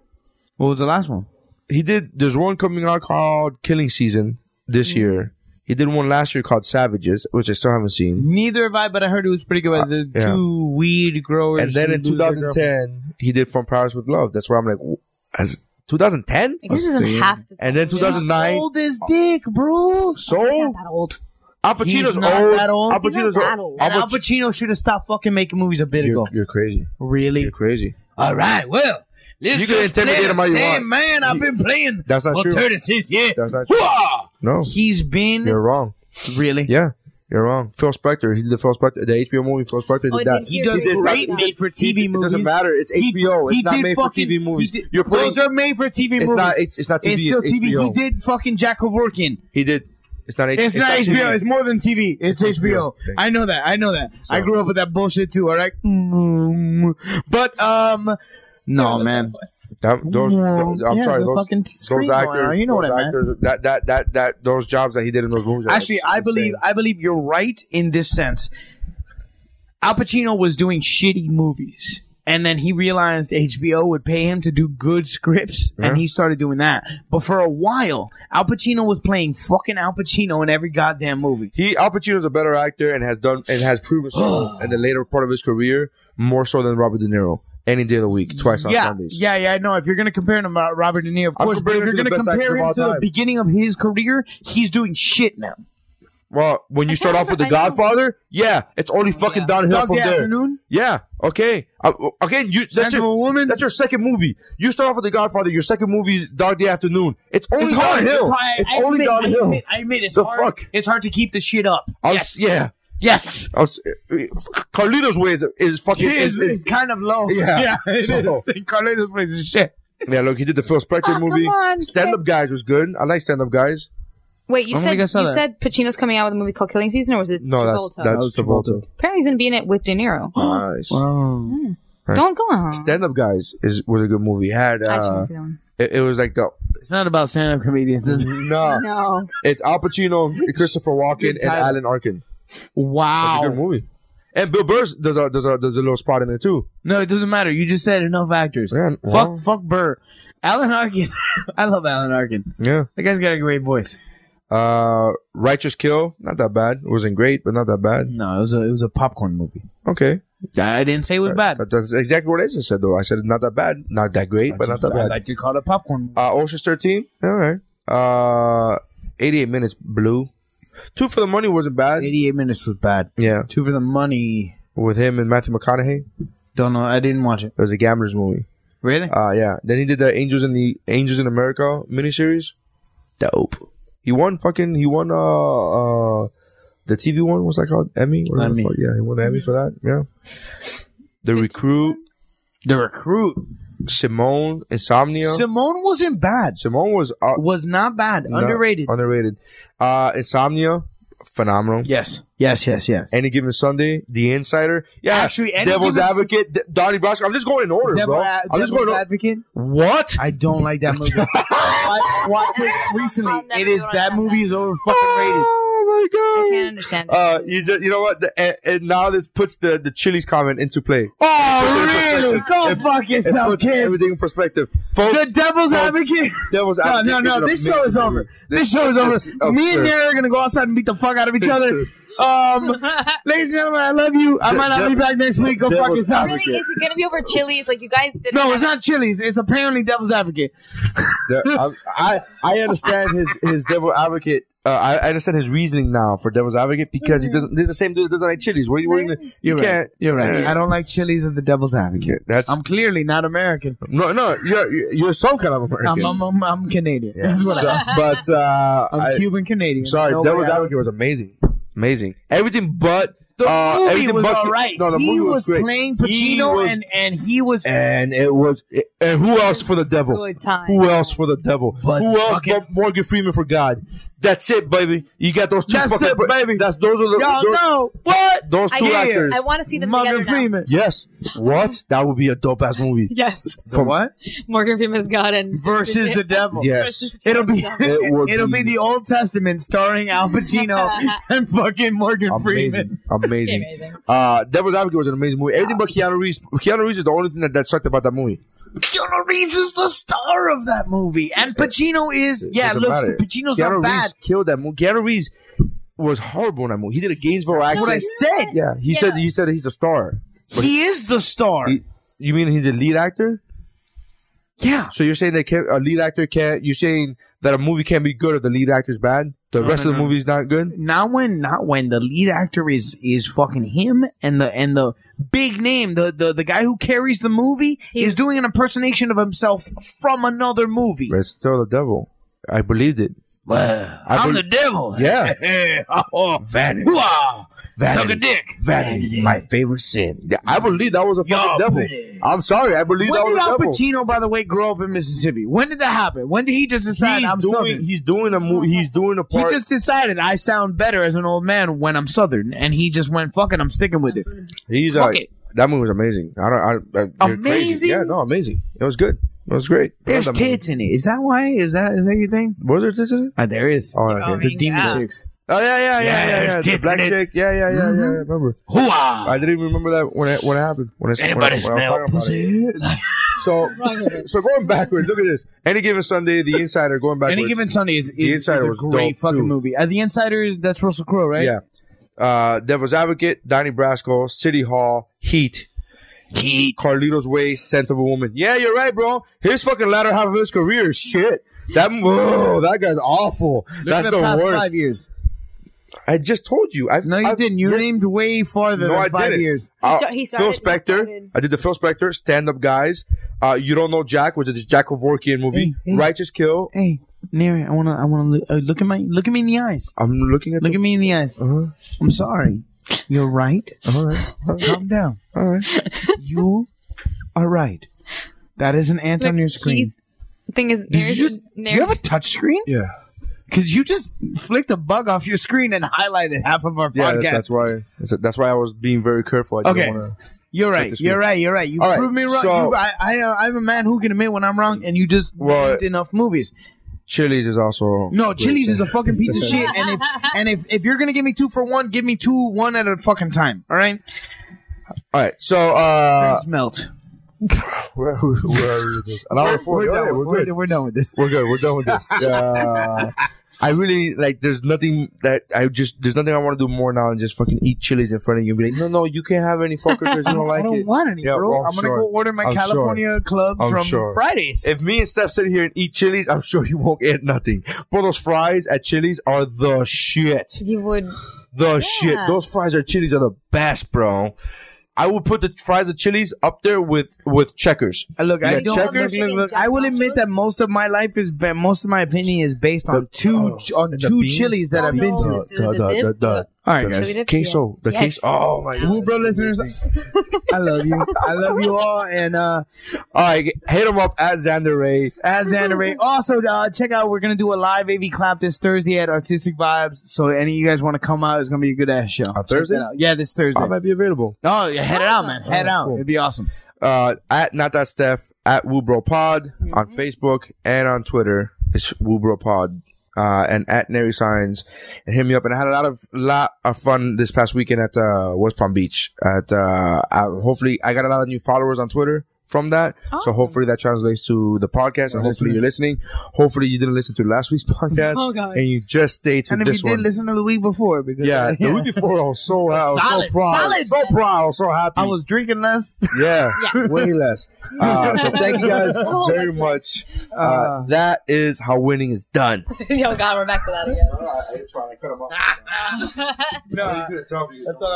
Speaker 9: What was the last one?
Speaker 2: He did. There's one coming out called Killing Season this year. He did one last year called Savages, which I still haven't seen.
Speaker 9: Neither have I, but I heard it was pretty good. the
Speaker 2: Uh, yeah.
Speaker 9: two weed growers.
Speaker 2: And then
Speaker 9: who
Speaker 2: in
Speaker 9: lose their girlfriend.
Speaker 2: 2010, he did From Paris with Love. That's where I'm like, w- as 2010.
Speaker 10: Like, this isn't half. The
Speaker 2: And then 2009.
Speaker 9: old as dick, bro.
Speaker 2: So
Speaker 10: Not that old.
Speaker 2: Al Pacino's
Speaker 9: He's not
Speaker 2: old.
Speaker 9: that old.
Speaker 2: Al
Speaker 9: He's
Speaker 2: Pacino's
Speaker 10: not that
Speaker 2: old.
Speaker 10: old.
Speaker 2: Al
Speaker 9: And Al
Speaker 2: Pac-
Speaker 9: Pacino should have stopped fucking making movies a bit ago.
Speaker 2: You're, you're crazy.
Speaker 9: Really?
Speaker 2: You're crazy.
Speaker 9: All right, well, let's
Speaker 2: You can
Speaker 9: just
Speaker 2: intimidate
Speaker 9: play
Speaker 2: him all you
Speaker 9: the same
Speaker 2: want.
Speaker 9: man I've been playing
Speaker 2: That's not
Speaker 9: for
Speaker 2: true.
Speaker 9: 36 years.
Speaker 2: That's not true.
Speaker 9: Whoa!
Speaker 2: No,
Speaker 9: He's been
Speaker 2: you're wrong.
Speaker 9: really.
Speaker 2: Yeah, you're wrong. Phil Spector. He did the Phil Spector, the HBO movie Phil Spector did
Speaker 10: Oh, I
Speaker 2: that.
Speaker 10: didn't
Speaker 9: He
Speaker 10: hear
Speaker 9: does
Speaker 10: He did
Speaker 9: great
Speaker 10: that.
Speaker 9: made for TV
Speaker 2: It
Speaker 9: movies.
Speaker 2: doesn't matter. It's
Speaker 9: He-
Speaker 2: HBO.
Speaker 9: he
Speaker 2: It's not
Speaker 9: did
Speaker 2: made for
Speaker 9: fucking-
Speaker 2: TV movies.
Speaker 9: he did-
Speaker 2: You're putting-
Speaker 9: those are made for TV
Speaker 2: It's
Speaker 9: movies.
Speaker 2: not- it's- it's not TV,
Speaker 9: still
Speaker 2: it's
Speaker 9: TV. He
Speaker 2: HBO.
Speaker 9: did fucking Jack Kevorkian.
Speaker 2: He did. It's not. H-
Speaker 9: It's, not HBO. It's more than TV. It's, HBO.
Speaker 2: HBO. Thank
Speaker 9: I know that. I know that. I grew up with that bullshit too. All right, Mm. but um, no man.
Speaker 2: That- those, I'm
Speaker 9: Yeah,
Speaker 2: sorry.
Speaker 9: the
Speaker 2: Those,
Speaker 9: fucking
Speaker 2: those
Speaker 9: screen going
Speaker 2: actors.
Speaker 9: on, you know
Speaker 2: those
Speaker 9: what I meant.
Speaker 2: actors, That that that that those jobs that he did in those movies. are
Speaker 9: Actually, I
Speaker 2: insane.
Speaker 9: believe I believe you're right in this sense. Al Pacino was doing shitty movies, and then he realized HBO would pay him to do good scripts,
Speaker 2: Yeah.
Speaker 9: and he started doing that. But for a while, Al Pacino was playing fucking Al Pacino in every goddamn movie.
Speaker 2: he Al Pacino's a better actor and has done and has proven so in the later part of his career more so than Robert De Niro any day of the week, twice on
Speaker 9: yeah,
Speaker 2: Sundays.
Speaker 9: yeah, yeah. I know. If you're going to compare him to Robert De Niro, of
Speaker 2: I'm
Speaker 9: course, but if
Speaker 2: comparing him
Speaker 9: you're
Speaker 2: to the
Speaker 9: going to
Speaker 2: best actor
Speaker 9: compare
Speaker 2: of
Speaker 9: him
Speaker 2: all
Speaker 9: to the
Speaker 2: time.
Speaker 9: beginning of his career, he's doing shit now.
Speaker 2: Well, when you
Speaker 10: I
Speaker 2: start
Speaker 10: can't
Speaker 2: off with The
Speaker 10: remember- I don't-
Speaker 2: Godfather, yeah, it's only fucking downhill
Speaker 9: Dog
Speaker 2: from
Speaker 9: Day
Speaker 2: there.
Speaker 9: Afternoon?
Speaker 2: Yeah. Okay. Uh, again, you that's
Speaker 9: Sense of a
Speaker 2: your,
Speaker 9: Woman?
Speaker 2: that's your second movie. You start off with The Godfather. Your second movie is Dark Day Afternoon. It's only
Speaker 9: It's hard.
Speaker 2: downhill.
Speaker 9: It's, hard.
Speaker 2: It's
Speaker 9: I
Speaker 2: only
Speaker 9: admit, I
Speaker 2: downhill.
Speaker 9: admit, I admit it's
Speaker 2: The
Speaker 9: hard.
Speaker 2: fuck?
Speaker 9: It's hard to keep the shit up.
Speaker 2: I was-
Speaker 9: yes.
Speaker 2: Yeah.
Speaker 9: Yes.
Speaker 2: I was, uh, Carlito's way is, is fucking.
Speaker 9: It is, it's kind of low.
Speaker 2: Yeah.
Speaker 9: yeah it
Speaker 2: So-
Speaker 9: is. Carlitos plays his shit.
Speaker 2: yeah. Look, he did the Phil Spector
Speaker 10: Oh,
Speaker 2: movie.
Speaker 10: come on.
Speaker 2: Stand Up Guys was good. I like Stand Up Guys.
Speaker 10: Wait, you
Speaker 9: When
Speaker 10: said
Speaker 9: we
Speaker 10: you
Speaker 9: got saw that?
Speaker 10: said Pacino's coming out with a movie called Killing Season, or was it
Speaker 2: No,
Speaker 10: Travolta?
Speaker 2: that's that's Travolta.
Speaker 10: Apparently, he's gonna be in it with De Niro.
Speaker 2: Nice.
Speaker 9: Um,
Speaker 10: Don't go on.
Speaker 2: Stand Up Guys is was a good movie. It had
Speaker 10: I actually
Speaker 2: uh,
Speaker 10: haven't seen that one.
Speaker 2: it, it was like the
Speaker 9: It's not about stand-up comedians. is it?
Speaker 2: no.
Speaker 10: No,
Speaker 2: It's Al Pacino, Christopher Walken,
Speaker 9: Good
Speaker 2: and
Speaker 9: title.
Speaker 2: Alan Arkin. It's a good
Speaker 9: wow.
Speaker 2: movie. And Bill Burr does a does a does a little spot in it too.
Speaker 9: No, it doesn't matter. You just said enough actors.
Speaker 2: Yeah,
Speaker 9: fuck,
Speaker 2: well.
Speaker 9: fuck Burr. Alan Arkin. I love Alan Arkin.
Speaker 2: Yeah.
Speaker 9: That guy's got a great voice.
Speaker 2: Uh, Righteous Kill, not that bad. It wasn't great, but not that bad.
Speaker 9: No, it was a it was a popcorn movie.
Speaker 2: Okay,
Speaker 9: I didn't say it was bad.
Speaker 2: That- that's exactly what I just said though. I said not that bad, not that great, but not that
Speaker 9: I
Speaker 2: bad.
Speaker 9: like to call it a popcorn movie.
Speaker 2: Uh, Ocean's Thirteen, all right. Uh, eighty eight minutes, blue. Two for the money wasn't bad.
Speaker 9: 88 minutes was bad.
Speaker 2: Yeah,
Speaker 9: Two for the money.
Speaker 2: with him and Matthew McConaughey. It
Speaker 9: Don't know. I didn't watch it.
Speaker 2: was a gambler's movie.
Speaker 9: Really?
Speaker 2: Uh, yeah. Then he did the Angels in the Angels in America miniseries. Dope. He won fucking. He won uh uh the TV one. What's that called? Emmy. Whatever the
Speaker 9: Emmy.
Speaker 2: fuck. Yeah, he won an Emmy for that. Yeah. The recruit.
Speaker 9: the recruit.
Speaker 2: Simone, Insomnia.
Speaker 9: Simone wasn't bad.
Speaker 2: Simone was uh,
Speaker 9: Was not bad.
Speaker 2: no,
Speaker 9: Underrated.
Speaker 2: Underrated. Uh, Insomnia, phenomenal.
Speaker 9: yes. Yes. Yes. Yes.
Speaker 2: Any given Sunday, The Insider. Yeah,
Speaker 9: Actually, Any
Speaker 2: Devil's
Speaker 9: Given Sun-
Speaker 2: Advocate, D- Donnie Brasco. I'm just going in order,
Speaker 9: Devil-
Speaker 2: bro.
Speaker 9: uh,
Speaker 2: I'm just going. in
Speaker 9: Devil's
Speaker 2: order.
Speaker 9: advocate.
Speaker 2: what?
Speaker 9: I don't like that movie. I watched it recently.
Speaker 10: I'll never
Speaker 9: It is
Speaker 10: go on
Speaker 9: that
Speaker 10: that
Speaker 9: movie
Speaker 10: then.
Speaker 9: is over fucking rated.
Speaker 2: Oh my god!
Speaker 10: I can't understand it.
Speaker 2: Uh, you just, you know what? The, and, and now this puts the the Chili's comment into play.
Speaker 9: Oh, really? Go
Speaker 2: It-
Speaker 9: fuck
Speaker 2: it
Speaker 9: yourself,
Speaker 2: puts
Speaker 9: kid.
Speaker 2: Everything in perspective, folks.
Speaker 9: The devil's
Speaker 2: folks,
Speaker 9: advocate.
Speaker 2: Devil's
Speaker 9: No,
Speaker 2: advocate.
Speaker 9: no,
Speaker 2: picking
Speaker 9: no.
Speaker 2: up
Speaker 9: This
Speaker 2: men
Speaker 9: show is
Speaker 2: and
Speaker 9: over.
Speaker 2: women.
Speaker 9: This show is
Speaker 2: this
Speaker 9: over. Me and
Speaker 2: absurd.
Speaker 9: Nara are gonna go outside and beat the fuck out of each other.
Speaker 2: Absurd.
Speaker 9: Um, ladies and gentlemen, I love you. I might not be
Speaker 2: devil-
Speaker 9: back next week. Go fuck
Speaker 2: devil's
Speaker 9: yourself.
Speaker 10: Really, is it gonna be over chili? It's like you guys did.
Speaker 9: No, it's not Chili's. It's apparently Devil's Advocate.
Speaker 2: There- I'm- um, I I understand his his devil advocate. Uh, I, I understand his reasoning now for devil's advocate because he doesn't. This is the same dude that doesn't like chilies. What are you wearing? You,
Speaker 9: You're right.
Speaker 2: can't. uh,
Speaker 9: You're right. I don't like Chili's and the Devil's Advocate.
Speaker 2: That's
Speaker 9: I'm clearly not American.
Speaker 2: no, no. You're you're some kind of
Speaker 9: I'm,
Speaker 2: American.
Speaker 9: I'm, I'm, I'm Canadian.
Speaker 2: Yeah.
Speaker 9: That's what
Speaker 2: So-
Speaker 9: I,
Speaker 2: but uh,
Speaker 9: I'm
Speaker 2: I-
Speaker 9: Cuban Canadian.
Speaker 2: Sorry,
Speaker 9: No
Speaker 2: Devil's
Speaker 9: way I-
Speaker 2: Advocate was amazing, amazing. Everything but
Speaker 9: The
Speaker 2: uh,
Speaker 9: movie
Speaker 2: everything
Speaker 9: was
Speaker 2: but-
Speaker 9: all right.
Speaker 2: No, the
Speaker 9: he
Speaker 2: movie was, great.
Speaker 9: playing
Speaker 2: He
Speaker 9: Pacino,
Speaker 2: was-
Speaker 9: and and he was
Speaker 2: and it was and who else for the devil?
Speaker 10: Good time.
Speaker 2: Who else for the devil?
Speaker 9: But
Speaker 2: who else
Speaker 9: fucking-
Speaker 2: but Morgan Freeman for God? That's it, baby. You got those two.
Speaker 9: That's
Speaker 2: fucking
Speaker 9: it, baby.
Speaker 2: That's those are the
Speaker 9: y'all
Speaker 2: those,
Speaker 9: know what
Speaker 2: those
Speaker 10: I,
Speaker 2: two
Speaker 10: yeah.
Speaker 2: actors.
Speaker 10: I want to see them
Speaker 9: Morgan
Speaker 10: together now.
Speaker 9: Freeman.
Speaker 2: yes. What? That would be a dope ass movie.
Speaker 10: Yes,
Speaker 9: For what?
Speaker 10: Morgan Freeman's God and
Speaker 9: Versus the devil.
Speaker 2: Yes.
Speaker 9: It'll be
Speaker 2: It would
Speaker 9: it will be
Speaker 2: be-
Speaker 9: the Old Testament starring Al Pacino and fucking Morgan Freeman.
Speaker 2: Amazing. Amazing.
Speaker 10: Amazing.
Speaker 2: Uh, Devil's Advocate was an amazing movie. Everything but Keanu Reeves. Keanu Reeves is the only thing that, that sucked about that movie.
Speaker 9: Keanu Reeves is the star of that movie, and Pacino is yeah.
Speaker 2: Doesn't
Speaker 9: Looks
Speaker 2: matter.
Speaker 9: Pacino's
Speaker 2: Keanu
Speaker 9: not bad.
Speaker 2: Reeves killed that movie. Keanu Reeves was horrible in that movie. He did a Gainesville
Speaker 9: That's what I
Speaker 2: accent.
Speaker 9: said.
Speaker 2: Yeah, he
Speaker 10: Yeah.
Speaker 2: said he said he's a star.
Speaker 9: He is the star.
Speaker 2: He- you mean he's a lead actor?
Speaker 9: yeah.
Speaker 2: So you're saying that can, a lead actor can't? You're saying that a movie can't be good if the lead actor's bad? The rest
Speaker 9: no,
Speaker 2: of the
Speaker 9: no.
Speaker 2: movie's not good.
Speaker 9: Not when, not when the lead actor is is fucking him and the and the big name, the the, the guy who carries the movie
Speaker 10: He's-
Speaker 9: is doing an impersonation of himself from another movie.
Speaker 2: But it's still the devil. I believed it.
Speaker 9: Well,
Speaker 2: I
Speaker 9: I'm
Speaker 2: bel-
Speaker 9: the devil.
Speaker 2: Yeah.
Speaker 9: oh,
Speaker 2: Vanity.
Speaker 9: wow. Suck a dick.
Speaker 2: Vanity, my favorite sin. Yeah, I believe that was a fucking
Speaker 9: Y'all
Speaker 2: devil.
Speaker 9: pretty.
Speaker 2: I'm sorry, I believe
Speaker 9: When
Speaker 2: that was
Speaker 9: did
Speaker 2: a
Speaker 9: Al
Speaker 2: devil.
Speaker 9: Pacino, by the way, grow up in Mississippi? When did that happen? When did he just decide
Speaker 2: He's
Speaker 9: I'm
Speaker 2: doing,
Speaker 9: Southern?
Speaker 2: he's doing a movie. He's doing a
Speaker 9: He
Speaker 2: part.
Speaker 9: just decided I sound better as an old man when I'm Southern, and he just went fucking. I'm sticking with it.
Speaker 2: He's
Speaker 9: Fuck
Speaker 2: uh,
Speaker 9: it.
Speaker 2: that movie was amazing. I don't. I, I, you're crazy.
Speaker 9: Amazing?
Speaker 2: Yeah, no, amazing. It was good. It was great. I
Speaker 9: There's
Speaker 2: love that movie.
Speaker 9: tits in it. Is that why? Is that is that your thing?
Speaker 2: Was there tits in it?
Speaker 9: Uh, there is.
Speaker 2: Oh, okay.
Speaker 9: the demon chicks.
Speaker 2: Oh yeah, yeah, yeah,
Speaker 9: Yeah,
Speaker 2: yeah. yeah,
Speaker 9: there's
Speaker 2: The
Speaker 9: tits
Speaker 2: black
Speaker 9: in it. Mm-hmm.
Speaker 2: chick. Yeah, yeah, yeah, yeah. I remember. I
Speaker 9: Hooah!
Speaker 2: didn't even remember that when it, when it happened. When it's when I-
Speaker 9: Anybody
Speaker 2: when I
Speaker 9: smell
Speaker 2: was talking about it.
Speaker 9: pussy?
Speaker 2: So, so going backwards. Look at this. Any given Sunday, The Insider. Going backwards.
Speaker 9: Any given Sunday is, is, is
Speaker 2: Insider
Speaker 9: a
Speaker 2: was
Speaker 9: great
Speaker 2: dope,
Speaker 9: fucking
Speaker 2: too.
Speaker 9: movie. Uh, the Insider, that's Russell Crowe, right?
Speaker 2: Yeah. Uh, Devil's Advocate, Donnie Brasco, City Hall, Heat,
Speaker 9: Heat.
Speaker 2: Carlito's Way, Scent of a Woman. Yeah, you're right, bro. His fucking latter half of his career, is shit. That whoa, that guy's awful.
Speaker 9: Look
Speaker 2: That's
Speaker 9: at
Speaker 2: the,
Speaker 9: past
Speaker 2: worst.
Speaker 9: Five years.
Speaker 2: I just told you. I've,
Speaker 9: No, you
Speaker 2: I've-
Speaker 9: didn't. You
Speaker 2: yes,
Speaker 9: named way farther
Speaker 2: No,
Speaker 9: than
Speaker 2: I
Speaker 9: 5
Speaker 2: didn't.
Speaker 9: years.
Speaker 2: Uh,
Speaker 10: sta- he
Speaker 2: Phil
Speaker 10: started- he
Speaker 2: Spector.
Speaker 10: started-
Speaker 2: I did the Phil Spector stand up guys. Uh, you don't know Jack, which is this Jack Kevorkian movie.
Speaker 9: Hey, hey.
Speaker 2: Righteous Kill.
Speaker 9: Hey, Neri, I wanna, I wanna look, uh, look at my, look at me in the eyes.
Speaker 2: I'm looking at
Speaker 9: Look
Speaker 2: the-
Speaker 9: at me in the eyes.
Speaker 2: Uh-huh.
Speaker 9: I'm sorry. You're right.
Speaker 2: All right. All right.
Speaker 9: Calm down.
Speaker 2: All right.
Speaker 9: You are right. That is an ant on your screen.
Speaker 10: He's, thing is,
Speaker 9: Did you
Speaker 10: Nair's,
Speaker 9: just- do you have a touch screen?
Speaker 2: Yeah.
Speaker 9: Because you just flicked a bug off your screen and highlighted half of our
Speaker 2: Yeah.
Speaker 9: podcast.
Speaker 2: that- That's why. that's- That's why I was being very careful. I didn't
Speaker 9: Okay.
Speaker 2: wanna-
Speaker 9: You're right.
Speaker 2: this
Speaker 9: You're
Speaker 2: week.
Speaker 9: right. You're right. You
Speaker 2: All right,
Speaker 9: proved me wrong.
Speaker 2: so-
Speaker 9: you, I, I, uh, I'm a man who can admit when I'm wrong, and you just
Speaker 2: Well,
Speaker 9: named enough movies.
Speaker 2: Chili's is also
Speaker 9: No,
Speaker 2: great,
Speaker 9: Chili's
Speaker 2: so-
Speaker 9: is a fucking piece of shit. And if and if, if you're gonna give me two for one, give me two one at a fucking time. All right.
Speaker 2: All right, so uh,
Speaker 9: Drinks melt.
Speaker 2: where, where are we with this? An hour forty. All right,
Speaker 9: done,
Speaker 2: we're,
Speaker 9: we're,
Speaker 2: good.
Speaker 9: we're done with this.
Speaker 2: We're good. We're done with this. Uh, I really like. There's nothing that I just. There's nothing I want to do more now than just fucking eat Chili's in front of you and be like, no, no, you can't have any fucker because you don't like
Speaker 9: I don't
Speaker 2: it.
Speaker 9: want any,
Speaker 2: Yeah,
Speaker 9: bro.
Speaker 2: well,
Speaker 9: I'm, gonna
Speaker 2: sure.
Speaker 9: go order my
Speaker 2: I'm sure.
Speaker 9: California club
Speaker 2: I'm
Speaker 9: from
Speaker 2: sure.
Speaker 9: Fridays.
Speaker 2: If me and Steph sit here and eat Chili's, I'm sure you won't get nothing. But those fries at Chili's are the shit.
Speaker 10: you would.
Speaker 2: The shit. Those fries at Chili's are the best, bro. I would put the fries at Chili's up there with with checkers.
Speaker 9: Uh, Look, I
Speaker 2: Yeah,
Speaker 9: don't. Look,
Speaker 2: checkers.
Speaker 9: look, look, I will admit that most of my life is, ba- most of my opinion is based on two
Speaker 2: oh,
Speaker 9: on
Speaker 2: the
Speaker 9: two
Speaker 2: beans?
Speaker 9: Chili's that
Speaker 10: Oh,
Speaker 9: I've been
Speaker 10: no.
Speaker 9: to.
Speaker 10: The- the- the dip?
Speaker 9: All right,
Speaker 10: Should
Speaker 9: guys.
Speaker 10: we dip?
Speaker 2: queso. The
Speaker 10: Yes.
Speaker 2: queso. Oh my god.
Speaker 9: Woo, bro, listeners, I love you. I love you all. And uh,
Speaker 2: All right, hit him up at Xander Ray.
Speaker 9: as Xander Ray, also uh, check out. We're gonna do a live AV clap this Thursday at Artistic Vibes. So any of you guys want to come out, it's gonna be a good ass show. Check
Speaker 2: Thursday?
Speaker 9: that out. Yeah, this Thursday.
Speaker 2: I might be available.
Speaker 9: Oh, yeah, head it out, man. Head
Speaker 2: Oh,
Speaker 9: out.
Speaker 2: cool.
Speaker 9: It'd be awesome.
Speaker 2: Uh, at not that
Speaker 9: Mm-hmm.
Speaker 2: Steph at Woobro Pod on Facebook and on Twitter. It's Woobro Pod. uh, and at Nary Signs and hit me up. And I had a lot of lot of fun this past weekend at uh, West Palm Beach. At uh, I, hopefully, I got a lot of new followers on Twitter from that. So hopefully that translates to the podcast, and hopefully you're listening. Hopefully you didn't listen to last week's podcast,
Speaker 9: Oh, God.
Speaker 2: and you just stayed to
Speaker 9: And if
Speaker 2: this
Speaker 9: you did
Speaker 2: one.
Speaker 9: listen to the week before, because
Speaker 2: yeah, the week before I was so I was so
Speaker 9: Solid,
Speaker 2: proud,
Speaker 9: solid.
Speaker 2: so proud, I was so happy.
Speaker 9: I was drinking less.
Speaker 2: Yeah, way less. Uh, so thank you guys
Speaker 10: Oh,
Speaker 2: very much. Uh, that is how winning is done.
Speaker 10: Yo, God, we're back to that again.
Speaker 9: That's all I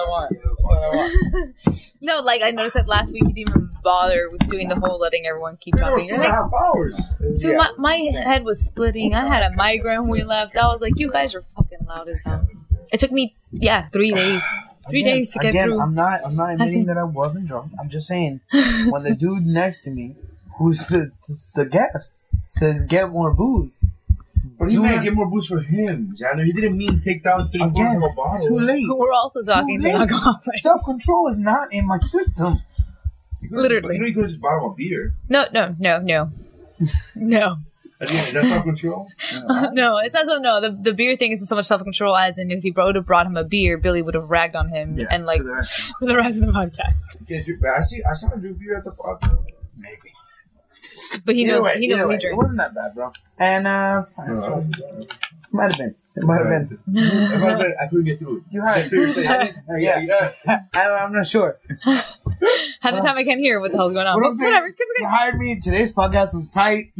Speaker 9: want. That's all I want.
Speaker 10: No, like I noticed that last week you didn't even bother with doing the whole letting everyone keep talking. You're like,
Speaker 2: hours.
Speaker 10: Dude, my, my head was splitting. I had a migraine when we left. I was like, you guys are fucking loud as hell. It took me, yeah, three days. Three
Speaker 9: Again-
Speaker 10: days to get
Speaker 9: again,
Speaker 10: through.
Speaker 9: I'm not. I'm not admitting that I wasn't drunk. I'm just saying when the dude next to me, who's the the guest, says get more booze.
Speaker 2: But
Speaker 9: you might
Speaker 2: get more boost for him. I know he didn't mean take down three
Speaker 9: Again, too late.
Speaker 10: We're also talking to
Speaker 9: Too late.
Speaker 10: alcoholics.
Speaker 9: Self control is not in my system.
Speaker 10: Literally.
Speaker 2: you could just bought him a beer.
Speaker 10: No, no, no, no. No.
Speaker 2: That's not control.
Speaker 10: no, it's not so. No, the, the beer thing isn't so much self control as in if he would have brought him a beer, Billy would have ragged on him and like for the rest of the podcast.
Speaker 2: I see. I saw him drink beer at the park. Maybe.
Speaker 10: But he
Speaker 9: Either
Speaker 10: knows
Speaker 9: way,
Speaker 10: he knows
Speaker 9: either
Speaker 10: what
Speaker 9: way,
Speaker 10: he
Speaker 9: It
Speaker 10: drinks.
Speaker 9: wasn't that bad, bro. And uh, fine, so- might have been. It might have been.
Speaker 2: I couldn't get through.
Speaker 9: You had it. yeah. I, I'm not sure.
Speaker 10: Half the time I can't hear what the hell's going on.
Speaker 9: What I'm
Speaker 10: But
Speaker 9: saying
Speaker 10: whatever.
Speaker 9: is, you hired me. Today's podcast was tight.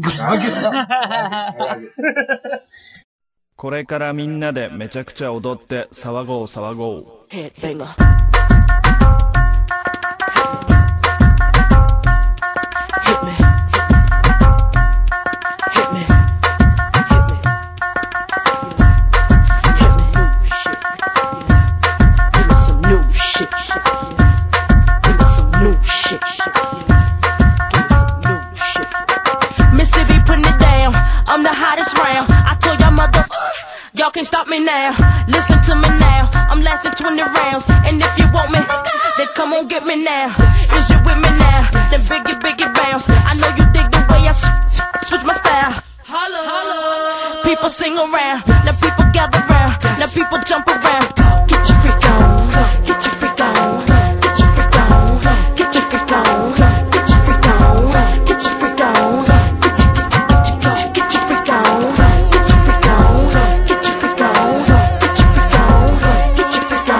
Speaker 5: Headbanger. Hit me. Hit me. Hit me. Yeah. Hit me. New shit. Yeah. Give me some new shit. Yeah. Give me some new shit. Yeah. Give me some new shit. Missy V putting it down. I'm the hottest round. I told y'all mother, y'all can't stop me now. Listen to me now. I'm lasting 20 rounds. And if you want me, then come on get me now. Is you with me now? Then biggie, biggie bounce. I know you dig the way I s- s- switch my style. Holla, holla. People sing around. Now people gather round. Now people jump around. Get your freak on. Get your freak on. Get your freak on. Get your freak on. Get your freak on. Get your freak on. Get your get your freak on. Get your freak on. Get your freak on. Get your freak on. Get your freak on. Get your freak on. Get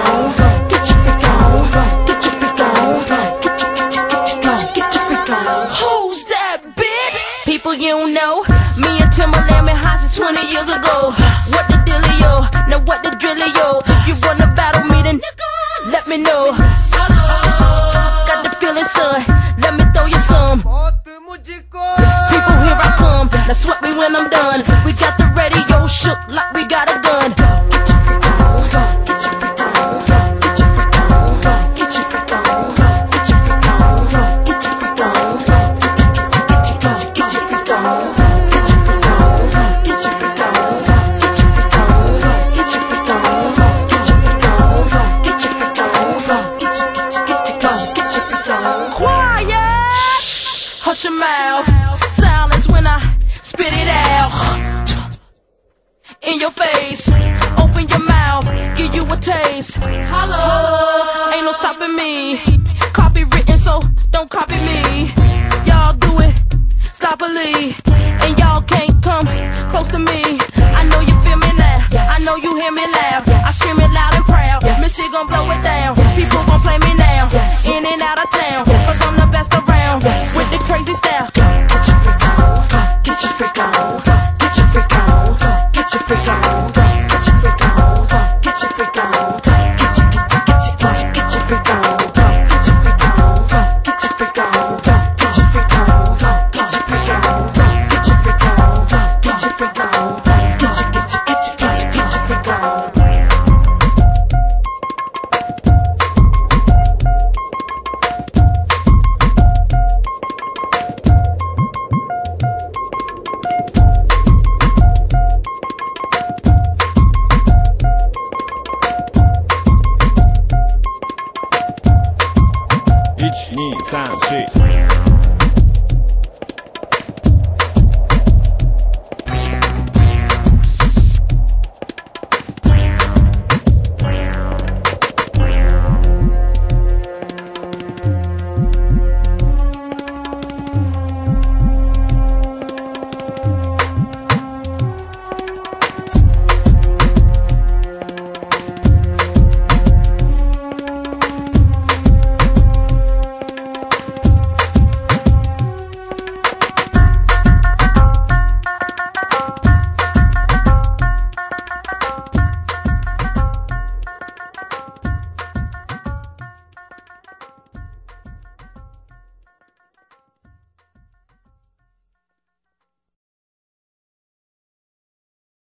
Speaker 5: your freak on. Get your get your get your get your get your freak on. Who's that bitch? People you know. Me and Timberland been hot since 20 years ago. What the dealio? Now what the drillio? If you wanna battle me, then let me know. Got the feeling, son. Let me throw you some. People, here I come. Now sweat me when I'm done. We got the radio shook like we got a gun. Get your freak on. Get your freak on. Get your freak on. Get your freak on. Get your freak on. Get your freak on. Get your freak on. Get your freak on. Get your freak on. Get your freak on. Get your freak on. Get your freak on. Get your freak on. Get your get your get your get your freak on. Quiet hush your mouth. Silence when I spit it out. In your face, open your mouth, give you a taste. Hello, ain't no stopping me. Copy written, so don't copy me. Y'all do it, sloppily, and y'all can't come close to me. I know you feel me now. I know you hear me loud. I scream it loud and proud. Missy gon' blow it down. People gon' play me now. In and out of town. Cause I'm the best around. With the crazy style. Get your freak on. Get your freak on. Get your freak on. Get your freak on. Get your freak on. Get your freak on. Get your get your get your get your freak on. Get your freak on. Get your freak on. Get your freak on. Get your freak on. Get your freak on. Get your freak on. Get your get your get your get your get your freak on.
Speaker 7: Each, knee, sound, shit.